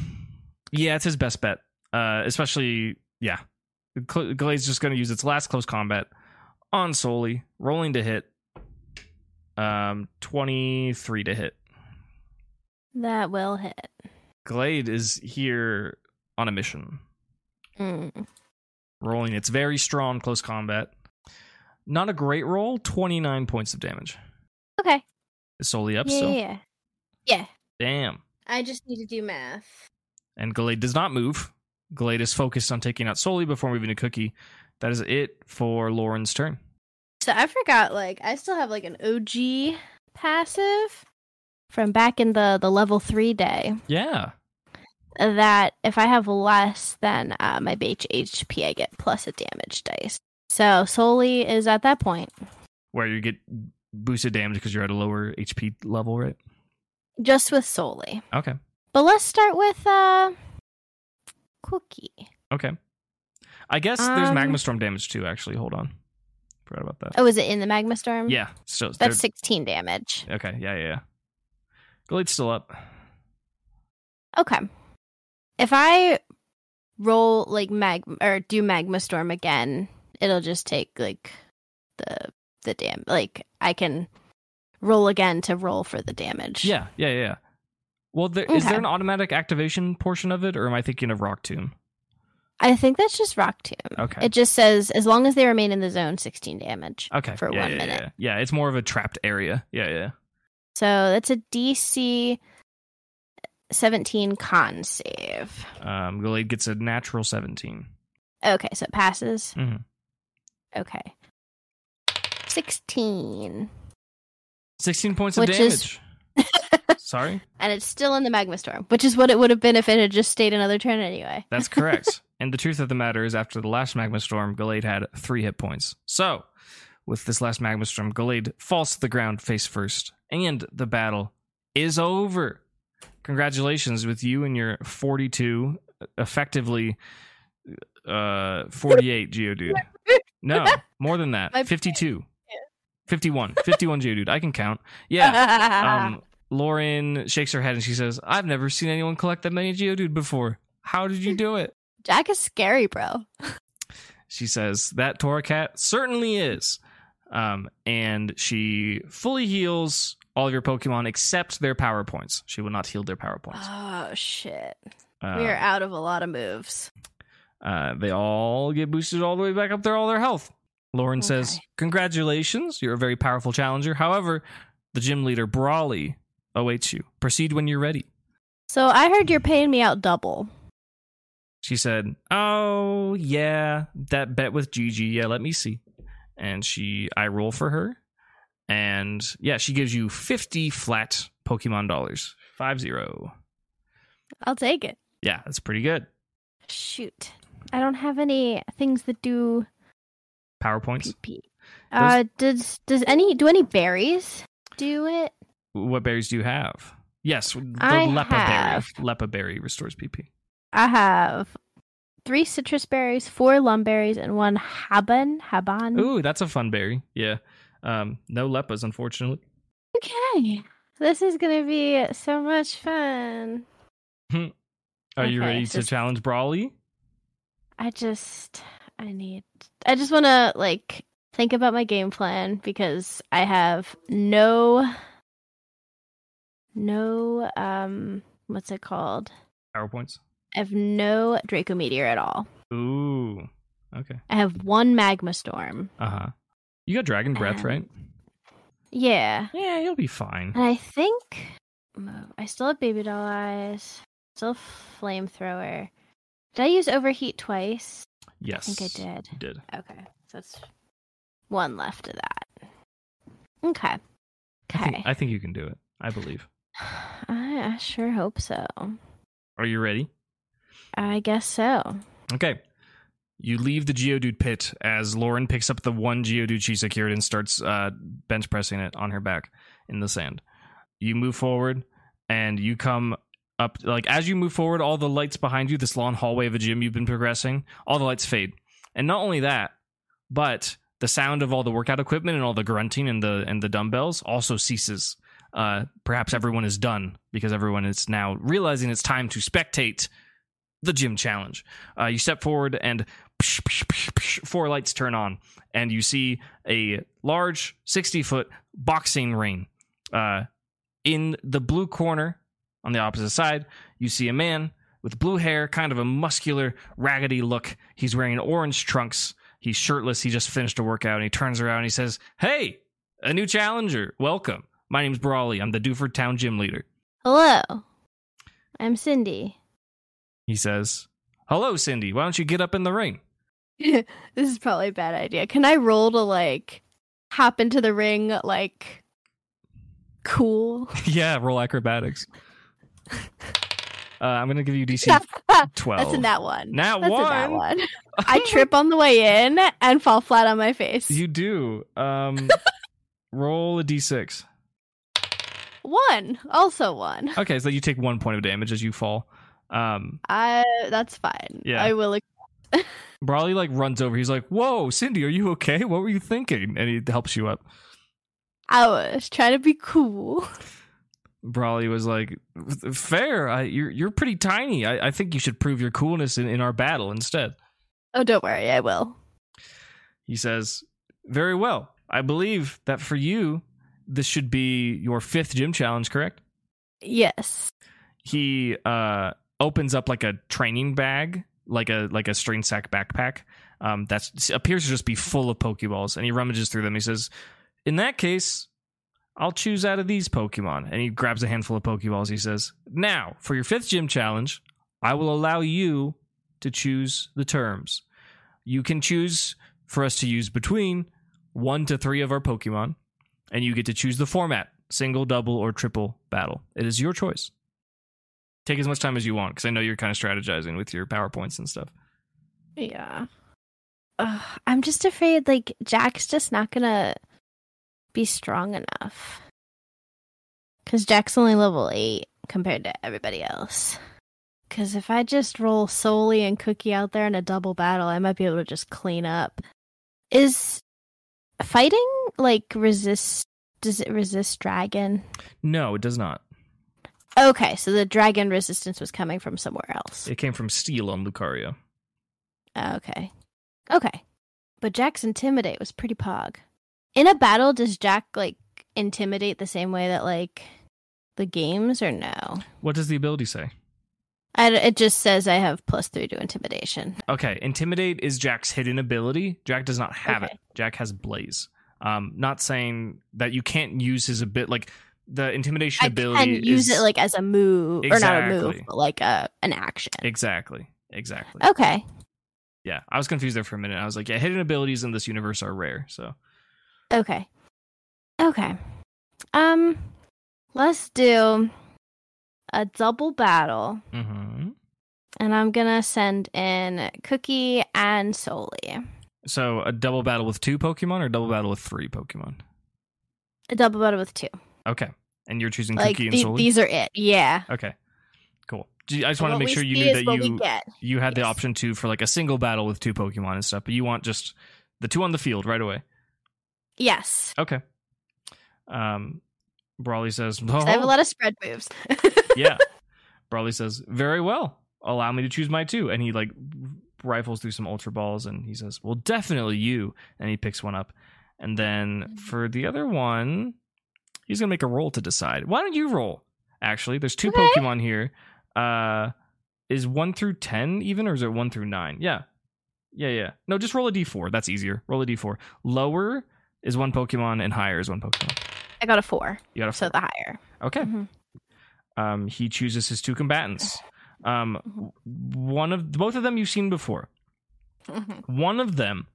A: yeah, it's his best bet. Uh, especially, yeah, Cl- Gallade's just going to use its last close combat on Soli, rolling to hit. Um, twenty three to hit.
B: that will hit.
A: Glade is here on a mission.
B: Mm.
A: rolling. It's very strong close combat. Not a great roll. Twenty nine points of damage.
B: Okay.
A: Is Soli up
B: yeah,
A: still?
B: yeah. Yeah.
A: Damn.
B: I just need to do math.
A: And Gallade does not move. Gallade is focused on taking out Soli before moving to Cookie. That is it for Lauren's turn.
B: So I forgot, like, I still have like an OG passive from back in the the level three day.
A: Yeah.
B: That if I have less than uh, my base HP, I get plus a damage dice. So Soli is at that point,
A: Where you get boosted damage because you're at a lower HP level, right?
B: just with Soli.
A: Okay.
B: But let's start with uh, Cookie.
A: Okay. I guess there's
B: Um,
A: magma storm damage too. Actually, hold on. Forgot about that.
B: Oh, is it in the magma storm?
A: Yeah. So
B: Um, that's sixteen damage.
A: they're- okay. Yeah, yeah, yeah. Gallade's still up.
B: Okay. If I roll like mag or do magma storm again, it'll just take like the the dam like I can roll again to roll for the damage.
A: Yeah, yeah, yeah. Well, there, is
B: Okay.
A: there an automatic activation portion of it, or am I thinking of Rock Tomb?
B: I think that's just rock tomb.
A: Okay.
B: Um, It just says as long as they remain in the zone, 16 damage.
A: okay.
B: for
A: yeah,
B: one
A: yeah,
B: minute.
A: Yeah. yeah, it's more of a trapped area. Yeah, yeah.
B: So that's a DC 17 con save.
A: Um, Gallade gets a natural 17.
B: Okay, so it passes.
A: Mhm.
B: Okay. 16.
A: 16 points of
B: Which is-
A: damage. Sorry?
B: And it's still in the magma storm, which is what it would have been if it had just stayed another turn anyway.
A: That's correct. and the truth of the matter is, after the last magma storm, Gallade had three hit points. So, with this last magma storm, Gallade falls to the ground face first, and the battle is over. Congratulations with you and your 42, effectively uh 48 Geodude. No, more than
B: My-
A: that. 52. 51. 51 Geodude. I can count. Yeah
B: Uh-huh.
A: um, Lauren shakes her head and she says, I've never seen anyone collect that many Geodude before. How did you do it?
B: Jack is scary, bro.
A: She says, That Toracat certainly is. Um, and she fully heals all of your Pokemon except their power points. She will not heal their power points.
B: Oh, shit.
A: Uh,
B: we are out of a lot of moves.
A: uh, they all get boosted all the way back up there, all their health. Lauren says,
B: Okay.
A: Congratulations, you're a very powerful challenger. However, the gym leader, Brawly, awaits you. Proceed when you're ready.
B: So I heard you're paying me out double.
A: She said, "Oh yeah, that bet with Gigi. Yeah, let me see." And she, I roll for her, and yeah, she gives you fifty flat Pokemon dollars, five zero.
B: I'll take it.
A: Yeah, that's pretty good.
B: Shoot. I don't have any things that do
A: Power points.
B: PP. Uh, does does any do any berries do it?
A: What berries do you have? Yes, the
B: I
A: Lepa
B: have-
A: berry. Lepa berry restores PP.
B: I have three citrus berries, four lum berries, and one haban. Haban.
A: Ooh, that's a fun berry. Yeah. Um, no lepas, unfortunately.
B: Okay, this is gonna be so much fun.
A: Are you
B: Okay,
A: ready to
B: just-
A: challenge Brawly?
B: I just I need I just want to like think about my game plan because I have no no um what's it called?
A: Power points.
B: I have no Draco Meteor at all.
A: Ooh. Okay.
B: I have one Magma Storm.
A: Uh huh. You got Dragon Breath,
B: Um,
A: right?
B: Yeah.
A: Yeah, you'll be fine.
B: And I think move. I still have baby doll eyes. Still have flamethrower. Did I use overheat twice?
A: Yes.
B: I think I did.
A: You did.
B: Okay, so that's one left of that. Okay.
A: I think,
B: Okay.
A: I think you can do it. I believe.
B: I, I sure hope so.
A: Are you ready?
B: I guess so.
A: Okay. You leave the Geodude pit as Lauren picks up the one Geodude she secured and starts uh, bench pressing it on her back in the sand. You move forward and you come up. Like, as you move forward, all the lights behind you, this long hallway of a gym you've been progressing, all the lights fade. And not only that, but the sound of all the workout equipment and all the grunting and the and the dumbbells also ceases. Uh, perhaps everyone is done because everyone is now realizing it's time to spectate the gym challenge. Uh, you step forward and psh, psh, psh, psh, four lights turn on, and you see a large 60 foot boxing ring. Uh, in the blue corner on the opposite side, you see a man with blue hair, kind of a muscular, raggedy look. He's wearing orange trunks. He's shirtless. He just finished a workout and he turns around and he says, Hey, a new challenger. Welcome. My name's Brawley. I'm the Duford Town gym leader.
B: Hello. I'm Cindy.
A: He says, Hello, Cindy. Why don't you get up in the ring?
B: this is probably a bad idea. Can I roll to like hop into the ring like cool?
A: yeah, roll acrobatics. Uh, I'm gonna give you DC
B: That's
A: 12.
B: in that one.
A: Nat
B: That's in that
A: one.
B: one. I trip on the way in and fall flat on my face.
A: You do. Um, roll a d6.
B: One, also one.
A: Okay, so you take one point of damage as you fall. Um,
B: I that's fine.
A: Yeah.
B: I will.
A: Brawley like runs over. He's like, "Whoa, Cindy, are you okay? What were you thinking?" And he helps you up.
B: I was trying to be cool.
A: Brawley was like, "Fair. I, you're you're pretty tiny. I, I think you should prove your coolness in, in our battle instead."
B: Oh, don't worry, I will.
A: He says, "Very well. I believe that for you, this should be your fifth gym challenge, correct?"
B: Yes.
A: he uh opens up like a training bag like a like a strain sack backpack um, that appears to just be full of Pokeballs, and he rummages through them. He says, "In that case, I'll choose out of these Pokemon." And he grabs a handful of Pokeballs. He says, "Now for your fifth gym challenge, I will allow you to choose the terms. You can choose for us to use between one to three of our Pokemon, and you get to choose the format: single, double, or triple battle. It is your choice." Take as much time as you want because I know you're kind of strategizing with your PowerPoints and stuff.
B: Yeah. Ugh, I'm just afraid like Jack's just not gonna be strong enough. Cause Jack's only level eight compared to everybody else. Cause if I just roll Soli and Cookie out there in a double battle, I might be able to just clean up. Is fighting like resist does it resist dragon?
A: No, it does not.
B: Okay, so the dragon resistance was coming from somewhere else.
A: It came from steel on Lucario.
B: Okay, Okay. But Jack's intimidate was pretty pog. In a battle, does Jack like intimidate the same way that like the games or no?
A: What does the ability say?
B: I, it just says I have plus three to intimidation.
A: Okay, intimidate is Jack's hidden ability. Jack does not have
B: Okay.
A: it. Jack has blaze. Um, not saying that you can't use his bit like the intimidation
B: I
A: ability.
B: can use
A: is-
B: it like as a move or not a move,
A: Exactly.
B: but like a an action.
A: exactly, exactly.
B: Okay.
A: Yeah, I was confused there for a minute. I was like, yeah, hidden abilities in this universe are rare. So
B: Okay. Okay. Um let's do a double battle
A: Mhm.
B: and I'm going to send in Cookie and Soli.
A: so a double battle with two Pokemon or double battle with three Pokemon.
B: A double battle with two.
A: Okay, and you're choosing
B: like
A: Cookie
B: the-
A: and Soli.
B: these are it yeah
A: okay, cool. Do you- I just want to
B: What
A: make
B: we
A: sure you
B: see
A: knew
B: is
A: that
B: what
A: you
B: we get
A: you had the
B: Yes.
A: option to for like a single battle with two Pokemon and stuff, but you want just the two on the field right away.
B: yes
A: Okay. Um, Brawly says,
B: 'Cause i have
A: "Oh."
B: a lot of spread moves
A: yeah. Brawly says, very well. Allow me to choose my two. And he like rifles through some Ultra Balls and he says, well, definitely you. And he picks one up. And
B: Mm-hmm.
A: then for the other one, he's going to make a roll to decide. Why don't you roll? Actually, there's two
B: Okay.
A: Pokemon here. Uh, is one through 10 even, or is it one through nine? Yeah. Yeah, yeah. No, just roll a d4. That's easier. Roll a d4. Lower is one Pokemon and higher is one Pokemon.
B: i got a four
A: You got a four.
B: so the higher
A: Okay.
B: Mhm.
A: Um, he chooses his two combatants. Um, w- one of both of them you've seen before.
B: Mhm.
A: One of them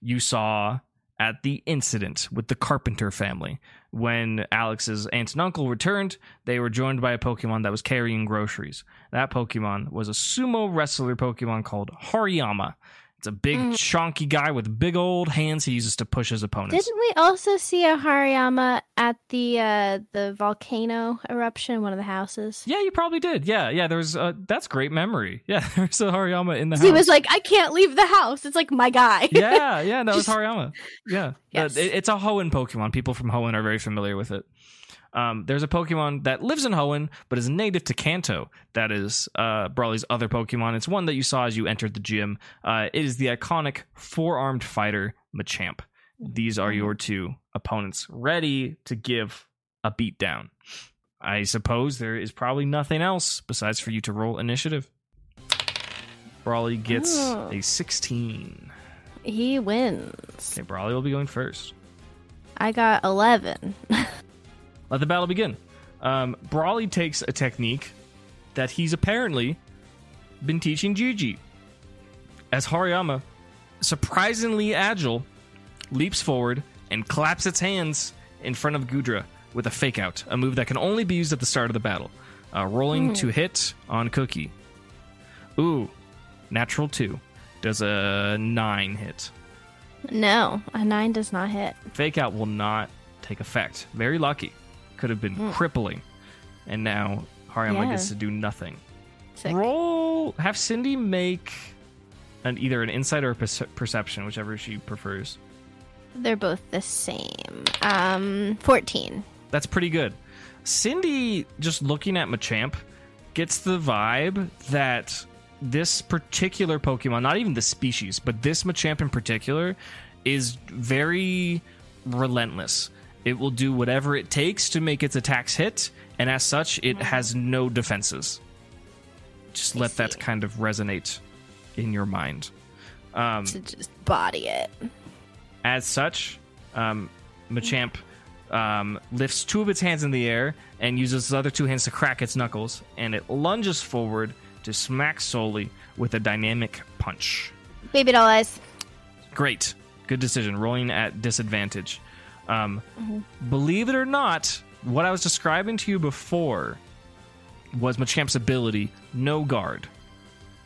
A: you saw at the incident with the Carpenter family when Alex's aunt and uncle returned. They were joined by a Pokemon that was carrying groceries. That Pokemon was a sumo wrestler Pokemon called Hariyama. It's a big,
B: Mm.
A: chonky guy with big old hands he uses to push his opponents.
B: didn't we also see a hariyama at the uh the volcano eruption one of the houses
A: yeah, you probably did. Yeah, yeah. There was a, that's great memory. Yeah, there's a Hariyama in the house.
B: he was like i can't leave the house it's like my guy
A: yeah, yeah, that was Hariyama. Yeah,
B: Yes.
A: Uh, it- it's a Hoenn Pokemon. People from Hoenn are very familiar with it. Um, there's a Pokemon that lives in Hoenn but is native to Kanto. That is uh, Brawly's other Pokemon. It's one that you saw as you entered the gym. Uh, it is the iconic four-armed fighter Machamp. These are your two opponents, ready to give a beatdown. I suppose there is probably nothing else besides for you to roll initiative. Brawly gets
B: Oh.
A: a 16.
B: he wins
A: Okay, Brawly will be going first.
B: i got 11
A: Let the battle begin. Um, Brawly takes a technique that he's apparently been teaching Gigi. As Hariyama, surprisingly agile, leaps forward and claps its hands in front of Gudra with a fake out, a move that can only be used at the start of the battle. Uh, rolling to hit on Cookie. Ooh, natural two. Does a nine hit.
B: no a nine does not hit
A: fake out will not take effect. Very lucky. Could have been crippling. And now Hariyama
B: Hmm. Yeah.
A: gets to do nothing.
B: Sick.
A: Roll. Have Cindy make an either an insight or a perce- perception, whichever she prefers.
B: they're both the same um 14
A: That's pretty good. Cindy, just looking at Machamp, gets the vibe that this particular Pokemon, not even the species, but this Machamp in particular, is very relentless. It will do whatever it takes to make its attacks hit, and as such, it has no defenses. Just let that
B: see.
A: kind of resonate in your mind. Um,
B: to just body it.
A: as such, um, Machamp um, lifts two of its hands in the air and uses its other two hands to crack its knuckles, and it lunges forward to smack Soli with a dynamic punch.
B: Baby doll eyes.
A: Great. Good decision. Rolling at disadvantage. Um,
B: Mm-hmm.
A: Believe it or not, what I was describing to you before was Machamp's ability, No Guard.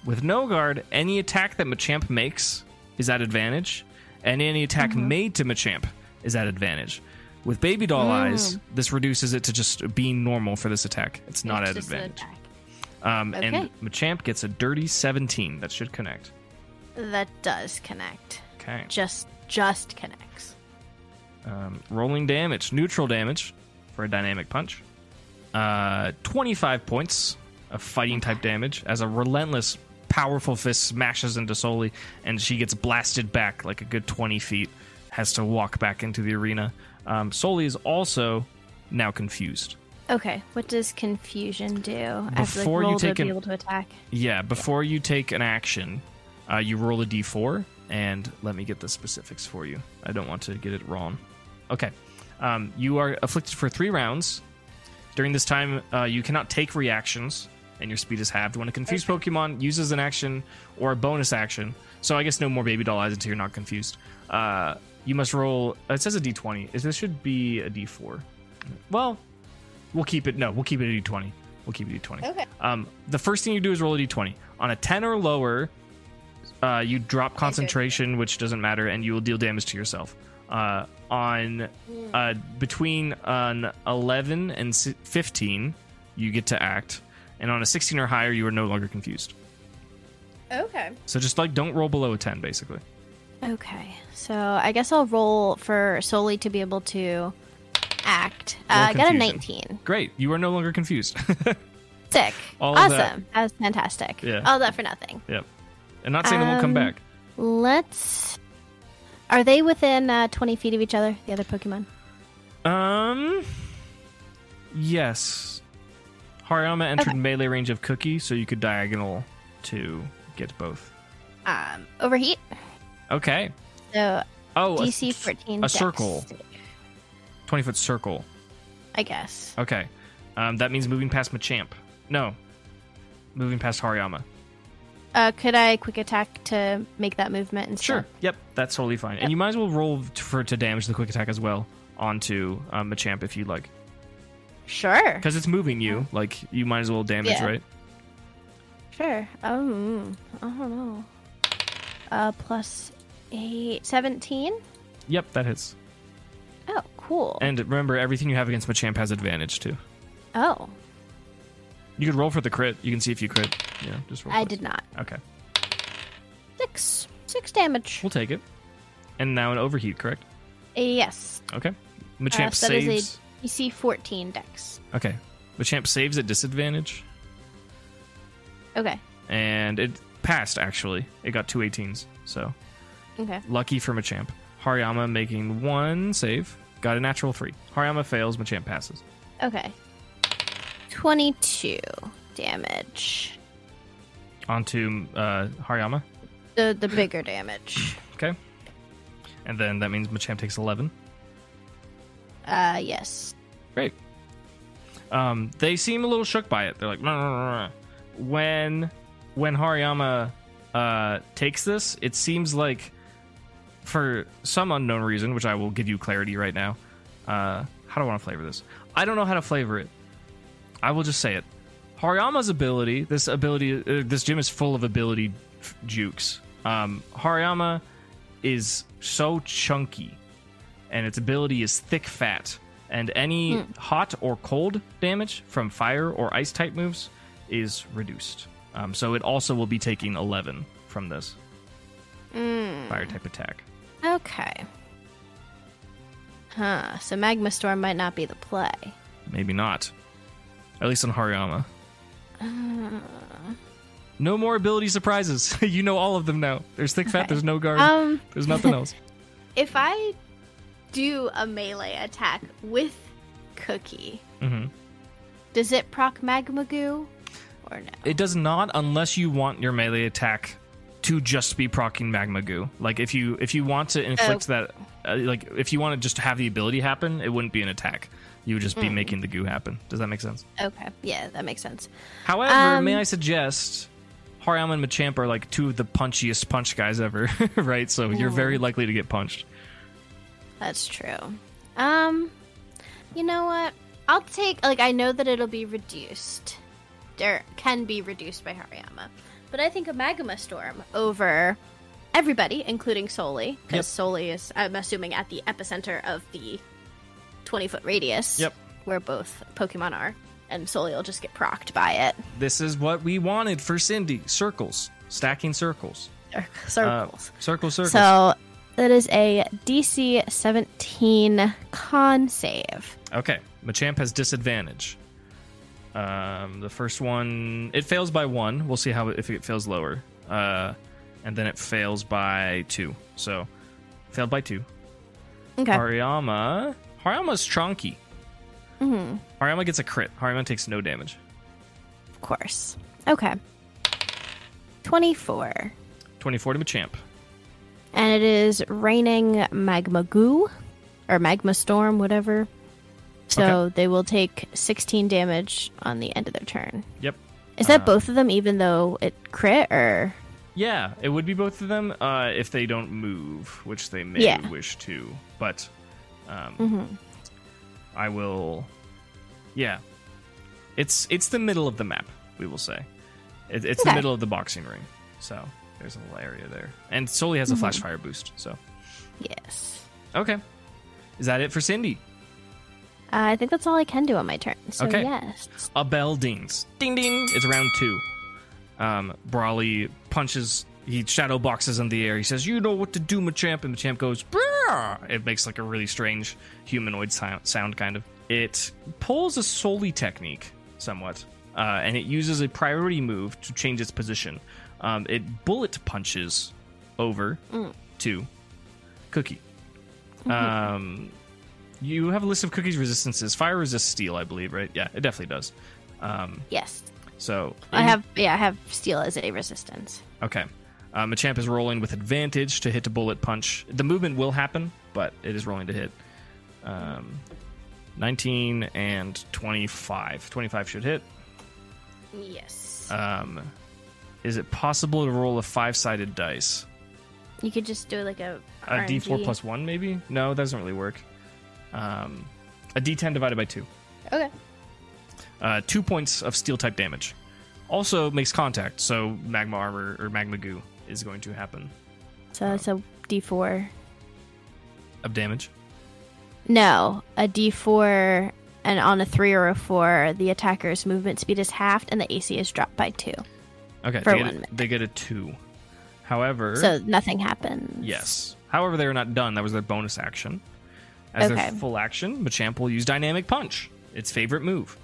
A: With No Guard, any attack that Machamp makes is at advantage, and any attack
B: Mm-hmm.
A: made to Machamp is at advantage. With Baby Doll
B: Mm.
A: Eyes, this reduces it to just being normal for this attack. It's not
B: It's
A: at
B: just an
A: advantage.
B: attack.
A: Um,
B: Okay.
A: And Machamp gets a dirty 17. That should connect.
B: That does connect.
A: Okay.
B: Just just connects.
A: Um, rolling damage, neutral damage for a dynamic punch. Uh, 25 points of fighting type damage as a relentless, powerful fist smashes into Soli and she gets blasted back like a good 20 feet, has to walk back into the arena. Um, Soli is also now confused.
B: Okay, what does confusion do? I have to
A: Before
B: like,
A: you
B: roll
A: take
B: to
A: an-
B: be able to attack.
A: Yeah, before you take an action, uh, you roll a d4, and let me get the specifics for you. I don't want to get it wrong. Okay. Um, you are afflicted for three rounds. During this time, uh, you cannot take reactions, and your speed is halved. When a confused Pokemon uses an action or a bonus action, so I guess no more baby doll eyes until you're not confused. Uh, you must roll. It says a d20. Is- This should be a d4. Well, we'll keep it. No, we'll keep it a d20. We'll keep it a d20.
C: Okay.
A: Um, the first thing you do is roll a d20. On a 10 or lower, uh, you drop concentration, which doesn't matter, and you will deal damage to yourself. Uh, on
B: Hmm.
A: uh, between an 11 and si- 15, you get to act, and on a 16 or higher, you are no longer confused.
C: Okay.
A: So just like don't roll below a 10, basically.
B: Okay, so I guess I'll roll for solely to be able to act. Uh, I
A: Roll
B: got a
A: confusion.
B: 19.
A: Great, you are no longer confused.
B: Sick.
A: All of
B: awesome.
A: that.
B: That. was fantastic.
A: Yeah.
B: All that for nothing.
A: yep, and not saying it won't come
B: Um,
A: back.
B: Let's. Are they within uh, 20 feet of each other, the other Pokemon?
A: Um. Yes. Hariyama entered melee range of Cookie, so you could diagonal to get both.
B: Um, overheat.
A: Okay.
B: So
A: Oh, a-
B: DC 14.
A: a
B: dex
A: circle.
B: save,
A: 20 foot circle.
B: I guess.
A: Okay. Um, that means moving past Machamp. No. Moving past Hariyama.
B: Uh, could I quick attack to make that movement instead?
A: Sure. Oh, Yep. That's totally fine. And you might as well roll t- for to damage the quick attack as well onto um, Machamp if you'd like.
B: Sure.
A: Because it's moving you. Like, you might as well damage,
B: Yeah.
A: right?
B: Sure. Um, I don't know. Uh, plus 8. 17?
A: Yep, that hits.
B: Oh, cool.
A: And remember, everything you have against Machamp has advantage, too.
B: oh,
A: You could roll for the crit. You can see if you crit. Yeah, just roll.
B: I
A: for it.
B: did not.
A: Okay,
B: Six. Six damage.
A: we'll take it. And now an overheat, correct?
B: Yes.
A: Okay. Machamp
B: Uh, so that is a-
A: saves.
B: DC 14 dex.
A: Okay, Machamp saves at disadvantage,
B: Okay.
A: and it passed. Actually, it got two 18s. So
B: Okay.
A: lucky for Machamp. Hariyama making one save, got a natural three. Hariyama fails. Machamp passes.
B: Okay. 22 damage.
A: Onto uh, Hariyama.
B: The the bigger damage.
A: Okay, and then that means Machamp takes 11.
B: Uh yes.
A: Great. Um, they seem a little shook by it. They're like, "Nah, nah, nah, nah." when when Hariyama uh, takes this, it seems like for some unknown reason, which I will give you clarity right now. Uh, how do I want to flavor this? I don't know how to flavor it. I will just say it. Hariyama's ability, this ability, uh, this gym is full of ability f- jukes. Um, Hariyama is so chunky and its ability is thick fat and any
B: Hmm.
A: hot or cold damage from fire or ice type moves is reduced um, so it also will be taking 11 from this
B: Hmm.
A: fire type attack
B: Okay. Huh. So magma storm might not be the play.
A: maybe not at least on hariyama
B: Uh.
A: no more ability surprises you know all of them now there's thick fat
B: Okay.
A: there's no guard
B: Um
A: there's nothing else
B: if I do a melee attack with Cookie,
A: Mhm.
B: does it proc magma goo or no?
A: it does not unless you want your melee attack to just be proccing magma goo. Like if you if you want to
B: Oh.
A: inflict that, uh, like if you want to just have the ability happen, it wouldn't be an attack. You would just be
B: Mm.
A: making the goo happen. Does that make sense?
B: Okay. Yeah, that makes sense.
A: However,
B: Um,
A: may I suggest Hariyama and Machamp are like two of the punchiest punch guys ever, right? So you're very
B: Hmm.
A: likely to get punched.
B: That's true. Um, you know what? I'll take like I know that it'll be reduced, or can be reduced by Hariyama, but I think a magma storm over everybody, including Soli, because
A: Yep.
B: Soli is I'm assuming at the epicenter of the twenty foot radius.
A: Yep.
B: where both Pokemon are, and Soli will just get procced by it.
A: This is what we wanted for Cindy: circles, stacking circles,
B: Or
A: Uh,
B: circles.
A: circle, circles.
B: so that is a DC seventeen con save.
A: Okay, Machamp has disadvantage. Um, the first one it fails by one. We'll see how if it fails lower, uh, and then it fails by two. So failed by two.
B: Okay.
A: Hariyama, Hariyama's chonky.
B: Mhm.
A: Hariyama gets a crit. Hariyama takes no damage.
B: Of course. Okay. 24.
A: Twenty-four to Machamp.
B: And it is raining magma goo or magma storm, whatever. So they will take 16 damage on the end of their turn.
A: Yep.
B: Is
A: Uh.
B: that both of them, even though it crit or?
A: Yeah, it would be both of them uh, if they don't move, which they may
B: Yeah. Mm-hmm.
A: wish to. But um, I will. Yeah, it's it's the middle of the map. We will say it, it's the
B: Okay.
A: middle of the boxing ring. So there's a little area there, and Soli has a
B: Mm-hmm.
A: flash fire boost. So
B: Yes.
A: okay, is that it for Cindy?
B: Uh, I think that's all I can do on my turn. So
A: Okay.
B: yes.
A: A bell dings. Ding ding. It's round two. Um, Brawly punches. He shadow boxes in the air. He says, "You know what to do, Machamp." And Machamp goes, "Brrr!" It makes like a really strange humanoid sound, sound kind of. It pulls a Soli technique somewhat, uh, and it uses a priority move to change its position. Um, it bullet punches over to Cookie. Um, you have a list of Cookie's resistances. Fire resists steel, I believe, right? Yeah, it definitely does. Um,
B: Yes.
A: so
B: I have, yeah, I have steel as a resistance.
A: Okay. Uh, Machamp is rolling with advantage to hit a bullet punch. The movement will happen, but it is rolling to hit. Um, 19 and 25. 25 should hit.
B: Yes.
A: Um, is it possible to roll a five sided dice?
B: you could just do like a
A: A d4
B: RNG.
A: plus 1, maybe? No, that doesn't really work. Um, a d10 divided by 2.
B: Okay.
A: Uh, two points of steel type damage. Also makes contact, so magma armor or magma goo is going to happen
B: So that's a d4.
A: of damage.
B: No, a d4, and on a 3 or a 4, the attacker's movement speed is halved and the AC is dropped by 2.
A: Okay,
B: for
A: they, get
B: one
A: a,
B: minute.
A: they get a two. However,
B: So nothing happens.
A: yes. However, they are not done. That was their bonus action. As their
B: Okay.
A: full action, Machamp will use Dynamic Punch, its favorite move,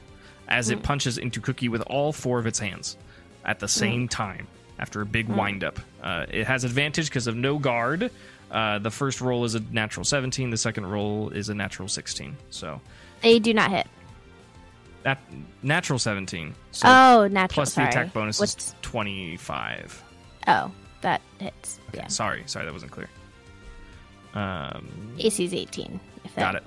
A: as
B: Hmm.
A: it punches into Cookie with all four of its hands at the same time after a big
B: Hmm.
A: windup. Uh, it has advantage because of no guard. Uh, the first roll is a natural 17, the second roll is a natural 16. So,
B: They do not hit.
A: that natural 17. So
B: oh, natural.
A: plus
B: sorry.
A: the attack bonus is
B: What's-
A: 25.
B: Oh, that hits.
A: Okay,
B: Yeah.
A: Sorry, sorry, that wasn't clear. Um,
B: AC is 18. If that,
A: got it.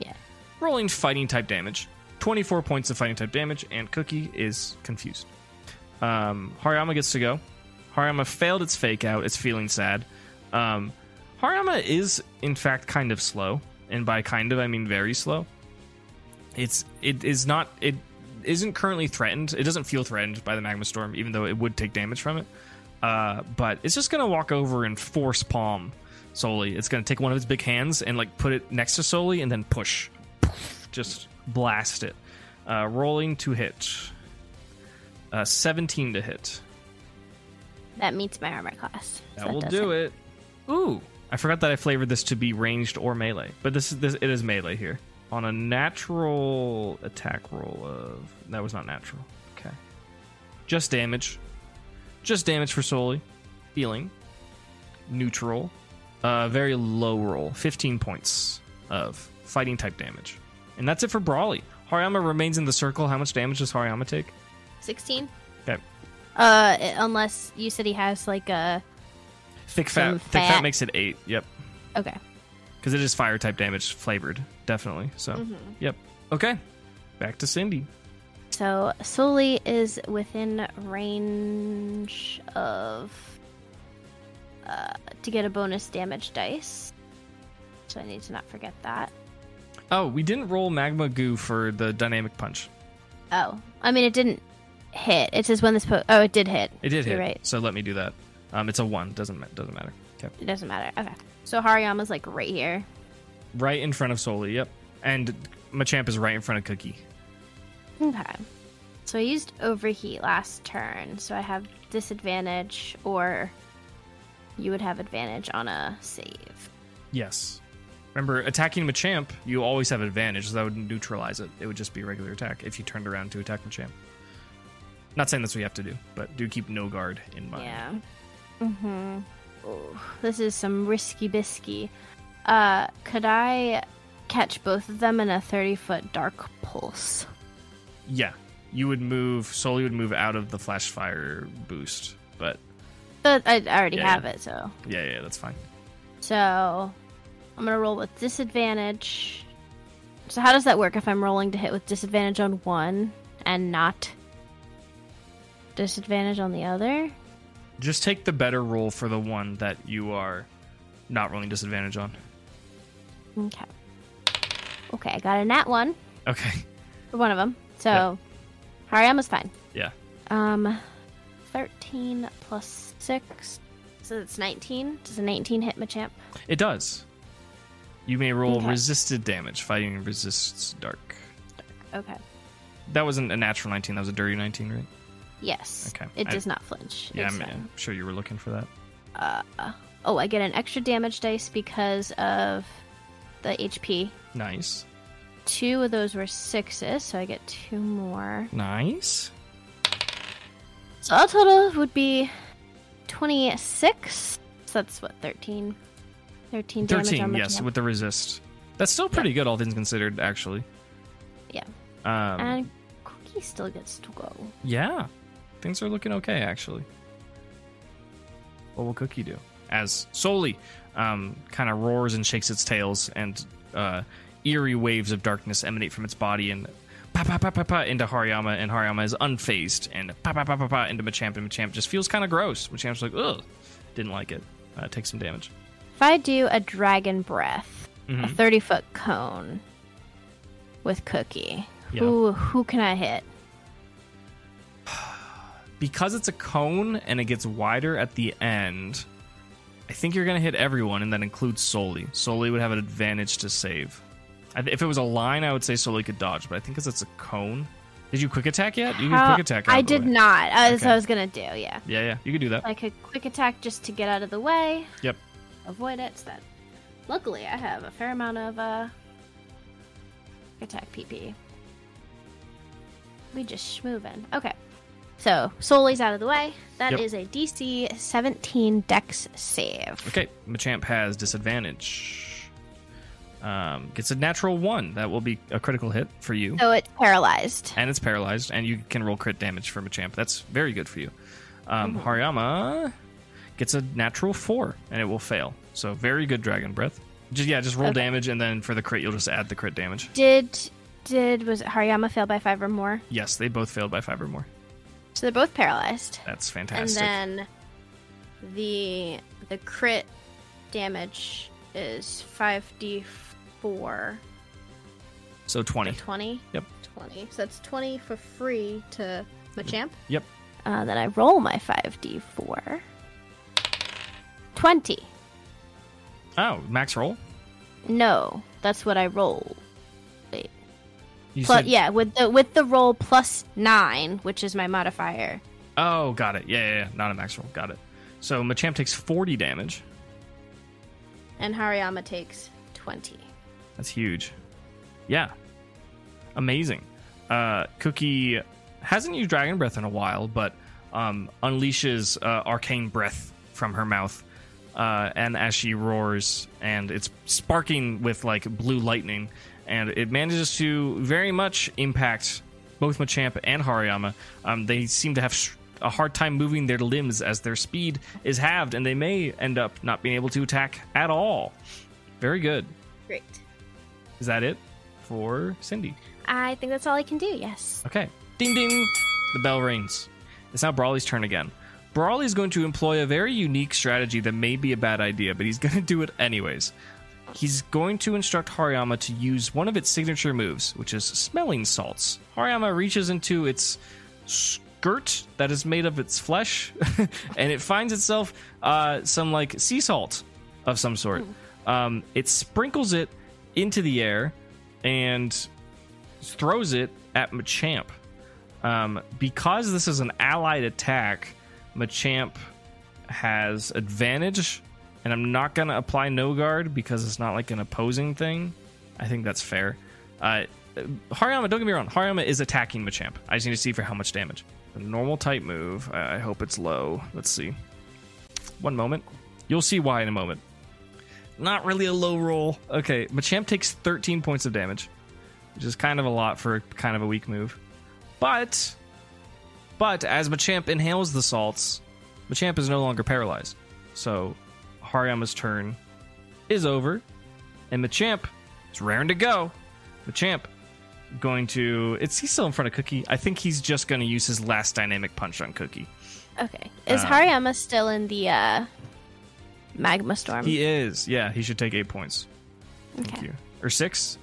B: Yeah.
A: Rolling fighting type damage. 24 points of fighting type damage, and Cookie is confused. Um, Hariyama gets to go. Hariyama failed its fake out. It's feeling sad. Um, Hariyama is, in fact, kind of slow. And by kind of, I mean very slow. It's it is not it isn't currently threatened. It doesn't feel threatened by the magma storm, even though it would take damage from it. Uh, but it's just gonna walk over and force palm Soli. It's gonna take one of its big hands and like put it next to Soli and then push, just blast it. Uh, rolling to hit, uh, seventeen to hit.
B: That meets my armor class. so
A: That will do it. Ooh, I forgot that I flavored this to be ranged or melee, but this is this it is melee here. On a natural attack roll of that was not natural. Okay, just damage, just damage for Soli, healing, neutral, uh, very low roll, fifteen points of fighting type damage, and that's it for Brawly. Hariyama remains in the circle. How much damage does Hariyama take?
B: 16.
A: Okay,
B: Uh, i- unless you said he has like a
A: Thick fat,
B: Some
A: thick fat
B: fat.
A: makes it eight. Yep,
B: okay.
A: because it is fire type damage flavored, definitely. So,
B: Mm-hmm.
C: Mhm.
A: yep. Okay, back to Cindy.
B: So Soli is within range of uh, to get a bonus damage dice. So I need to not forget that.
A: Oh, we didn't roll magma goo for the dynamic punch.
B: Oh, I mean it didn't hit. It says when this po- oh it did hit.
A: It did
B: You're
A: hit,
B: right.
A: so let me do that. Um, it's a one. Doesn't ma- doesn't matter. Okay,
B: It doesn't matter. Okay. So Hariyama's like right here.
A: right in front of Soli. Yep, and Machamp is right in front of Cookie.
B: Okay. So I used overheat last turn, so I have disadvantage, or you would have advantage on a save.
A: Yes. Remember, attacking Machamp, you always have advantage. So that would neutralize it. It would just be a regular attack if you turned around to attack Machamp. Not saying that's what you have to do, but do keep no guard in mind.
B: Yeah. Mm-hmm. Ooh, this is some risky bisky. Uh, could I catch both of them in a thirty-foot dark pulse?
A: Yeah. You would move, Soli would move out of the flash fire boost. But
B: But I I already
A: Yeah,
B: have it, so
A: yeah, yeah, that's fine.
B: so I'm gonna roll with disadvantage. So how does that work if I'm rolling to hit with disadvantage on one and not disadvantage on the other?
A: Just take the better roll for the one that you are not rolling disadvantage on.
B: Okay. Okay, I got a nat one
A: Okay.
B: for one of them. So Hariyama's fine.
A: Yeah.
B: Um, 13 plus 6. So that's 19. Does a 19 hit Machamp?
A: It does. You may roll
B: Okay.
A: resisted damage. Fighting resists dark.
B: Okay.
A: That wasn't a natural 19, that was a dirty 19, right?
B: Yes.
A: Okay.
B: It
A: I-
B: does not flinch.
A: Yeah,
B: It's
A: I'm,
B: fine.
A: I'm sure you were looking for that.
B: Oh, I get an extra damage dice because of the HP.
A: Nice.
B: Two of those were sixes, so I get two more.
A: Nice.
B: So all total would be 26. So that's what, 13? 13 damage on
A: 13,
B: Machamp.
A: yes, with the resist. That's still pretty good, all things considered, actually.
B: Yeah.
A: Um,
B: And Cookie still gets to go.
A: yeah. Things are looking okay, actually. What will Cookie do? As Soli um, kind of roars and shakes its tails, and uh, eerie waves of darkness emanate from its body and pa pa pa pa pa into Hariyama, and Hariyama is unfazed, and pa pa pa pa pa into Machamp, and Machamp just feels kind of gross. Machamp's like, ugh, didn't like it. Uh, take some damage.
B: If I do a dragon breath,
A: Mm-hmm.
B: a 30 foot cone with Cookie,
A: Yeah.
B: who who can I hit?
A: because it's a cone and it gets wider at the end, I think you're going to hit everyone, and that includes Soli. Soli would have an advantage to save. I th- If it was a line, I would say Soli could dodge, but I think because it's a cone. Did you quick attack yet? You can
B: How-
A: quick attack. out
B: Uh, I
A: of the
B: did
A: way.
B: not. Uh, That's
A: Okay.
B: what I was going to do, yeah.
A: Yeah, yeah, you could do that.
B: I could quick attack just to get out of the way,
A: Yep.
B: avoid it. So that luckily, I have a fair amount of uh, attack PP. We just schmovin'. Okay. So, Soli's out of the way. That
A: Yep.
B: is a DC 17 dex save.
A: Okay, Machamp has disadvantage. Um, gets a natural one. That will be a critical hit for you.
B: So it's paralyzed.
A: and it's paralyzed, and you can roll crit damage from a champ. That's very good for you. Um, Hariyama gets a natural four, and it will fail. So very good dragon breath. Just, yeah, just roll
B: Okay.
A: damage, and then for the crit, you'll just add the crit damage.
B: Did did was it Hariyama fail by five or more?
A: Yes, they both failed by five or more.
B: So they're both paralyzed.
A: That's fantastic.
B: And then the the crit damage is five d four
A: so twenty.
C: Twenty.
A: Yep.
C: Twenty. So that's twenty for free to Machamp.
A: Yep.
B: Uh, then I roll my 5d4. 20.
A: Oh, max roll.
B: No, that's what I roll. Wait.
A: You
B: Plus,
A: said-
B: yeah, with the with the roll plus 9, which is my modifier.
A: Oh, got it. Yeah, yeah, yeah. Not a max roll. Got it. So Machamp takes forty damage.
B: And Hariyama takes 20.
A: That's huge. Yeah. Amazing. Uh, Cookie hasn't used Dragon Breath in a while, but um, unleashes uh, arcane breath from her mouth. Uh, and as she roars, and it's sparking with like blue lightning, and it manages to very much impact both Machamp and Hariyama. Um, they seem to have sh- a hard time moving their limbs as their speed is halved, and they may end up not being able to attack at all. Very good.
C: Great.
A: Is that it for Cindy?
B: I think that's all I can do. Yes.
A: Okay. Ding ding. The bell rings. It's now Brawley's turn again. Brawley's going to employ a very unique strategy that may be a bad idea, but he's going to do it anyways. He's going to instruct Hariyama to use one of its signature moves, which is smelling salts. Hariyama reaches into its skirt that is made of its flesh, and it finds itself uh, some like sea salt of some sort. Um, it sprinkles it into the air and throws it at Machamp. Um, because this is an allied attack, Machamp has advantage, and I'm not going to apply no guard because it's not like an opposing thing. I think that's fair. Uh, Hariyama, don't get me wrong. Hariyama is attacking Machamp. I just need to see for how much damage. A normal type move. I I hope it's low. Let's see. One moment. You'll see why in a moment. Not really a low roll. Okay, Machamp takes 13 points of damage, which is kind of a lot for kind of a weak move. But, but as Machamp inhales the salts, Machamp is no longer paralyzed. So, Hariyama's turn is over, and Machamp is raring to go. Machamp going to. It's he's still in front of Cookie. I think he's just going to use his last dynamic punch on Cookie.
B: Okay. Is
A: Uh,
B: Hariyama still in the uh, magma storm?
A: He is. Yeah, he should take eight points. Thank
B: Okay.
A: you. Or six.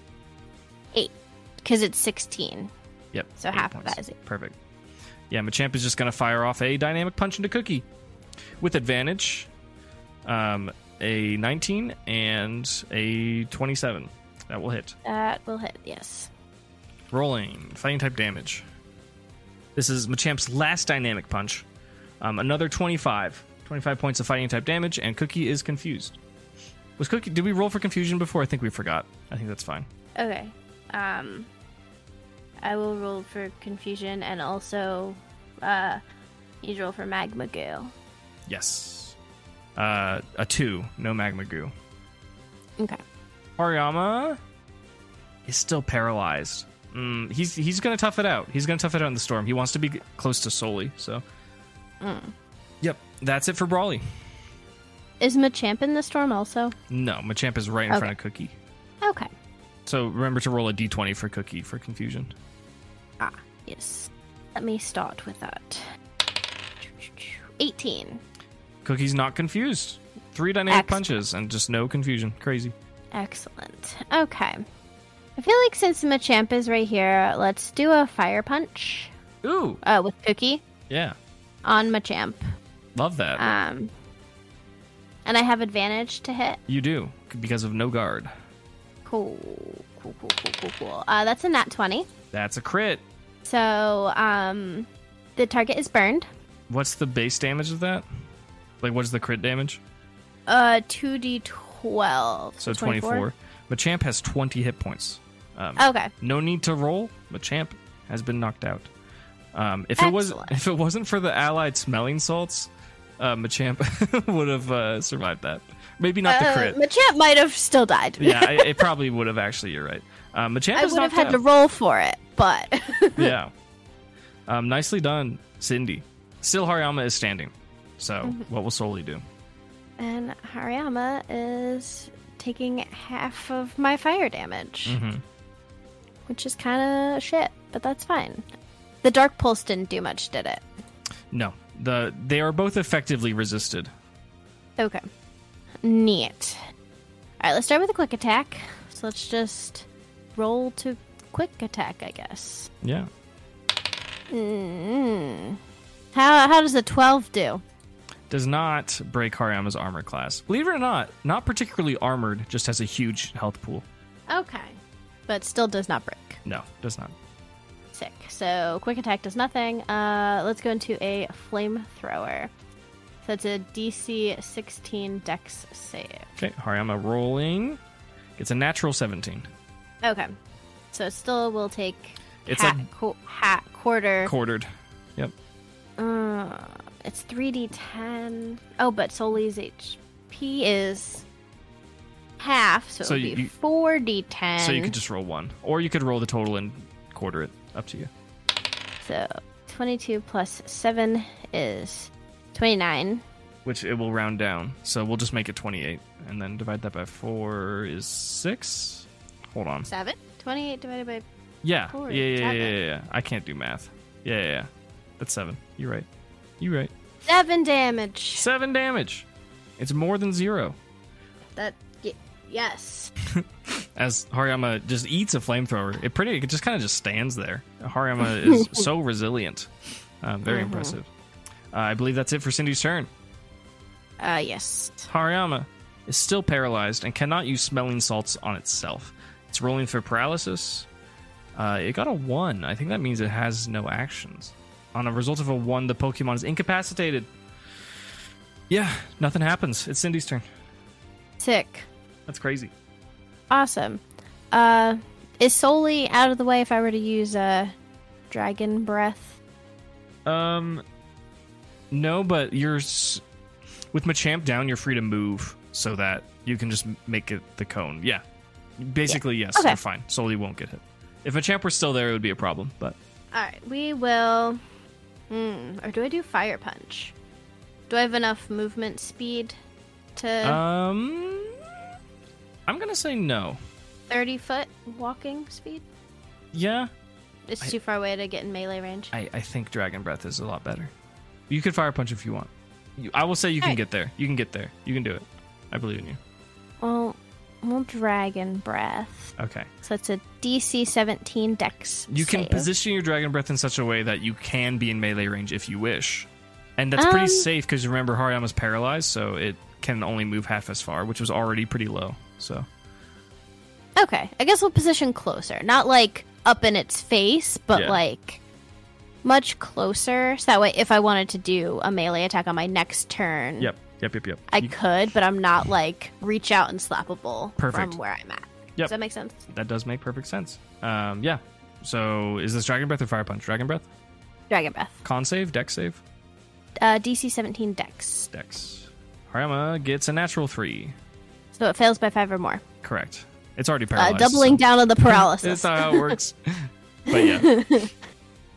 B: Eight, because it's sixteen.
A: Yep.
B: So
A: eight
B: half of
A: points.
B: that is eight.
A: Perfect. Yeah, Machamp is just going to fire off a dynamic punch into Cookie with advantage, um, a 19 and a 27. That will hit.
B: That will hit. Yes.
A: Rolling fighting type damage. This is Machamp's last dynamic punch. Um, another 25. 25 points of fighting type damage, and Cookie is confused. Was Cookie? Did we roll for confusion before? I think we forgot. I think that's fine.
B: Okay. Um, I will roll for confusion and also, uh, you roll for magma goo.
A: Yes. Uh, a two. No magma goo.
B: Okay.
A: Hariyama is still paralyzed. Mm, he's he's gonna tough it out. He's gonna tough it out in the storm. He wants to be g- close to Soli. So. Yep, that's it for Brawly.
B: Is Machamp in the storm also?
A: No, Machamp is right in front of Cookie.
B: Okay.
A: So remember to roll a d20 for Cookie for confusion.
B: Ah, yes. Let me start with that. 18.
A: Cookie's not confused. Three dynamic
B: Excellent.
A: punches and just no confusion. Crazy.
B: Excellent. Okay. I feel like since Machamp is right here, let's do a fire punch
A: Ooh,
B: uh, with Cookie
A: yeah,
B: on Machamp.
A: love that.
B: Um, and I have advantage to hit.
A: you do because of no guard.
B: Cool. Cool, cool, cool, cool, cool. Uh, that's a nat 20.
A: That's a crit.
B: So um, the target is burned.
A: What's the base damage of that? Like, what's the crit damage?
B: Uh, 2d12.
A: So 24. Machamp has 20 hit points. Um,
B: Okay.
A: No need to roll. Machamp has been knocked out. Um, if it was
B: Excellent.
A: if it wasn't for the allied smelling salts, uh, Machamp would have uh, survived that. Maybe not the
B: Uh,
A: crit.
B: Machamp might have still died.
A: yeah, it, it probably would have. Actually, you're right. Uh, Machamp
B: I
A: is
B: would have
A: knocked
B: had
A: out.
B: to roll for it, but
A: yeah. Um, nicely done, Cindy. Still, Hariyama is standing. So,
B: Mm-hmm.
A: what will Soli do?
B: and Hariyama is taking half of my fire damage,
A: Mhm.
B: which is kind of shit, but that's fine. The dark pulse didn't do much, did it?
A: No, the they are both effectively resisted.
B: Okay, neat. All right, let's start with a quick attack. So let's just roll to quick attack, I guess.
A: Yeah.
B: Mm. How how does the twelve do?
A: does not break Hariyama's armor class. Believe it or not, not particularly armored, just has a huge health pool.
B: Okay, but still does not break.
A: No, does not.
B: Sick. So quick attack does nothing. Uh, let's go into a flamethrower. So it's a DC 16 Dex save.
A: Okay, Hariyama rolling. It's a natural 17.
B: Okay. So it still will take
A: It's
B: hat,
A: a-
B: qu- hat quarter.
A: Quartered. Yep.
B: uh, it's 3d10. Oh, but Soli's HP is half, so,
A: So
B: it would
A: you-
B: be
A: you-
B: 4d10.
A: So you could just roll one. Or you could roll the total and quarter it. Up to you.
B: So 22 plus 7 is 29.
A: which it will round down. So we'll just make it 28 and then divide that by 4 is 6. Hold on.
B: 7? 28 divided by.
A: Yeah.
B: Four,
A: yeah, yeah, yeah,
B: seven.
A: yeah, yeah. I can't do math. Yeah, yeah, yeah. That's 7. You're right. You're right.
B: 7 damage!
A: 7 damage. It's more than 0.
B: That. Y- yes.
A: As Hariyama just eats a flamethrower. It pretty it just kind of just stands there. Hariyama is so resilient. Uh, very
B: Mhm.
A: impressive. Uh, I believe that's it for Cindy's turn.
B: Uh, yes.
A: Hariyama is still paralyzed and cannot use smelling salts on itself. It's rolling for paralysis. Uh, it got a 1. I think that means it has no actions. On a result of a 1, the Pokemon is incapacitated. Yeah, nothing happens. It's Cindy's turn.
B: Sick.
A: That's crazy.
B: Awesome. Uh, is Soli out of the way if I were to use a dragon breath?
A: Um, no, but you're s- with Machamp down. You're free to move so that you can just m- make it the cone. Yeah, basically yes.
B: Okay.
A: You're fine. Soli won't get hit. If Machamp were still there, it would be a problem. But
B: All right, we will. Hmm, or do I do fire punch? Do I have enough movement speed to
A: um, I'm gonna say no.
B: thirty foot walking speed?
A: Yeah,
B: It's
A: I-
B: too far away to get in melee range.
A: I, I think Dragon Breath is a lot better. You could fire punch if you want. You, I will say you can
B: Alright.
A: get there. You can get there. You can do it. I believe in you.
B: well, well, dragon breath.
A: Okay.
B: So it's a DC seventeen Dex.
A: You can
B: save.
A: position your dragon breath in such a way that you can be in melee range if you wish, and that's pretty
B: Um,
A: safe because remember Hariyama's paralyzed, so it can only move half as far, which was already pretty low. So
B: Okay, I guess we'll position closer, not like up in its face, but
A: Yeah.
B: like much closer. So that way, if I wanted to do a melee attack on my next turn,
A: yep, yep, yep, yep.
B: I
A: You-
B: could, but I'm not like reach out and slappable
A: Perfect.
B: from where I'm at.
A: Yep.
B: Does that make sense?
A: that does make perfect sense. Um, yeah. So is this dragon breath or fire punch? Dragon breath,
B: Dragon Breath.
A: con save, deck save,
B: Uh, DC 17 Dex.
A: dex. Hariyama gets a natural three.
B: So it fails by five or more.
A: Correct. It's already
B: Uh,
A: paralyzed.
B: doubling
A: so-
B: down on the
A: That's
B: paralysis.
A: not how it works. but yeah,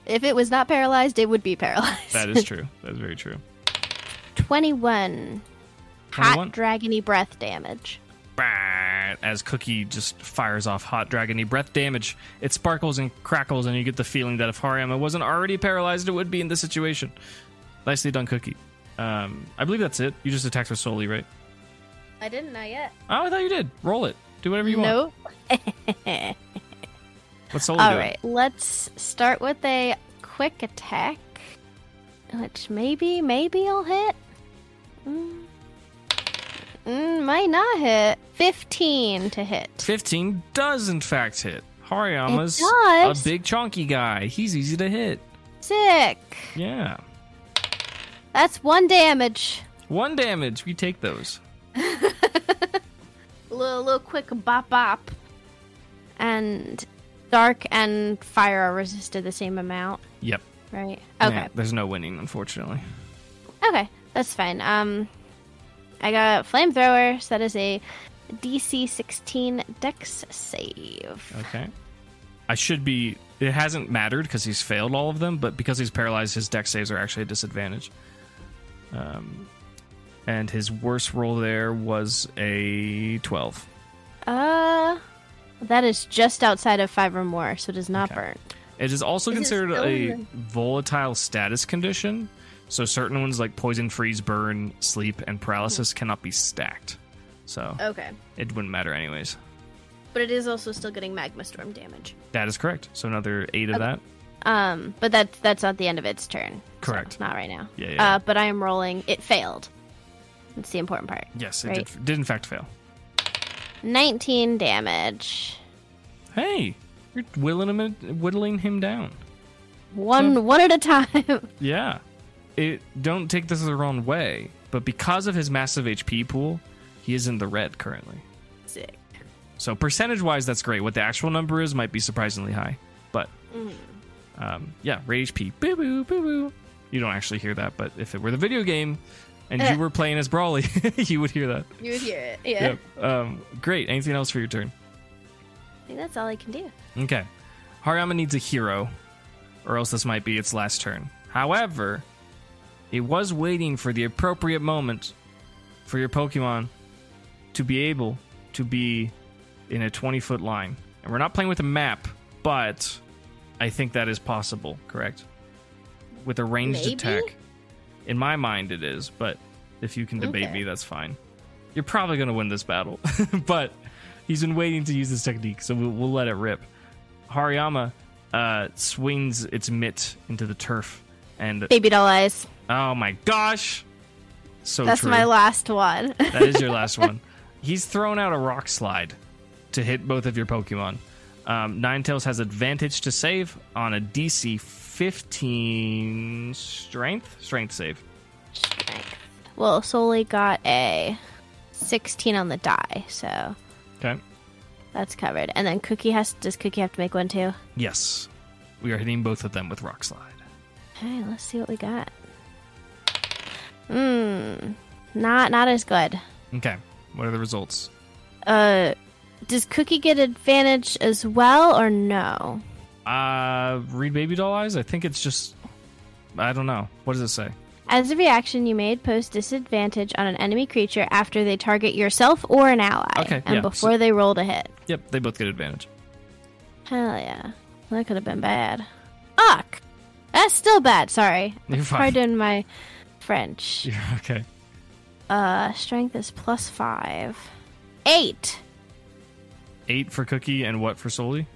B: if it was not paralyzed, it would be paralyzed.
A: that is true. That is very true.
B: 21.
A: 21.
B: Hot dragony breath damage.
A: Brrrr, as Cookie just fires off hot dragony breath damage. It sparkles and crackles, and you get the feeling that if Hariyama wasn't already paralyzed, it would be in this situation. Nicely done, Cookie. Um, I believe that's it. You just attacked with Soli, right?
B: I didn't know yet.
A: Oh, I thought you did. Roll it. Do whatever you want.
B: No.
A: What's Soli
B: All
A: doing?
B: right, let's start with a quick attack, which maybe, maybe I'll hit. Mm. Mm, might not hit. 15 to hit.
A: 15 does, in fact, hit. Hariyama's
B: It does.
A: a big chonky guy. He's easy to hit.
B: Sick.
A: Yeah.
B: That's one damage.
A: One damage. We take those.
B: Little, little quick bop bop. And dark and fire are resisted the same amount,
A: Yep.
B: right? Okay.
A: Yeah, there's no winning, unfortunely.
B: Okay, that's fine. Um, I got flamethrower, so that is a DC 16 Dex save.
A: Okay. I should be. It hasn't mattered because he's failed all of them, but because he's paralyzed, his deck saves are actually a disadvantage. Um, and his worst roll there was a 12.
B: Uh, that is just outside of five or more, so it does not
A: Okay.
B: burn.
A: It is also
C: Is it
A: considered
C: still
A: a
C: in
A: volatile status condition, so certain ones like poison, freeze, burn, sleep, and paralysis
C: Hmm.
A: cannot be stacked. So
C: Oh.
B: Okay,
A: it wouldn't matter, anyways.
B: but it is also still getting magma storm damage.
A: That is correct. So another eight of that.
B: Um, but that's that's not the end of its turn. so
A: Correct.
B: not right now.
A: Yeah, yeah.
B: Uh, but I am rolling. It failed. That's the important part.
A: Yes, it
B: Right.
A: did, did in fact fail.
B: 19 damage.
A: Hey, you're whittling him, whittling him down.
B: One one at a time.
A: Yeah. It don't take this the wrong way, but because of his massive HP pool, he is in the red currently.
B: Sick.
A: So percentage wise, that's great. What the actual number is might be surprisingly high, but um, yeah, red HP. Boo boo boo boo. You don't actually hear that, but if it were the video game and
B: Eh.
A: you were playing as Brawly, you would hear that.
B: You would hear it. Yeah.
A: Yep. Um, great. Anything else for your turn?
B: I think that's all I can do.
A: Okay. Hariyama needs a hero or else this might be its last turn. However, it was waiting for the appropriate moment for your Pokemon to be able to be in a 20 foot line. And we're not playing with a map, but I think that is possible, correct? With a ranged
C: Maybe?
A: attack. In my mind, it is, but if you can debate
C: Okay.
A: me, that's fine. You're probably going to win this battle, but he's been waiting to use this technique, so we'll, we'll let it rip. Hariyama uh, swings its mitt into the turf, and
B: Baby doll eyes.
A: oh my gosh! So
B: That's
A: Oh, true.
B: my last one.
A: That is your last one. He's thrown out a rock slide to hit both of your Pokemon. Um, Ninetales has advantage to save on a DC 15 strength strength save.
B: well, Soli got a 16 on the die, so
A: Okay.
B: that's covered. And then Cookie has. Does Cookie have to make one too?
A: Yes, we are hitting both of them with rock slide.
B: All right, let's see what we got. Mmm, not not as good.
A: Okay. What are the results?
B: Uh, does Cookie get advantage as well or no?
A: Uh, read baby doll eyes. I think it's just. I don't know. What does it say?
B: As a reaction, you may post disadvantage on an enemy creature after they target yourself or an ally,
A: Okay,
B: and
A: yeah, so-
B: before they roll to hit.
A: Yep, they both get advantage.
B: Hell yeah, that could have been bad. Fuck, that's still bad. Sorry,
A: You're fine.
B: pardon my French.
A: You're okay.
B: Uh, strength is plus five, eight.
A: Eight for Cookie and what for Soli?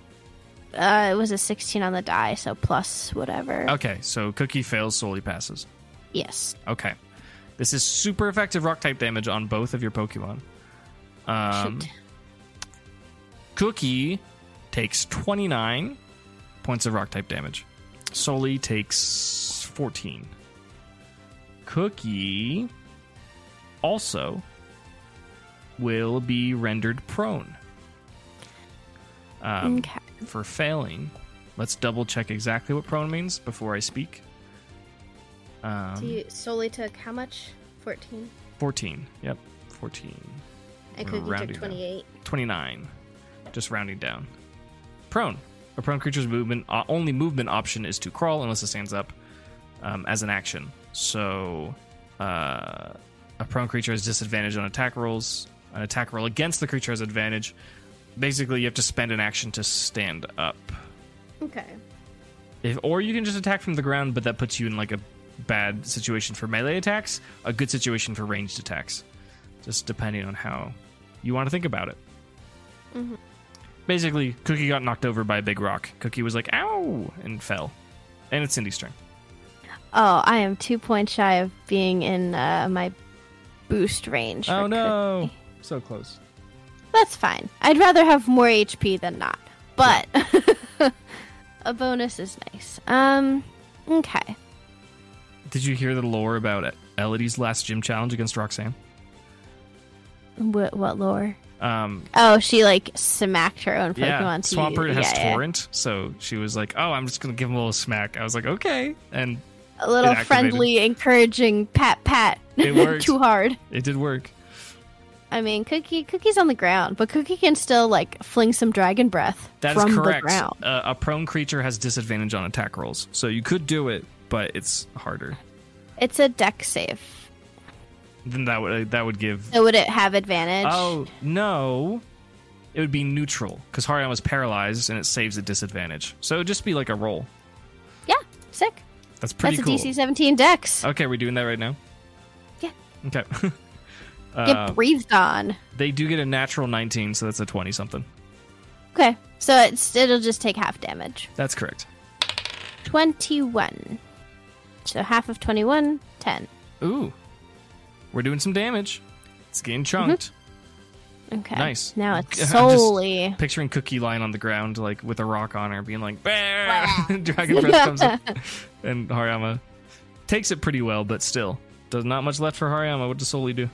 B: Uh, it was a 16 on the die, so plus whatever.
A: Okay, so Cookie fails, Soli passes.
B: Yes.
A: Okay. This is super effective rock type damage on both of your Pokemon. Um,
B: Shoot.
A: Cookie takes 29 points of rock type damage. Soli takes 14. Cookie also will be rendered prone. Um,
B: okay.
A: for failing. Let's double check exactly what prone means before I speak. Um,
B: solely took how much? 14.
A: 14. Yep, 14.
B: I
A: We're Cookie took rounding down. 28. 29 just rounding down prone a prone creature's movement uh, only movement option is to crawl unless it stands up um, as an action so uh, a prone creature has disadvantage on attack rolls an attack roll against the creature has advantage basically you have to spend an action to stand up
B: Okay.
A: if, or you can just attack from the ground but that puts you in like a bad situation for melee attacks a good situation for ranged attacks just depending on how you want to think about it
B: Mm-hmm.
A: basically cookie got knocked over by a big rock cookie was like ow and fell and it's cindy's turn
B: Oh, I am two points shy of being in uh, my boost range. for
A: oh no
B: Cookie.
A: so close
B: That's fine. I'd rather have more HP than not. But a bonus is nice. Um, okay.
A: did you hear the lore about elodie's last gym challenge against roxanne
B: What, what lore?
A: um
B: Oh, she like smacked her own Pokemon.
A: yeah
B: to
A: swampert
B: you.
A: has
B: Yeah, yeah.
A: torrent so she was like oh i'm just gonna give him a little smack i was like okay and
B: A little
A: It activated.
B: friendly, encouraging pat pat.
A: It worked.
B: Too hard.
A: it did work
B: I mean, Cookie Cookie's on the ground, but Cookie can still like fling some dragon breath
A: That is
B: from
A: correct.
B: the ground.
A: Uh, a prone creature has disadvantage on attack rolls, so you could do it, but it's harder.
B: It's a deck save.
A: Then that would that would give.
B: So would it have advantage?
A: Oh no, it would be neutral because Harion was paralyzed and it saves a disadvantage. So it'd just be like a roll.
B: yeah, sick.
A: That's pretty
B: That's
A: cool.
B: a DC 17 dex.
A: okay, we're doing that right now.
B: Yeah.
A: Okay.
B: Get
A: Uh,
B: breathed on.
A: they do get a natural 19, so that's a 20 something.
B: Okay, so it's it'll just take half damage.
A: That's correct.
B: 21. So half of 21, 10.
A: Ooh, we're doing some damage. It's getting chunked.
B: Mm-hmm. Okay.
A: Nice.
B: Now
A: I'm
B: it's
A: just-
B: solely.
A: picturing Cookie lying on the ground, like with a rock on her, being like, "Bah!" Dragon Breath comes up, and Hariyama takes it pretty well, but still, does not much left for Hariyama. What does Soli do?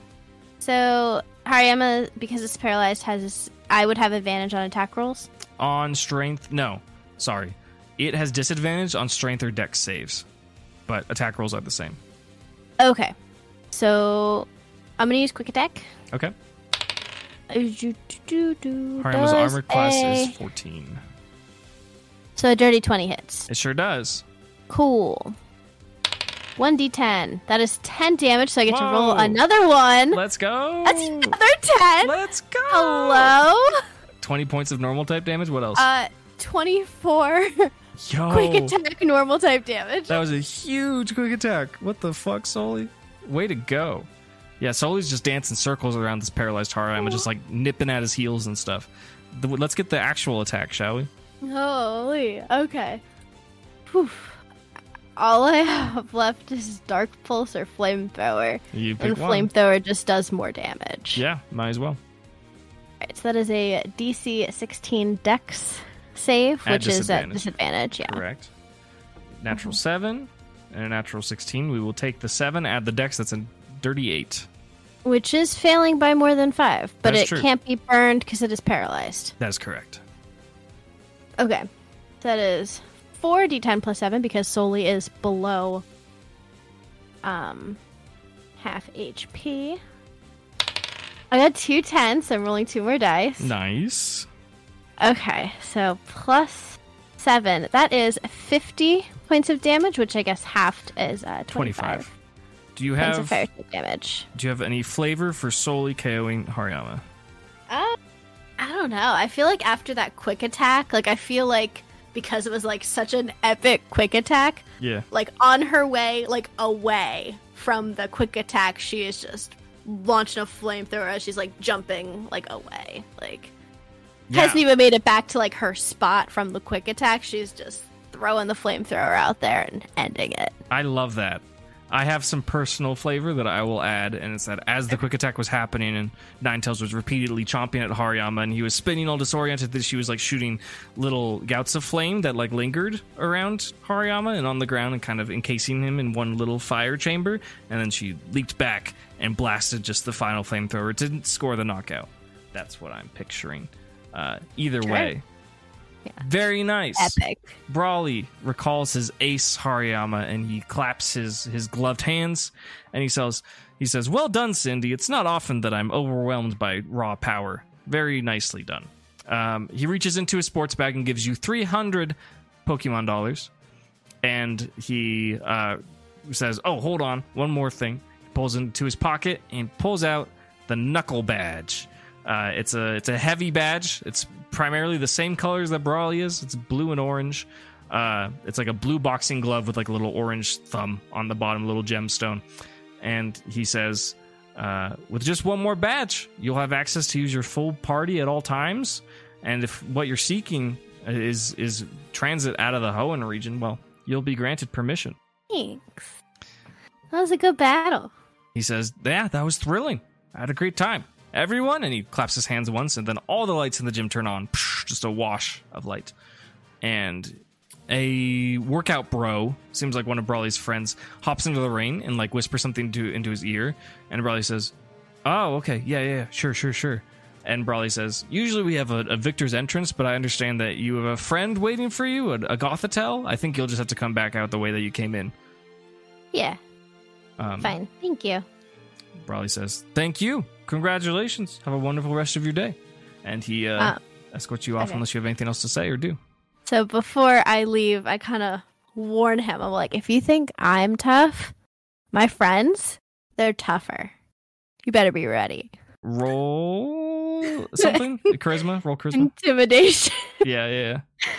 B: So Hariyama, because it's paralyzed, has I would have advantage on attack rolls.
A: On strength, no, sorry, it has disadvantage on strength or dex saves, but attack rolls are the same.
B: Okay, so I'm gonna use quick attack.
A: Okay,
B: Hariyama's
A: Hariyama's armor class is fourteen.
B: So a dirty 20 hits.
A: It sure does.
B: Cool. 1d10. That is 10 damage, so I get to roll
A: Whoa.
B: another one.
A: Let's go.
B: That's another 10.
A: Let's go.
B: Hello?
A: 20 points of normal type damage. What else?
B: Uh, 24
A: Yo.
B: quick attack normal type damage.
A: That was a huge quick attack. What the fuck, Soli? Way to go. Yeah, Soli's just dancing circles around this paralyzed Harem and just like nipping at his heels and stuff. The, let's get the actual attack, shall we?
B: Holy. Okay. Whew. All I have left is Dark Pulse or Flamethrower.
A: You
B: And
A: pick one.
B: Flamethrower just does more damage.
A: Yeah, might as well.
B: Alright, so that is a DC 16 Dex save,
A: At
B: which is at
A: disadvantage.
B: disadvantage. Yeah.
A: Correct. Natural seven and a natural sixteen. We will take the seven, add the dex. That's a dirty eight.
B: Which is failing by more than five, but
A: That's
B: it
A: true.
B: can't be burned because it is paralyzed.
A: That is correct.
B: Okay. That is 4d10 plus 7 because Soli is below um half HP. I got two tens, so I'm rolling two more dice.
A: Nice.
B: Okay, so plus 7. That is 50 points of damage, which I guess halved is uh, 25,
A: Twenty-five. Do you
B: points
A: have
B: of fire type damage.
A: Do you have any flavor for Soli KOing Hariyama?
B: Uh,
C: I don't know. I feel like after that quick attack, like I feel like because it was like such an epic quick attack,
A: Yeah.
C: like on her way, like away from the quick attack, she is just launching a flamethrower. as She's like jumping like away. Like
B: hasn't even made it back to like her spot from the quick attack. She's just throwing the flamethrower out there and ending it.
A: I love that. I have some personal flavor that I will add, and it's that as the quick attack was happening and Ninetales was repeatedly chomping at Hariyama and he was spinning all disoriented that she was like shooting little gouts of flame that like lingered around Hariyama and on the ground and kind of encasing him in one little fire chamber, and then she leaped back and blasted just the final flamethrower. It didn't score the knockout. That's what I'm picturing. Uh, either way. Very nice.
B: Epic.
A: Brawley recalls his ace Hariyama and he claps his, his gloved hands and he says he says, Well done, Cindy. It's not often that I'm overwhelmed by raw power. Very nicely done. Um, he reaches into his sports bag and gives you three hundred Pokemon dollars. And he uh, says, Oh, hold on, one more thing. He pulls into his pocket and pulls out the knuckle badge. Uh, it's a it's a heavy badge. It's primarily the same colors that Brawly is. It's blue and orange. Uh, it's like a blue boxing glove with like a little orange thumb on the bottom, little gemstone. And he says, uh, with just one more badge, you'll have access to use your full party at all times. And if what you're seeking is is transit out of the Hoenn region, well, you'll be granted permission.
B: Thanks. That was a good battle.
A: He says, Yeah, that was thrilling. I had a great time. Everyone, and he claps his hands once, and then all the lights in the gym turn on. Psh, Just a wash of light. And a workout bro, seems like one of Brawley's friends, hops into the rain and like whispers something to into his ear. And Brawley says, Oh, okay. Yeah, yeah, yeah. Sure, sure, sure. And Brawley says, Usually we have a, a victor's entrance, but I understand that you have a friend waiting for you, a, a Gothitelle. I think you'll just have to come back out the way that you came in.
B: Yeah,
A: Um,
B: fine. Thank you.
A: Brawley says, "Thank you. Congratulations. Have a wonderful rest of your day." And he uh,
B: Uh,
A: escorts you off
B: okay.
A: unless you have anything else to say or do.
B: So before I leave, I kind of warn him. I'm like, if you think I'm tough, my friends, they're tougher. You better be ready.
A: Roll something, charisma. Roll charisma.
B: Intimidation.
A: Yeah, yeah, yeah.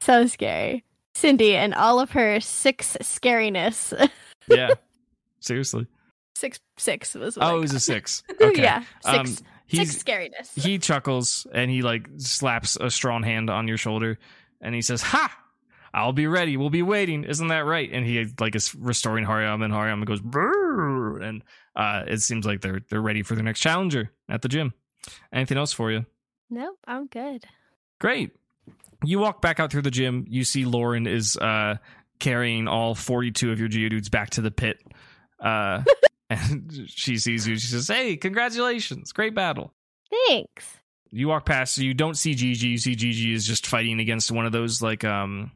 B: so scary. Cindy and all of her six scariness.
A: yeah. Seriously.
C: six six was like,
A: Oh, it was a six. Okay.
B: yeah,
A: Um,
B: six.
A: he's,
C: six scariness.
A: he chuckles and he like slaps a strong hand on your shoulder and he says, "Ha! I'll be ready. We'll be waiting. Isn't that right?" And he like is restoring Hariyama and Hariyama goes, "Brrr!" and uh, it seems like they're they're ready for their next challenger at the gym. Anything else for you?
B: nope, I'm good.
A: Great. You walk back out through the gym. You see Lauren is uh, carrying all 42 of your Geodudes back to the pit. Uh, and she sees you. She says, Hey, congratulations. Great battle.
B: Thanks.
A: You walk past. You don't see Gigi. You see Gigi is just fighting against one of those, like, um,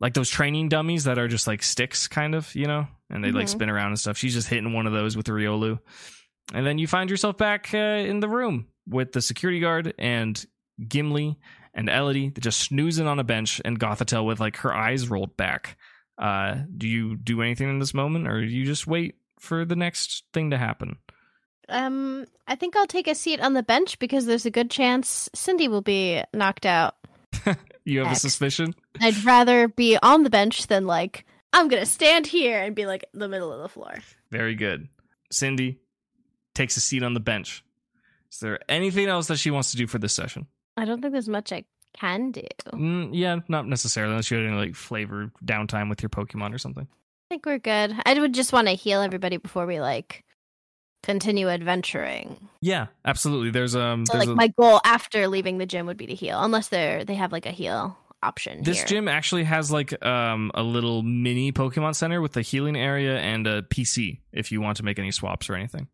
A: like those training dummies that are just like sticks, kind of, you know, and they like
B: Mhm.
A: spin around and stuff. She's just hitting one of those with Riolu. And then you find yourself back uh, in the room with the security guard and Gimli and Elodie just snoozing on a bench, and Gothitelle with like her eyes rolled back. Uh, do you do anything in this moment, or do you just wait for the next thing to happen?
B: Um, I think I'll take a seat on the bench because there's a good chance Cindy will be knocked out.
A: You have
B: Next.
A: a suspicion.
B: I'd rather be on the bench than like
C: I'm gonna stand here and be like in the middle of the floor.
A: Very good. Cindy takes a seat on the bench. Is there anything else that she wants to do for this session?
B: I don't think there's much I can do. I
A: Mm, yeah, not necessarily, unless you had any like flavor downtime with your Pokemon or something.
B: think we're good. I would just want to heal everybody before we like continue adventuring.
A: Yeah, absolutely. There's um,
B: So
A: there's
B: like
A: a-
B: my goal after leaving the gym would be to heal, unless they're they have like a heal option.
A: this
B: here.
A: gym actually has like um a little mini Pokemon Center with a healing area and a PC if you want to make any swaps or anything.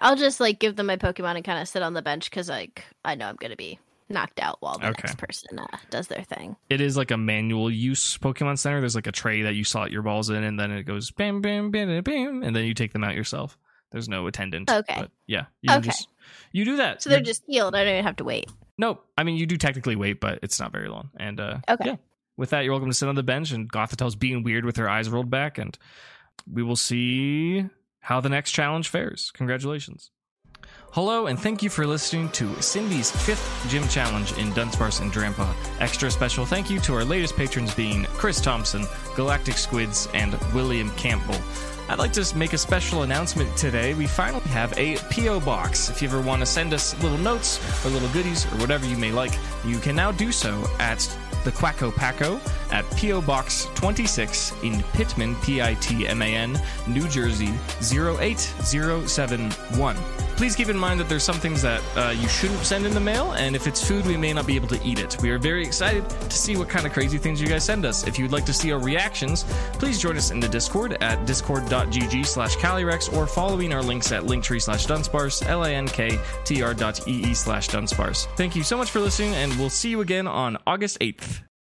B: I'll just like give them my Pokemon and kind of sit on the bench because like I know I'm gonna be knocked out while the
A: Okay.
B: next person uh, does their thing.
A: It is like a manual use Pokemon Center. There's like a tray that you slot your balls in, and then it goes bam, bam, bam, bam, and then you take them out yourself. There's no attendant.
B: Okay.
A: but yeah. You
B: Okay.
A: Just, you do that.
B: So they're
A: You-
B: just healed. I don't even have to wait.
A: Nope. I mean, you do technically wait, but it's not very long. And uh,
B: Okay.
A: yeah. With that, you're welcome to sit on the bench, and Gothitel's being weird with her eyes rolled back, and we will see how the next challenge fares. Congratulations. Hello, and thank you for listening to Cindy's fifth gym challenge in Dunsparce and Drampa. Extra special thank you to our latest patrons being Chris Thompson, Galactic Squids, and William Campbell. I'd like to make a special announcement today. We finally have a P.O. box. If you ever want to send us little notes or little goodies or whatever you may like, you can now do so at the Quacko Paco at P.O. Box 26 in Pittman, P I T M A N, New Jersey 08071. Please keep in mind that there's some things that uh, you shouldn't send in the mail, and if it's food, we may not be able to eat it. We are very excited to see what kind of crazy things you guys send us. If you'd like to see our reactions, please join us in the Discord at discord.gg slash Calyrex or following our links at linktree slash Dunsparce, L A N K T R dot E E slash Dunsparce. Thank you so much for listening, and we'll see you again on August 8th.